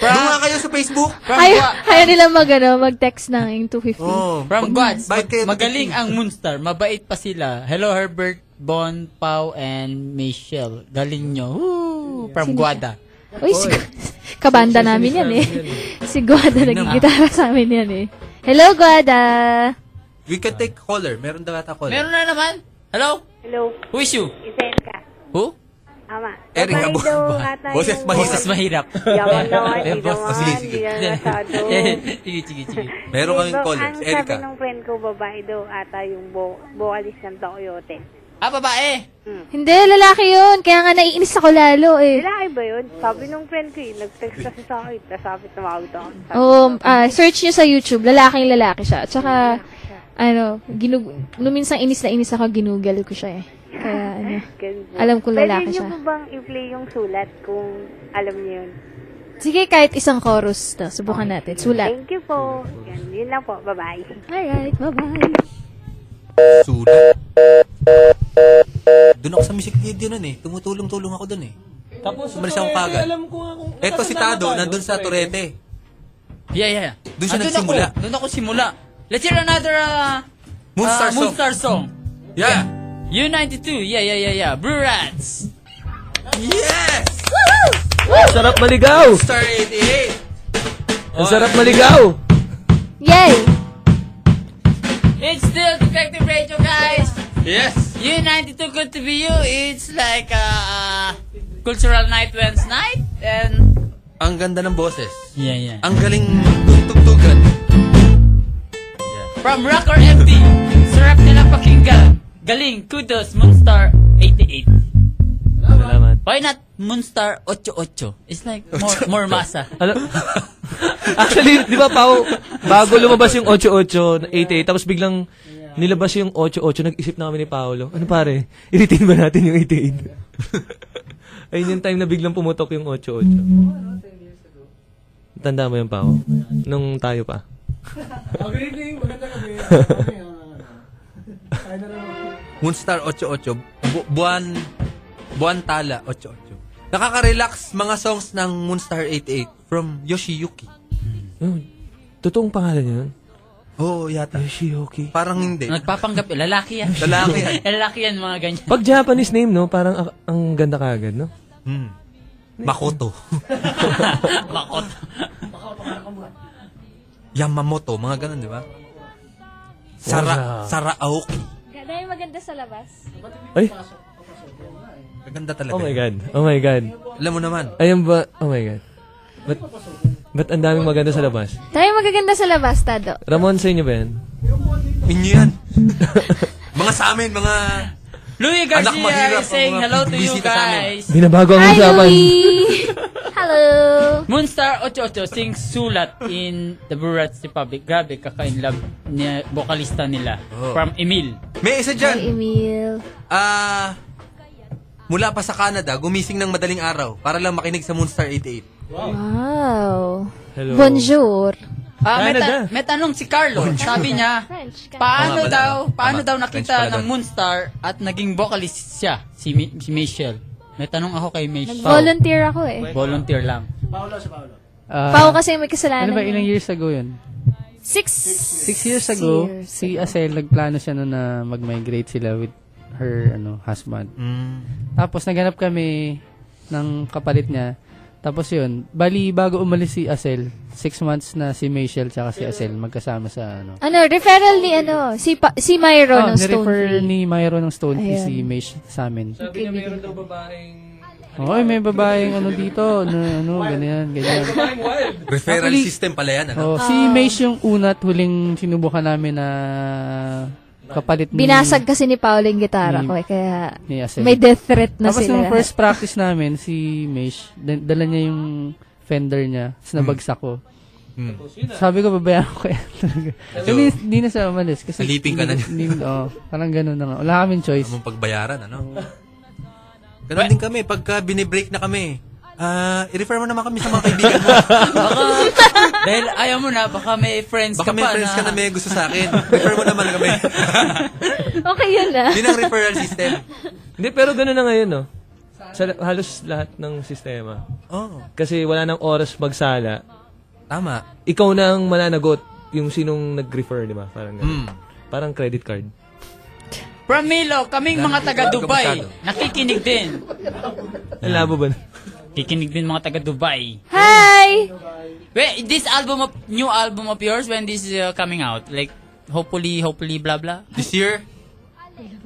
S1: Doon nga kayo sa Facebook.
S9: Ay, kaya nila mag, ano, mag-text ng yung 250.
S1: Oh,
S2: From Gods,
S1: Bakit kayo-
S2: mag- magaling ang Moonstar. Mabait pa sila. Hello, Herbert, Bon, Pau, and Michelle. Galing nyo. Woo! From Guada.
S9: Uy, si, kabanda namin yan eh. si Guada nagigitara sa amin yan eh. Hello, Guada!
S1: We can take caller. Meron daw ata caller.
S2: Meron na naman. Hello?
S7: Hello,
S2: Who is you?
S7: is Erika.
S2: Who?
S7: Ama.
S1: Erika,
S7: Babae
S1: bu-
S7: daw
S1: bu-
S7: ata
S1: boses
S7: yung-
S1: mahirap.
S2: Boses mahirap.
S7: Yaman naman,
S1: Eh,
S7: di
S1: boss,
S7: naman,
S1: sige, sige.
S7: di naman masyado.
S2: Sige, sige, sige.
S1: Meron
S7: Hindi,
S1: kaming
S7: ba-
S1: caller.
S7: Ang sabi
S1: Erika.
S7: ng friend ko, babae daw ata yung bo- vocalist ng Toyote.
S2: Ah, babae.
S9: Hindi, lalaki yun. Kaya nga naiinis ako lalo eh.
S7: Lalaki ba yun? Sabi nung friend ko, eh, nag-text kasi sa akin, tapos sabi tumawag daw ako. Sabi
S9: Oh, ah, search niyo sa YouTube. Lalaking lalaki siya. Tsaka, ano, ginug nung minsan inis na inis ako, ginugal ko siya eh. Kaya ano,
S7: Ganun po.
S9: alam ko lalaki
S7: Pwede niyo
S9: siya.
S7: po bang i-play yung sulat kung alam niyo yun?
S9: Sige, kahit isang chorus to. Subukan natin. Sulat.
S7: Thank you po. Yan, yun lang po. Bye-bye.
S9: Alright, bye-bye.
S1: Sulat. Doon ako sa music video nun eh. Tumutulong-tulong ako doon eh.
S10: Tapos
S1: Umalis ako kagad.
S10: ko nga kung...
S1: Eto si Tado, nandun sa Torete.
S2: Yeah, yeah, yeah.
S1: Doon siya
S2: Ah,
S1: nagsimula.
S2: Ako, doon ako simula. Let's hear another uh,
S1: Moonstar
S2: uh,
S1: song.
S2: Moonstar song.
S1: Yeah!
S2: U92. Yeah, yeah, yeah, yeah. Brew Rats.
S1: Yes!
S10: Sarap maligaw!
S1: Star 88!
S10: Ang sarap maligaw!
S9: Yay!
S2: It's still Defective Radio, guys.
S1: Yes!
S2: U92 Good to be you. It's like uh, cultural night Wednesday night and
S1: Ang ganda ng boses.
S2: yeah, yeah.
S1: Ang galing tugtugan.
S2: From Rocker MD. Sarap nila pakinggan. Galing. Kudos Moonstar 88.
S10: Salamat.
S2: Why not Moonstar 88? It's like more more masa.
S10: Alam, Ano? actually, di ba, Pao, bago lumabas yung 88, 88, tapos biglang nilabas yung 88, nag-isip na kami ni Paolo, ano pare, iritin ba natin yung 88? Ayun yung time na biglang pumutok yung 88. Tanda mo yun, Pao? Nung tayo pa.
S1: Moonstar 88. Bu- buwan, buwan tala 88. Nakaka-relax mga songs ng Moonstar 88 from Yoshiyuki.
S10: Yun. Totoong pangalan yun?
S1: Oo, oh, yata.
S10: Yoshioki.
S1: Parang hindi.
S2: Nagpapanggap. eh, Lalaki yan.
S1: Lalaki yan.
S2: Lalaki yan, mga ganyan.
S10: Pag Japanese name, no, parang a- ang ganda kaagad, no?
S1: Hmm. Makoto.
S2: Bakot.
S1: Yamamoto. Mga ganun, di ba? Sara, Saraoki.
S9: Ganda yung maganda sa labas.
S10: Ay,
S1: Maganda talaga.
S10: oh my
S1: yun.
S10: God. Oh my God.
S1: Alam mo naman.
S10: Ayan ba? Oh my God. But, Ba't ang daming maganda sa labas?
S7: Tayo magaganda sa labas, Tado.
S10: Ramon, sa inyo ba yan?
S1: Inyo yan. mga sa amin, mga...
S2: Louis
S1: Anak mahirap
S2: Garcia is
S1: ang
S2: saying
S1: mga
S2: hello to you
S1: bumisita sa amin.
S2: guys.
S10: Binabago ang usapan.
S7: Hello!
S2: Moonstar 88 sings sulat in the Burat's Republic. Grabe, kaka-inlove niya, vokalista nila.
S1: Oh.
S2: From Emil.
S1: May isa dyan.
S7: Emil.
S1: Ah... mula pa sa Canada, gumising ng madaling araw para lang makinig sa Moonstar 88.
S7: Wow.
S1: Hello.
S7: Bonjour.
S2: Ah, may, ta- may tanong si Carlo. Sabi niya,
S1: Oh, Tama,
S2: paano daw,
S1: tama.
S2: paano
S1: Tama.
S2: daw
S1: French
S2: nakita
S1: pala
S2: ng
S1: doon.
S2: Moonstar at naging vocalist siya, si, Mi- si Michelle. May tanong ako kay Michelle.
S7: Volunteer ako eh.
S2: Volunteer lang.
S11: Paolo si Paolo.
S8: Ah,
S7: Pao kasi may kasalanan.
S8: Ano ba,
S7: yun.
S8: ilang years ago yun?
S7: Six.
S8: Six years ago, si Asel, nagplano siya noon na mag-migrate sila with her ano husband.
S2: Mm.
S8: Tapos naghanap kami ng kapalit niya. Tapos yun, bali bago umalis si Asel, six months na si Michelle tsaka si Asel magkasama sa ano.
S7: Ano, referral ni ano, si, pa- si Myro
S8: Ah,
S7: ng Stone.
S8: nirefer ni Myro ng Stone
S7: Ayan.
S8: si Mish sa amin.
S10: Sabi niya meron daw babaeng...
S8: Oo, may babaeng ano dito, na, ano, ganyan, ganyan.
S10: Babaeng wild.
S1: Referral
S8: Actually,
S1: system pala yan, ano?
S8: Oh, si
S7: Ah.
S8: Mace yung una at huling sinubukan namin na kapalit ni...
S7: Binasag kasi ni Paolo yung gitara
S8: Ni-
S7: ko eh, kaya
S8: ni Asel.
S7: may death threat na
S8: Tapos
S7: sila.
S8: nung first practice namin, si Mace, da- dala niya yung fender niya, tapos nabagsak ko.
S1: Hmm.
S8: Sabi ko, babayaan ko yan talaga.
S1: So,
S8: Hindi, hindi na siya umalis. Kasi
S1: naliping ka na niya.
S8: Hindi, oh, parang ganun na nga. Wala kaming choice.
S1: Mong pagbayaran, ano? Ganun din kami, pagka binibreak na kami, ah, i-refer mo naman kami sa mga kaibigan mo.
S2: Baka, dahil ayaw mo na, baka may friends
S1: Baka
S2: ka
S1: may
S2: pa
S1: friends
S2: na.
S1: ka na may gusto sa akin. Refer mo naman kami.
S7: okay yun ah.
S1: Yun ang referral system.
S10: Hindi, pero gano'n na ngayon, no? Sa, halos lahat ng sistema.
S1: Oo.
S10: Kasi wala nang oras magsala.
S1: Oh, Tama.
S10: Ikaw na ang mananagot yung sinong nag-refer, di ba? Parang
S1: Mm.
S10: gano'n. Parang credit card.
S2: From Milo, kaming mga taga
S10: Gabi,
S2: Dubai,
S10: kabisado.
S2: nakikinig din.
S10: Ang labo ba?
S2: Kikinig din mga taga Dubai.
S7: Hi!
S2: Wait, this album of, new album of yours, when this is uh, coming out? Like, hopefully, hopefully, blah, blah.
S1: This year?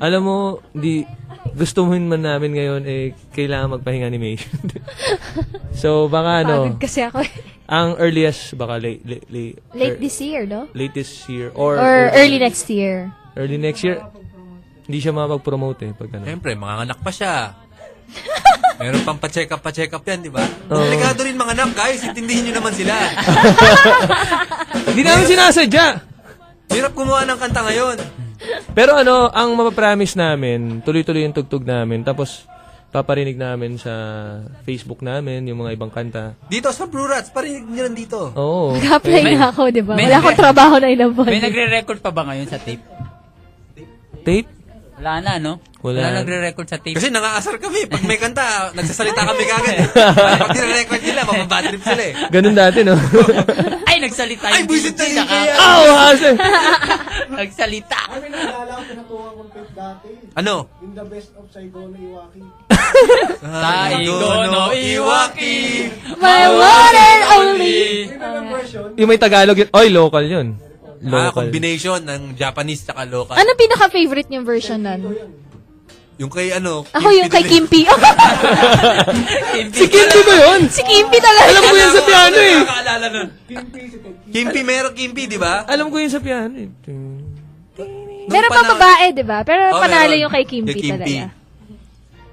S10: Alam mo, di gusto mo man namin ngayon, eh, kailangan magpahinga ni May. so, baka ano,
S7: Pagod kasi ako eh.
S10: ang earliest, baka late, late, late,
S7: Late this year, no?
S10: late this year, or,
S7: Or early next year.
S10: Early next year, hindi siya makapag-promote eh. Pag ano.
S1: Siyempre, mga anak pa siya. Meron pang pa-check up, pa-check up yan, di ba?
S10: Oo.
S1: Delikado rin mga anak, guys. Intindihin nyo naman sila.
S10: Hindi namin sinasadya!
S1: Hirap kumuha ng kanta ngayon.
S10: Pero ano, ang mapapromise namin, tuloy-tuloy yung tugtog namin. Tapos, paparinig namin sa Facebook namin, yung mga ibang kanta.
S1: Dito sa Blue Rats, parinig nyo lang dito.
S10: Oo.
S7: Nag-apply
S10: May-
S7: na ako, di ba?
S2: may
S7: Wala akong
S2: nagre-
S7: trabaho na ilang buwan.
S2: May nagre-record pa ba ngayon sa tape?
S10: Tape?
S2: Wala na, no?
S10: Wala.
S2: Wala nagre-record sa tape.
S1: Kasi nangaasar kami. Pag may kanta, nagsasalita kami kagad. eh. Pag nire-record nila, mababad trip sila eh.
S10: Ganun dati, no?
S2: Ay, nagsalita yung Ay, buisit na
S1: yung kaya.
S10: Oh, hasa!
S2: nagsalita.
S11: Ay, may naalala ko pinatuwa kong tape dati.
S1: Ano?
S11: Yung the best of Saigon Iwaki.
S2: Taigono Iwaki.
S7: My one and only.
S10: Yung may Tagalog yun. Oy, local yun.
S1: Ah,
S10: Local.
S1: combination ng Japanese tsaka local.
S7: Ano pinaka-favorite niyong version nun?
S1: Yung kay ano?
S7: Ako yung kay
S1: Pidulin.
S7: Kimpi.
S10: si
S1: eh.
S10: Kimpi ba yun?
S7: si Kimpi talaga.
S10: Alam ko yun
S1: ano?
S10: sa piano eh.
S1: Nakakaalala nun. eh. Kimpi, meron Kimpi, di ba?
S10: Alam ko yun sa piano eh.
S7: Meron pa babae, di ba? Pero
S1: Oh,
S7: panalo
S1: meron.
S7: yung kay Kimpi,
S1: Kay Kimpi.
S7: talaga.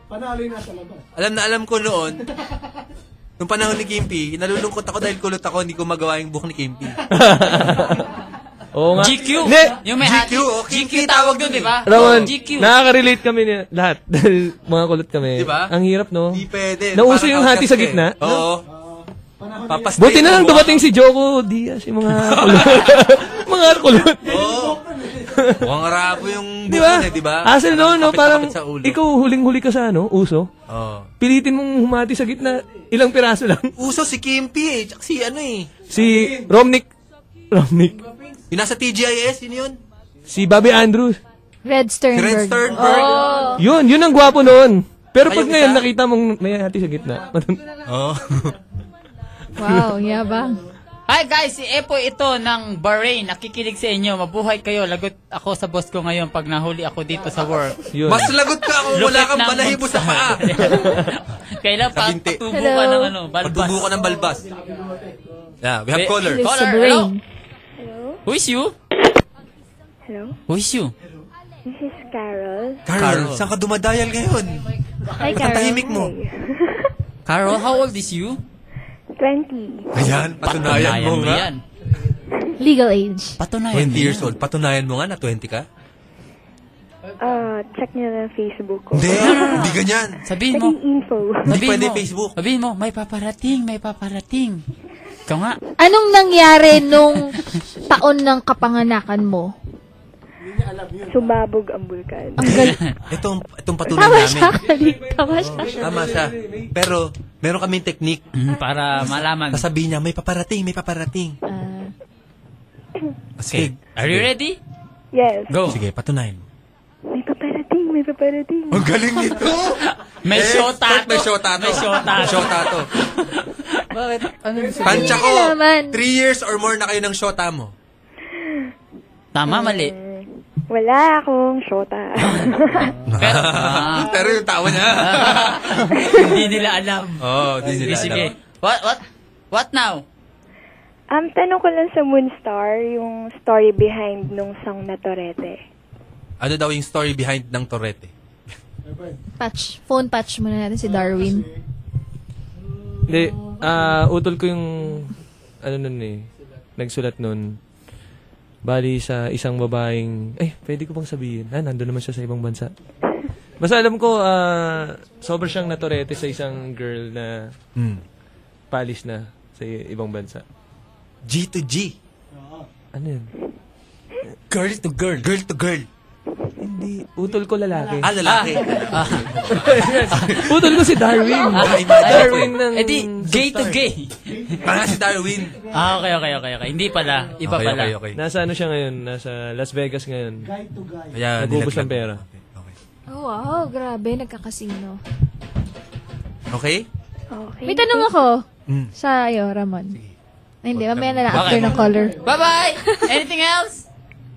S11: Panalo yung nasa labas.
S1: Alam na alam ko noon, nung panahon ni Kimpi, nalulungkot ako dahil kulot ako, hindi ko magawa yung buhok ni Kimpi.
S10: Oo nga.
S2: GQ.
S10: Hindi.
S2: Yung may
S1: GQ,
S2: hati.
S1: oh,
S2: GQ tawag doon, di ba?
S10: Ramon,
S2: GQ.
S10: nakaka-relate kami niya lahat. Dahil mga kulot kami.
S1: Diba? Di ba?
S10: Ang hirap, no?
S1: Hindi pwede.
S10: Nauso
S1: Parang
S10: yung hati
S1: outcast
S10: sa gitna?
S1: eh. Oo. Papas-
S10: Buti na lang dumating si Joko Diaz, yung mga kulot. mga kulot.
S1: Oo. Mukhang rabo yung
S10: Di
S1: buhok
S10: ba?
S1: niya, Oh, di ba?
S10: Asal no, no?
S1: Kapit-kapit
S10: Parang
S1: sa ulo.
S10: ikaw huling-huli ka sa ano, uso.
S1: Oo.
S10: Pilitin mong humati sa gitna, ilang piraso lang.
S1: Uso si Kimpi eh, tsaka si ano eh.
S10: Si Romnick, Romnick,
S1: Yung nasa TGIS, yun yun.
S10: si Bobby Andrews.
S7: Red
S1: Red
S7: Sternberg.
S1: Sternberg.
S7: Oh.
S10: Yun, yun ang gwapo noon. Pero pag
S1: Ayun,
S10: ngayon
S1: isa.
S10: nakita mong may hati sa gitna.
S1: Oo.
S7: Wow, yabang.
S2: Hi guys, si Epo ito ng Bahrain. Nakikinig sa inyo. Mabuhay kayo. Lagot ako sa boss ko ngayon pag nahuli ako dito sa work.
S10: Yun.
S1: Mas lagot ka kung wala
S2: Lupit
S1: kang
S2: ng
S1: balahibo sa paa.
S2: Kailan pa
S1: Sa binti.
S2: patubo ka ng ano, balbas.
S1: Pagtubo ka ng balbas. Yeah, we have
S2: Wait,
S1: caller.
S2: Hello, Caller, sa
S1: hello.
S3: Hello?
S2: Who is you?
S3: Hello?
S2: Who is you?
S3: This is Carol.
S1: Carol, saan ka dumadayal ngayon?
S3: Hi,
S1: Ang
S3: Carol.
S1: tahimik mo.
S2: Carol, how old is you?
S3: 20.
S1: Ayan, patunayan,
S2: Patunayan
S1: mo
S2: mo
S1: nga.
S2: yan.
S3: Legal age.
S2: Patunayan
S1: 20 years old. Patunayan mo nga na 20 ka.
S3: Ah, check niyo lang Facebook ko.
S1: Hindi, hindi ganyan.
S2: Sabihin mo.
S3: info.
S1: Hindi pwede Facebook.
S2: Sabihin mo, may paparating, may paparating. Ikaw nga.
S9: Anong nangyari nung taon ng kapanganakan mo?
S3: Sumabog ang bulkan.
S9: Ang gal-
S1: Itong, itong patuloy
S9: Tama
S1: namin. Oh,
S9: siya, Khalid. Tama siya.
S1: Tama siya. Pero, meron kaming technique.
S2: Para malaman.
S1: Sasabihin niya, may paparating, may paparating. Sige.
S2: Are you ready?
S3: Yes.
S2: Go.
S1: Sige, patunayan mo.
S3: May paparating, may paparating.
S1: Ang galing nito!
S2: May shota
S1: Expert, Eh, May
S2: to.
S1: shota to.
S2: May shota to.
S1: shota to.
S12: Bakit? Ano yung
S1: Pansya ko, three years or more na kayo ng shota mo.
S2: Tama, mali.
S3: Wala akong shota.
S1: Pero yung tawa niya.
S2: ah, Hindi nila alam.
S1: Oo, di nila alam.
S2: Sige. What, what, what now?
S3: Ang tanong ko lang sa Moonstar, yung story behind nung song na Torete.
S1: Ano daw yung story behind ng Torete?
S9: Patch. Phone patch muna natin si Darwin.
S10: Hindi, ah, utol ko yung, ano nun eh, nagsulat nun. Bali sa isang babaeng, eh, pwede ko bang sabihin? Ah, nandun naman siya sa ibang bansa. Basta alam ko, ah, sobrang siyang naturete sa isang girl na
S1: Hmm.
S10: palis na sa i- ibang bansa.
S1: G to G.
S10: Ano yun?
S1: Girl to girl. Girl to girl.
S10: Hindi, utol ko lalaki.
S1: Ah, lalaki.
S2: Ah.
S10: utol ko si Darwin. Darwin ng...
S2: Eh di, gay to gay.
S1: Parang si Darwin.
S2: Ah, okay, okay, okay, okay. Hindi pala. Iba
S1: Okay,
S2: pala.
S1: okay, okay.
S10: Nasa ano siya ngayon? Nasa Las Vegas ngayon.
S13: Guy to guy.
S1: Kaya
S10: Nagubos
S1: nilaglag.
S10: ng pera.
S9: Oh, wow. Grabe. Nagkakasino.
S1: Okay?
S3: Okay.
S9: May tanong ako
S1: Mm.
S9: sa iyo, Ramon. Ay, hindi. Mamaya na lang
S2: Hmm. Bakit?
S9: after ng caller.
S2: Bye-bye! Anything else?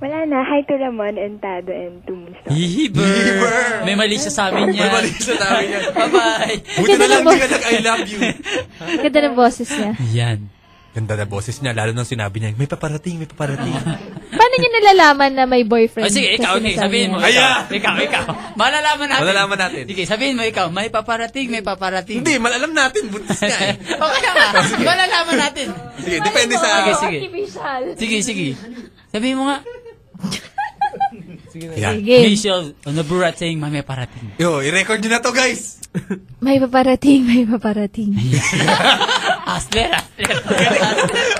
S3: Wala na. Hi to Ramon and Tado and to Moonstar.
S2: Hihiber! May mali siya sa amin niya.
S1: May mali siya sa amin yan.
S2: Bye-bye!
S1: Buti na lang hindi ka nag-I love you.
S9: Ganda ng boses niya.
S2: Yan.
S1: Ganda na boses niya, lalo nang sinabi niya, may paparating, may paparating.
S9: Paano niya nalalaman na may boyfriend?
S2: Oh, sige,
S9: Kasi
S2: ikaw, okay.
S9: sinasabi
S2: Sabihin mo.
S9: niya.
S1: Ayan!
S2: Ikaw, ikaw, ikaw. Malalaman natin.
S1: Malalaman natin.
S2: Sige, sabihin mo ikaw. May paparating, may paparating.
S1: Hindi, malalam natin, buntis niya eh.
S2: O kaya nga, malalaman natin.
S1: Sige, depende sa...
S2: Sige, sige. Sige, sige. Sabihin mo nga.
S1: Ayan.
S9: Sige.
S2: Michelle, ano burating, may paparating.
S1: Yo, i-record niyo na to, guys.
S9: May paparating, may paparating.
S2: Asler, asler.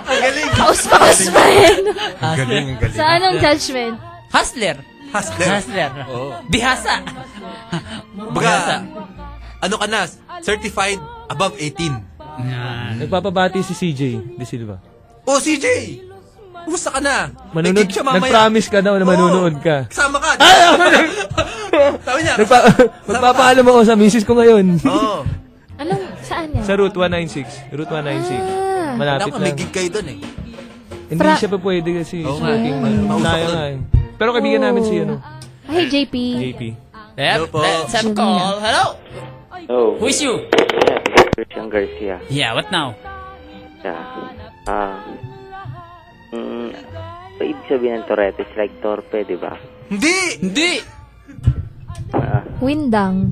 S1: Ang galing.
S9: Paus pa kaus pa yan.
S1: Ang galing, ang galing.
S9: Sa anong judgment?
S2: Hustler.
S1: Hustler.
S2: Hustler.
S1: Oo.
S2: Bihasa. Bihasa.
S1: Baga, ano ka na? Certified above 18.
S10: Nagpapabati si CJ De Silva.
S1: Oh, CJ! Kumusta ka na? May
S10: Manunod,
S1: gig siya mamaya.
S10: nag-promise ka daw na manunood ka.
S1: Kasama ka. Sabi niya.
S10: Nagpa magpapaalam ako sa misis ko ngayon.
S1: Oo.
S9: Anong, saan yan? Ah,
S10: sa Route 196. Route 196.
S1: Wala
S10: Malapit
S1: Ah. ko, may
S10: lang.
S1: gig kayo dun eh.
S10: Hindi
S9: Fra-
S10: siya pa pwede kasi
S1: Oo nga.
S10: smoking.
S1: Mausap
S10: Tayo
S1: ko
S10: nga eh. Pero kaibigan namin si ano,
S9: Hey, JP.
S10: JP.
S1: Hello
S2: Yep,
S1: po.
S2: let's have call. Hello?
S4: Oh,
S2: Who is you?
S4: Christian Garcia.
S2: Yeah, what now?
S4: Yeah. Ah. mm, so, ibig sabihin ng Tourette is like torpe, di ba?
S1: Hindi!
S2: Hindi.
S9: Windang.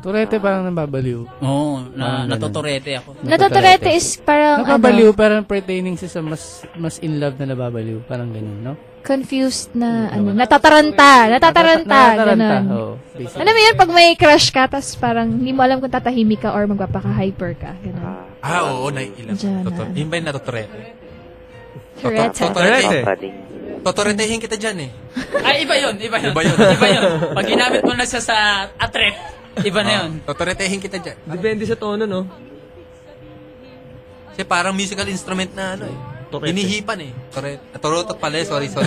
S12: Turete parang nababaliw.
S2: Oo, oh, na,
S12: Ah, ganun.
S2: natutorete ako.
S9: Natotorete is parang,
S12: Nababaliw
S9: ano,
S12: parang pertaining siya sa mas mas in love na nababaliw. Parang ganun, no? Mm.
S9: confused na, ano, natataranta. Natataranta,
S12: Natataranta,
S9: ganun.
S12: oo. Basic.
S9: Alam mo yun, pag may crush ka, tas parang hindi mo alam kung tatahimik ka or magpapaka-hyper ka. Ganun.
S1: Ah, oo, naiilang.
S9: Diyan na.
S1: Totoo. Yun ba yung natutorete?
S9: Tureta.
S1: Totorete.
S4: Papading.
S1: Totoretehin kita dyan eh.
S2: Ay, iba yun, iba yun.
S1: Iba yun.
S2: iba yun. Pag ginamit mo na siya sa atret, iba na yun.
S1: Totoretehin kita dyan.
S10: Depende sa tono, no?
S1: Kasi parang musical instrument na ano eh.
S10: Torete.
S1: Hinihipan eh. Torete. Ah, Torotot pala eh. Sorry, sorry.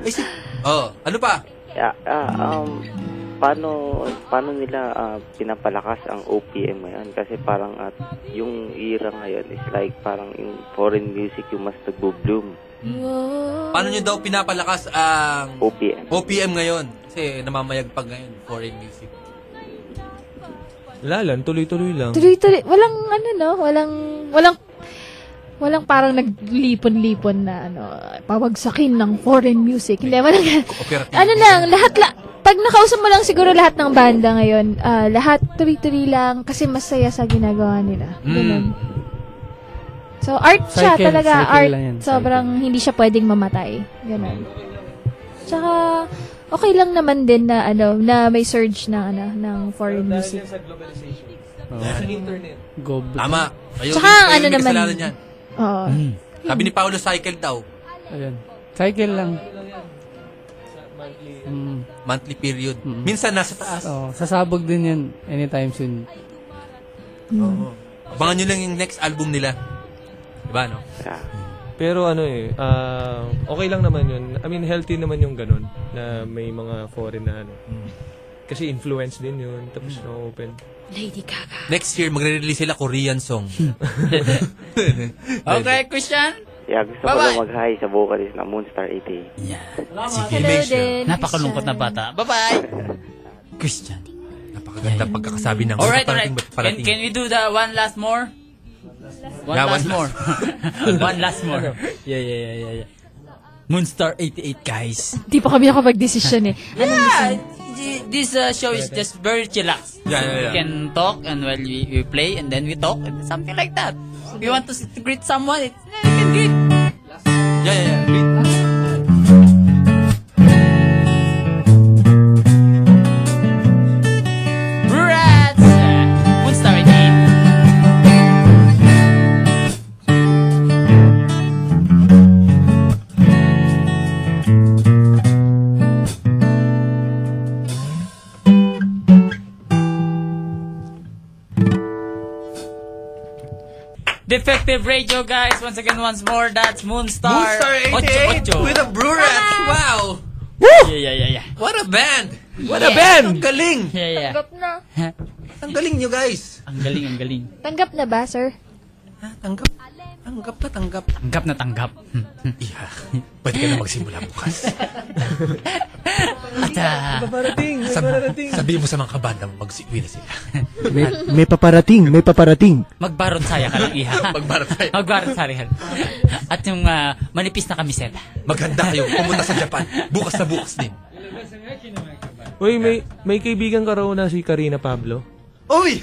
S1: Ay, si... Oh, ano pa?
S4: Yeah, ah, um, paano, paano nila ah, pinapalakas ang OPM ngayon? Kasi parang at yung era ngayon is like parang in foreign music yung mas nagbo-bloom.
S1: Paano nyo daw pinapalakas ang
S4: OPM.
S1: OPM ngayon? Kasi namamayagpag ngayon, foreign music.
S10: Wala lang, tuloy-tuloy lang.
S7: Tuloy-tuloy. Walang ano no, walang walang walang parang naglipon-lipon na ano, pawagsakin ng foreign music. Hindi, walang Ano lang, lahat la pag nakausap mo lang siguro lahat ng banda ngayon, ah, lahat tuloy-tuloy lang kasi masaya sa ginagawa nila. Ganun. So art siya
S8: Cycle,
S7: talaga,
S8: cycle
S7: art.
S8: lang yan, cycle.
S7: sobrang hindi siya pwedeng mamatay. Ganun. Tsaka okay lang naman din na ano, na may surge na ano, ng foreign music.
S10: globalization.
S8: Oo.
S10: Sa internet.
S8: Gob.
S1: Tama. Kayo,
S7: Tsaka
S1: kayo
S7: ano
S1: may
S7: naman-
S1: kasalanan yan. Hmm.
S7: Oo.
S1: Sabi ni Paolo, cycle daw.
S8: Ayan. Cycle lang. Mm.
S1: Monthly period. Minsan nasa taas.
S8: Oo, Oh, sasabog din yan anytime soon.
S1: Oo. Abangan nyo lang yung next album nila. Diba, no?
S10: Pero ano eh, ah, okay lang naman yun. I mean, healthy naman yung ganun na may mga foreign na ano.
S1: Hmm.
S10: Kasi influence din yun. Tapos na-open.
S2: Lady Gaga.
S1: Next year, magre-release sila Korean song.
S2: Okay, Christian?
S14: Yeah, gusto ko lang mag-hi sa vocalist ng Moonstar 88.
S2: Yeah.
S1: Sige, make sure.
S2: Napakalungkot na bata. Bye-bye! Christian.
S1: Napakaganda pagkakasabi ng
S2: Alright,
S1: parating
S2: alright.
S1: ba't
S2: Can,
S1: parating.
S2: can we do the one last more? One
S1: Yeah, one
S2: last more.
S1: last-
S2: one last more. Yeah, yeah, yeah, yeah, yeah. Moonstar 88, guys.
S7: Di pa kami nakapag-desisyon eh. Anong
S2: Yeah, th- this uh, show is just very chillax.
S1: Yeah, yeah, yeah.
S2: We can talk and while we, we play and then we talk and something like that. We want to s- to greet someone. It's, yeah, we can greet.
S1: Yeah, yeah, yeah.
S2: Brats! Uh, Moonstar 88. Defective Radio, guys. Once again, once more, that's Moonstar.
S1: Moonstar 88
S2: Ocho, ocho.
S1: with a Brurats. Wow!
S2: Yeah, yeah, yeah, yeah.
S1: What a band! What a
S2: Yeah.
S1: band! Ang galing!
S2: Yeah, yeah.
S7: tanggap na?
S1: Ang galing nyo guys!
S2: Ang galing, ang galing.
S7: Tanggap na ba, sir?
S1: tanggap? Tanggap na tanggap.
S2: Tanggap na tanggap. Hmm. yeah.
S1: Pwede ka na magsimula bukas.
S2: At, ah,
S1: Sab- sabihin mo sa mga kabanda mo, mag-uwi na sila.
S9: May, may paparating, may paparating.
S2: magbarot saya ka lang, iha.
S1: magbarot saya.
S2: magbarot saya ka lang. At yung ah, manipis na kamiseta.
S1: Maghanda kayo, pumunta sa Japan. Bukas na bukas din.
S10: Uy, may, may kaibigan ka raw na si Karina Pablo.
S1: Uy!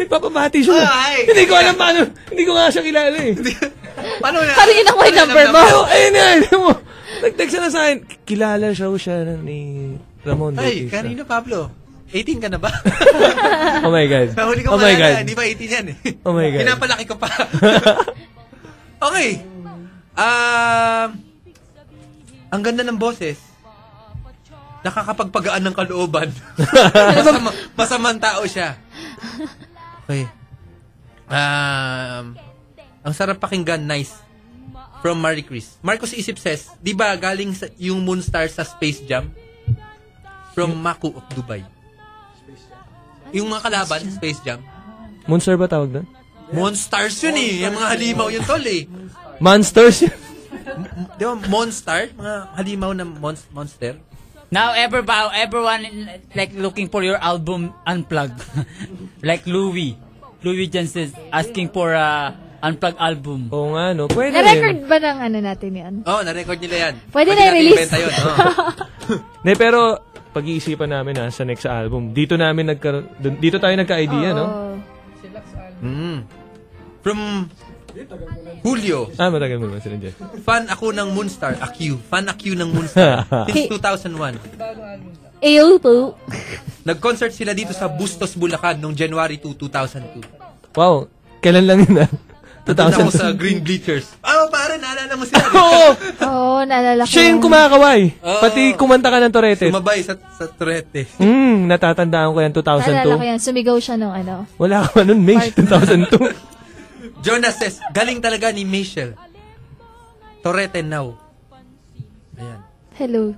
S10: Nagpapabati siya.
S1: Ah,
S10: Hindi ko alam paano. Hindi ko nga siya kilala eh.
S1: paano Ano na?
S7: Karina ko yung number mo.
S10: Oh, ayun na, ayun mo. Nag-text siya na sa akin. Kilala siya o siya ni Ramon.
S1: Ay,
S10: Bautista.
S1: kanina Pablo. 18 ka na ba?
S10: Oh my God.
S1: Nahuli ko
S10: Oh my God.
S1: pala na, Hindi pa 18 yan eh.
S10: Oh my God.
S1: Pinapalaki ko pa. okay. Um, ang ganda ng boses. Nakakapagpagaan ng kalooban. Masama, masamang tao siya. Okay. Um, ang sarap pakinggan, nice. From Marie Chris. Marcos Isip says, di ba galing sa, yung Moonstar sa Space Jam? From Maku of Dubai. Yung mga kalaban, Space Jam.
S10: Monster ba tawag doon?
S1: Monstars yun eh. Yung mga halimaw yun, tol eh.
S10: Monsters yun.
S1: Di ba, Monstar? Mga halimaw na mons- monster.
S2: Now, ever, ba- everyone like looking for your album unplugged. like Louis. Louis Jensen is asking for a unplugged album.
S10: Oo nga, no? Pwede
S7: Na-record ba ng ano natin yan?
S1: Oo, oh, na-record nila yan.
S7: Pwede na
S1: natin
S7: i-release.
S1: ibenta yun, oo.
S10: Ne, pero pag-iisipan namin ha, sa next album. Dito namin nagkaroon, dun- dito tayo nagka-idea, no?
S1: Mm. From Julio.
S10: Ah, matagal mo naman sila dyan.
S1: Fan ako ng Moonstar. AQ. Fan AQ ng Moonstar.
S7: Okay.
S1: Since 2001.
S7: Ew po.
S1: Nag-concert sila dito sa Bustos, Bulacan noong January 2, 2002.
S10: Wow, kailan lang yun ah? ha?
S1: Nandun ako sa
S10: 2000.
S1: Green Bleachers. Oo, oh, pare, naalala mo sila.
S10: Oo!
S7: Oo, naalala ko.
S10: Siya yung
S7: yan.
S10: kumakaway.
S1: Oo.
S10: Pati kumanta ka ng Torete.
S1: Sumabay sa, sa Torete.
S10: Hmm, natatandaan ko yan
S7: Naalala ko
S10: 2002.
S7: yan. Sumigaw siya nung ano.
S10: Wala ka nun, May, 2002.
S1: Jonas says, galing talaga ni Michelle. Torete now. Ayan.
S7: Hello.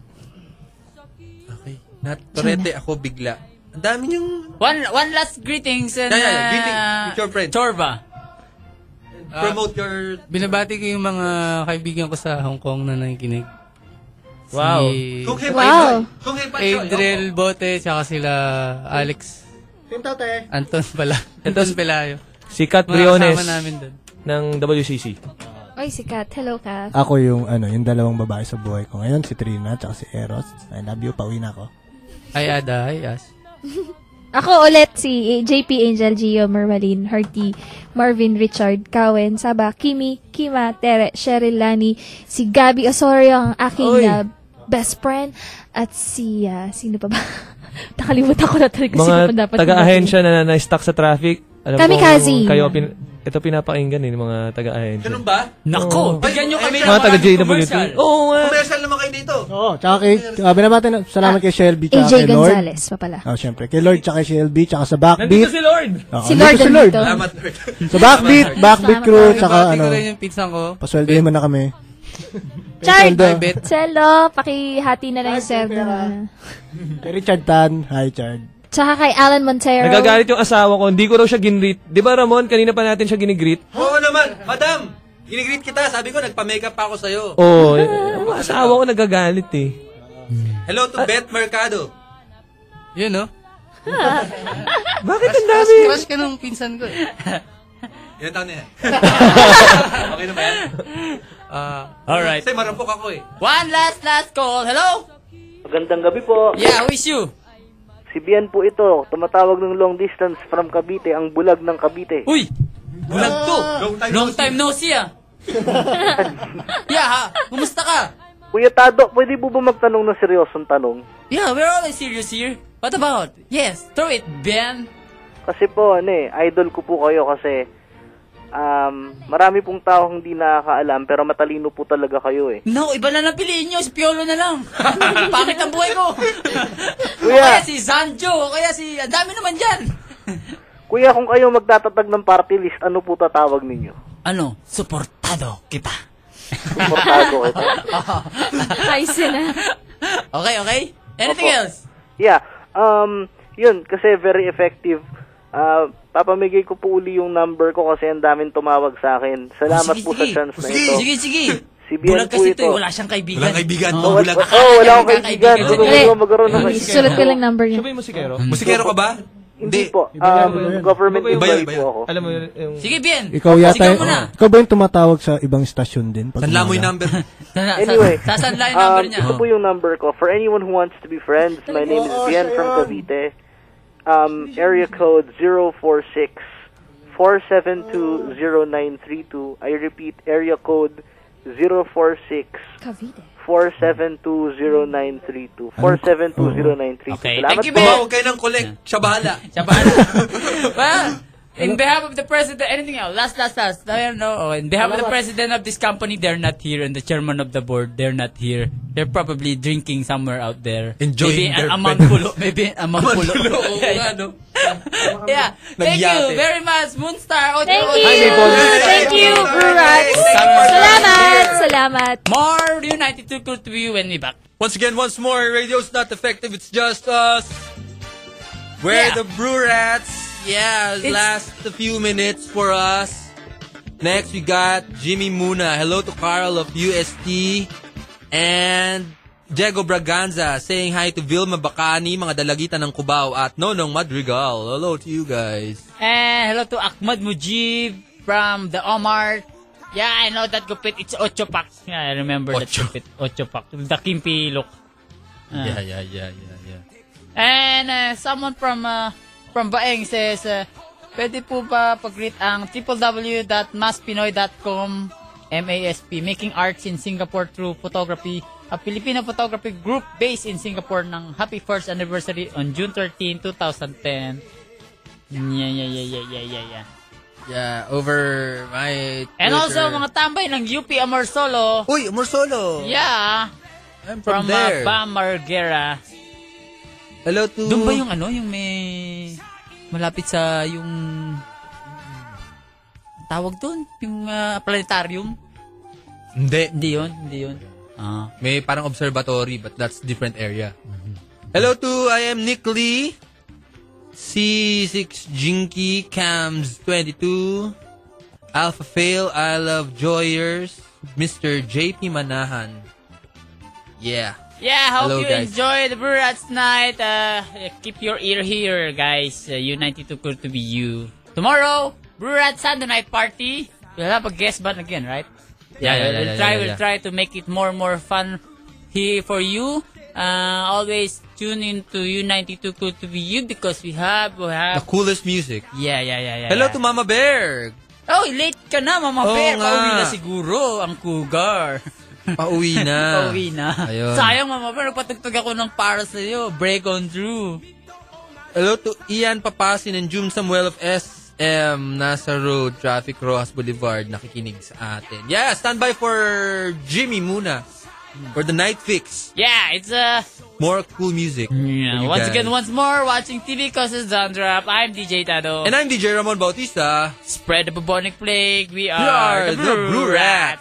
S1: Okay. Na Torete ako bigla. Ang dami niyong...
S2: One one last greetings and
S1: Yeah, yeah, yeah.
S2: uh,
S1: Greeting with your friends.
S2: Chorba.
S1: Promote your...
S8: Binabati ko yung mga kaibigan ko sa Hong Kong na nakikinig.
S2: Wow.
S8: Si
S1: Kung hey,
S7: Wow.
S1: Kung hey, Pachoy.
S8: Adriel Bote, tsaka sila Alex
S15: Team Tote.
S16: Anton pala. Anton Pelayo.
S10: Si Kat
S16: Mga
S10: Briones
S16: kasama namin dun.
S10: ng WCC.
S9: Oy, si Kat. Hello, Kat.
S17: Ako yung ano, yung dalawang babae sa buhay ko. Ngayon si Trina at si Eros. I love you, pauwi na ako.
S16: Ay, Ada. Ay, As.
S9: Ako ulit si JP Angel Gio Mermalin, Harty, Marvin Richard, Cowen, Saba, Kimi, Kima, Tere, Cheryl Lani, si Gabby Osorio, ang aking
S10: Oy.
S9: ah, best friend, at si, ah, sino pa ba? Nakalimutan ko na talaga sino pa
S10: Mga
S9: dapat.
S10: taga-ahensya na na-stuck sa traffic. Alam
S9: Kamikaze.
S10: ko kayo, pin- ito pinapakinggan eh, ng mga taga-ahensya. Ganun
S1: ba?
S16: Oh.
S10: Nako!
S1: Bigyan nyo kami
S10: Mga taga-JWT.
S2: Oh.
S10: Oo nga.
S1: Commercial naman kayo dito.
S17: Oo, Tsaka kay, uh, binabati
S9: Ah,
S17: na, salamat kay Shelby, tsaka
S9: AJ
S17: kay Lord.
S9: Gonzalez pa pala.
S17: Oh, syempre. Kay Lord, tsaka kay Shelby, tsaka sa Backbeat.
S16: Nandito si Lord.
S17: Oo,
S16: Si
S17: nandito
S16: Lord
S17: si Lord.
S16: nandito. Salamat,
S1: Lord.
S17: Sa Backbeat,
S16: Salamat, Lord.
S17: Backbeat
S16: Salamat,
S17: crew,
S16: Lord.
S17: tsaka
S16: Binabati ko
S17: ano.
S16: rin yung pinsan ko.
S17: Pasweldohin mo na kami.
S9: Chard!
S17: Ay, bet.
S9: Cello, pakihati na lang yung serve naman.
S17: Kay Richard Tan. Hi, Richard.
S9: Tsaka kay Alan Montero.
S10: Nagagalit yung asawa ko, hindi ko raw siya ginreet. Di ba Ramon, kanina pa natin siya ginigreet?
S1: Oo naman, madam. Ginigreet kita. Sabi ko, nagpa-makeup pa ako sa'yo.
S10: Oo, oh, yung asawa ko nagagalit eh.
S1: Hello to Beth Mercado.
S16: Yun, no?
S10: Bakit
S16: ang dami? Crush ka nung pinsan ko eh.
S1: Ilan taon na yan? okay na ba yan?
S2: Ah,
S1: alright. Kasi marampok ako eh.
S2: One last last call. Hello?
S4: Magandang gabi po.
S2: Yeah, who is you?
S4: Si Bian po ito. Tumatawag ng long distance from Cavite, ang bulag ng Cavite.
S2: Uy! Bulag to. Long time no see ah. yeah, ha? Kumusta ka?
S4: Kuya Tado, pwede po ba magtanong ng seryosong tanong?
S2: Yeah, we're always serious here. What about? Yes, throw it, Ben.
S4: Kasi po, ano eh, idol ko po kayo kasi um, marami pong tao hindi nakakaalam pero matalino po talaga kayo eh.
S2: No, iba na lang piliin nyo. Si Piolo na lang. Pangit ang buhay ko. O
S4: Kuya,
S2: kaya si Sanjo. O kaya si... Ang dami naman dyan.
S4: kuya kung kayo magtatatag ng party list, ano po tatawag ninyo?
S2: Ano? Suportado kita.
S4: Portado ito.
S9: Ay, sila.
S2: Okay, okay. Anything
S4: Opo.
S2: else?
S4: Yeah. Um, yun, kasi very effective. Ah, papamigay ko po uli yung number ko kasi ang daming tumawag sa akin. Salamat po sa chance na ito.
S2: Sige, sige.
S4: Si Bian
S2: Bulag kasi
S4: po ito.
S2: ito. eh. Wala siyang kaibigan. Wala kaibigan.
S4: Oo, wala- oo, wala akong kaibigan. Gusto ko lang magkaroon ng kaibigan.
S9: Sulat ko lang number niya.
S10: Musikero?
S1: Musikero ka ba?
S4: Hindi po. Um, government employee po ako.
S10: Alam mo yun, yung...
S2: Sige, Bien.
S17: Ikaw yata, eh. yung, ikaw ba yung tumatawag sa ibang stasyon din? Pag
S1: Sanla mo yung
S17: wala?
S1: number.
S4: Anyway,
S2: sasan lang
S4: um, ito po yung number ko. For anyone who wants to be friends, my name is Bian from Cavite. Um, area code 046 472 0932. I repeat, area code 046 472 0932. 472 0932. Salamat po.
S1: Tumawag Oh, kayo ng collect. Siya bahala.
S2: Siya bahala. well, in behalf of the president, anything else? Last, last, last. I don't know. Oh, in behalf of the president of this company, they're not here, and the chairman of the board, they're not here. They're probably drinking somewhere out there.
S1: Enjoying
S2: Maybe
S1: their
S2: a- amang
S1: penance.
S2: pulo. Maybe amang pulo.
S1: Oo nga, no?
S2: yeah. Thank
S1: Nagyate.
S2: you very much, Moonstar. Audio
S9: Thank
S2: Audio.
S9: you. Thank you, Brurat. Salamat. Salamat.
S2: More Rio 92 Crew to you when we back.
S1: Once again, once more, radio's not effective. It's just us. We're
S2: Yeah.
S1: the Brew Rats. Yeah, last few minutes for us. Next, we got Jimmy Muna. Hello to Carl of UST. And Diego Braganza saying hi to Vilma Bacani, mga dalagitan ng Cubao at Nonong Madrigal. Hello to you guys.
S2: And hello to Ahmad Mujib from the Omar. Yeah, I know that gupit. It's ocho pack. Yeah, I remember that gupit. Ocho pack. The Kimpi look. Ah.
S1: Yeah, yeah, yeah, yeah, yeah.
S2: And uh, someone from uh, from Baeng says, uh, pwede po ba pag-greet ang www.maspinoy.com MASP Making Arts in Singapore through Photography a Filipino photography group based in Singapore ng happy first anniversary on June 13, 2010. Yeah, yeah, yeah, yeah, yeah, yeah, yeah.
S1: Yeah, over my Twitter.
S2: And also, mga tambay ng UP Amorsolo.
S1: Uy, Amorsolo!
S2: Yeah!
S1: I'm
S2: from
S1: from there.
S2: uh, Bam Margera.
S1: Hello to...
S2: Doon ba yung ano, yung may... Malapit sa yung... Tawag doon? Yung uh, planetarium?
S1: Hindi.
S2: Hindi yun, hindi yun.
S1: May parang observatory but that's different area. Mhm. Hello to I am Nick Lee. C6 Jinky Cams 22. Alpha Fail I Love Joyers. Mr. JP Manahan. Yeah.
S2: Yeah, hope
S1: Hello,
S2: you
S1: guys.
S2: enjoy the Brew Rats night. Uh, keep your ear here, guys. Uh, U92 cool to be you. Tomorrow, Brew Rats Sunday night party. We'll have a guest band again, right?
S1: Yeah, yeah, yeah,
S2: We'll
S1: yeah,
S2: try,
S1: yeah,
S2: we'll
S1: yeah.
S2: try to make it more and more fun here for you. Uh, always tune in to U92 cool to be you because we have, we have.
S1: Coolest music.
S2: Yeah, yeah, yeah, yeah.
S1: Hello
S2: Ah. yeah.
S1: to Mama Bear.
S2: Oh, late ka na, Mama
S1: Oo
S2: Bear.
S1: nga.
S2: Pauwi na siguro ang cougar.
S1: Pauwi na.
S2: Pauwi na.
S1: Ayun.
S2: Sayang, Mama Bear. Nagpatugtog ako ng para sa'yo. Break on through.
S1: Hello to Ian Papasin and June Samuel of SM Nasa Road, Traffic Rojas Boulevard, nakikinig sa atin. Yeah, standby for Jimmy muna for the night fix.
S2: Yeah, it's a...
S1: More cool music. Yeah,
S2: Once again, once more, watching TV causes Zandrop. I'm DJ Tado.
S1: And I'm DJ Ramon Bautista.
S2: Spread the bubonic plague.
S1: We
S2: We
S1: are
S2: are,
S1: the Blue Rats.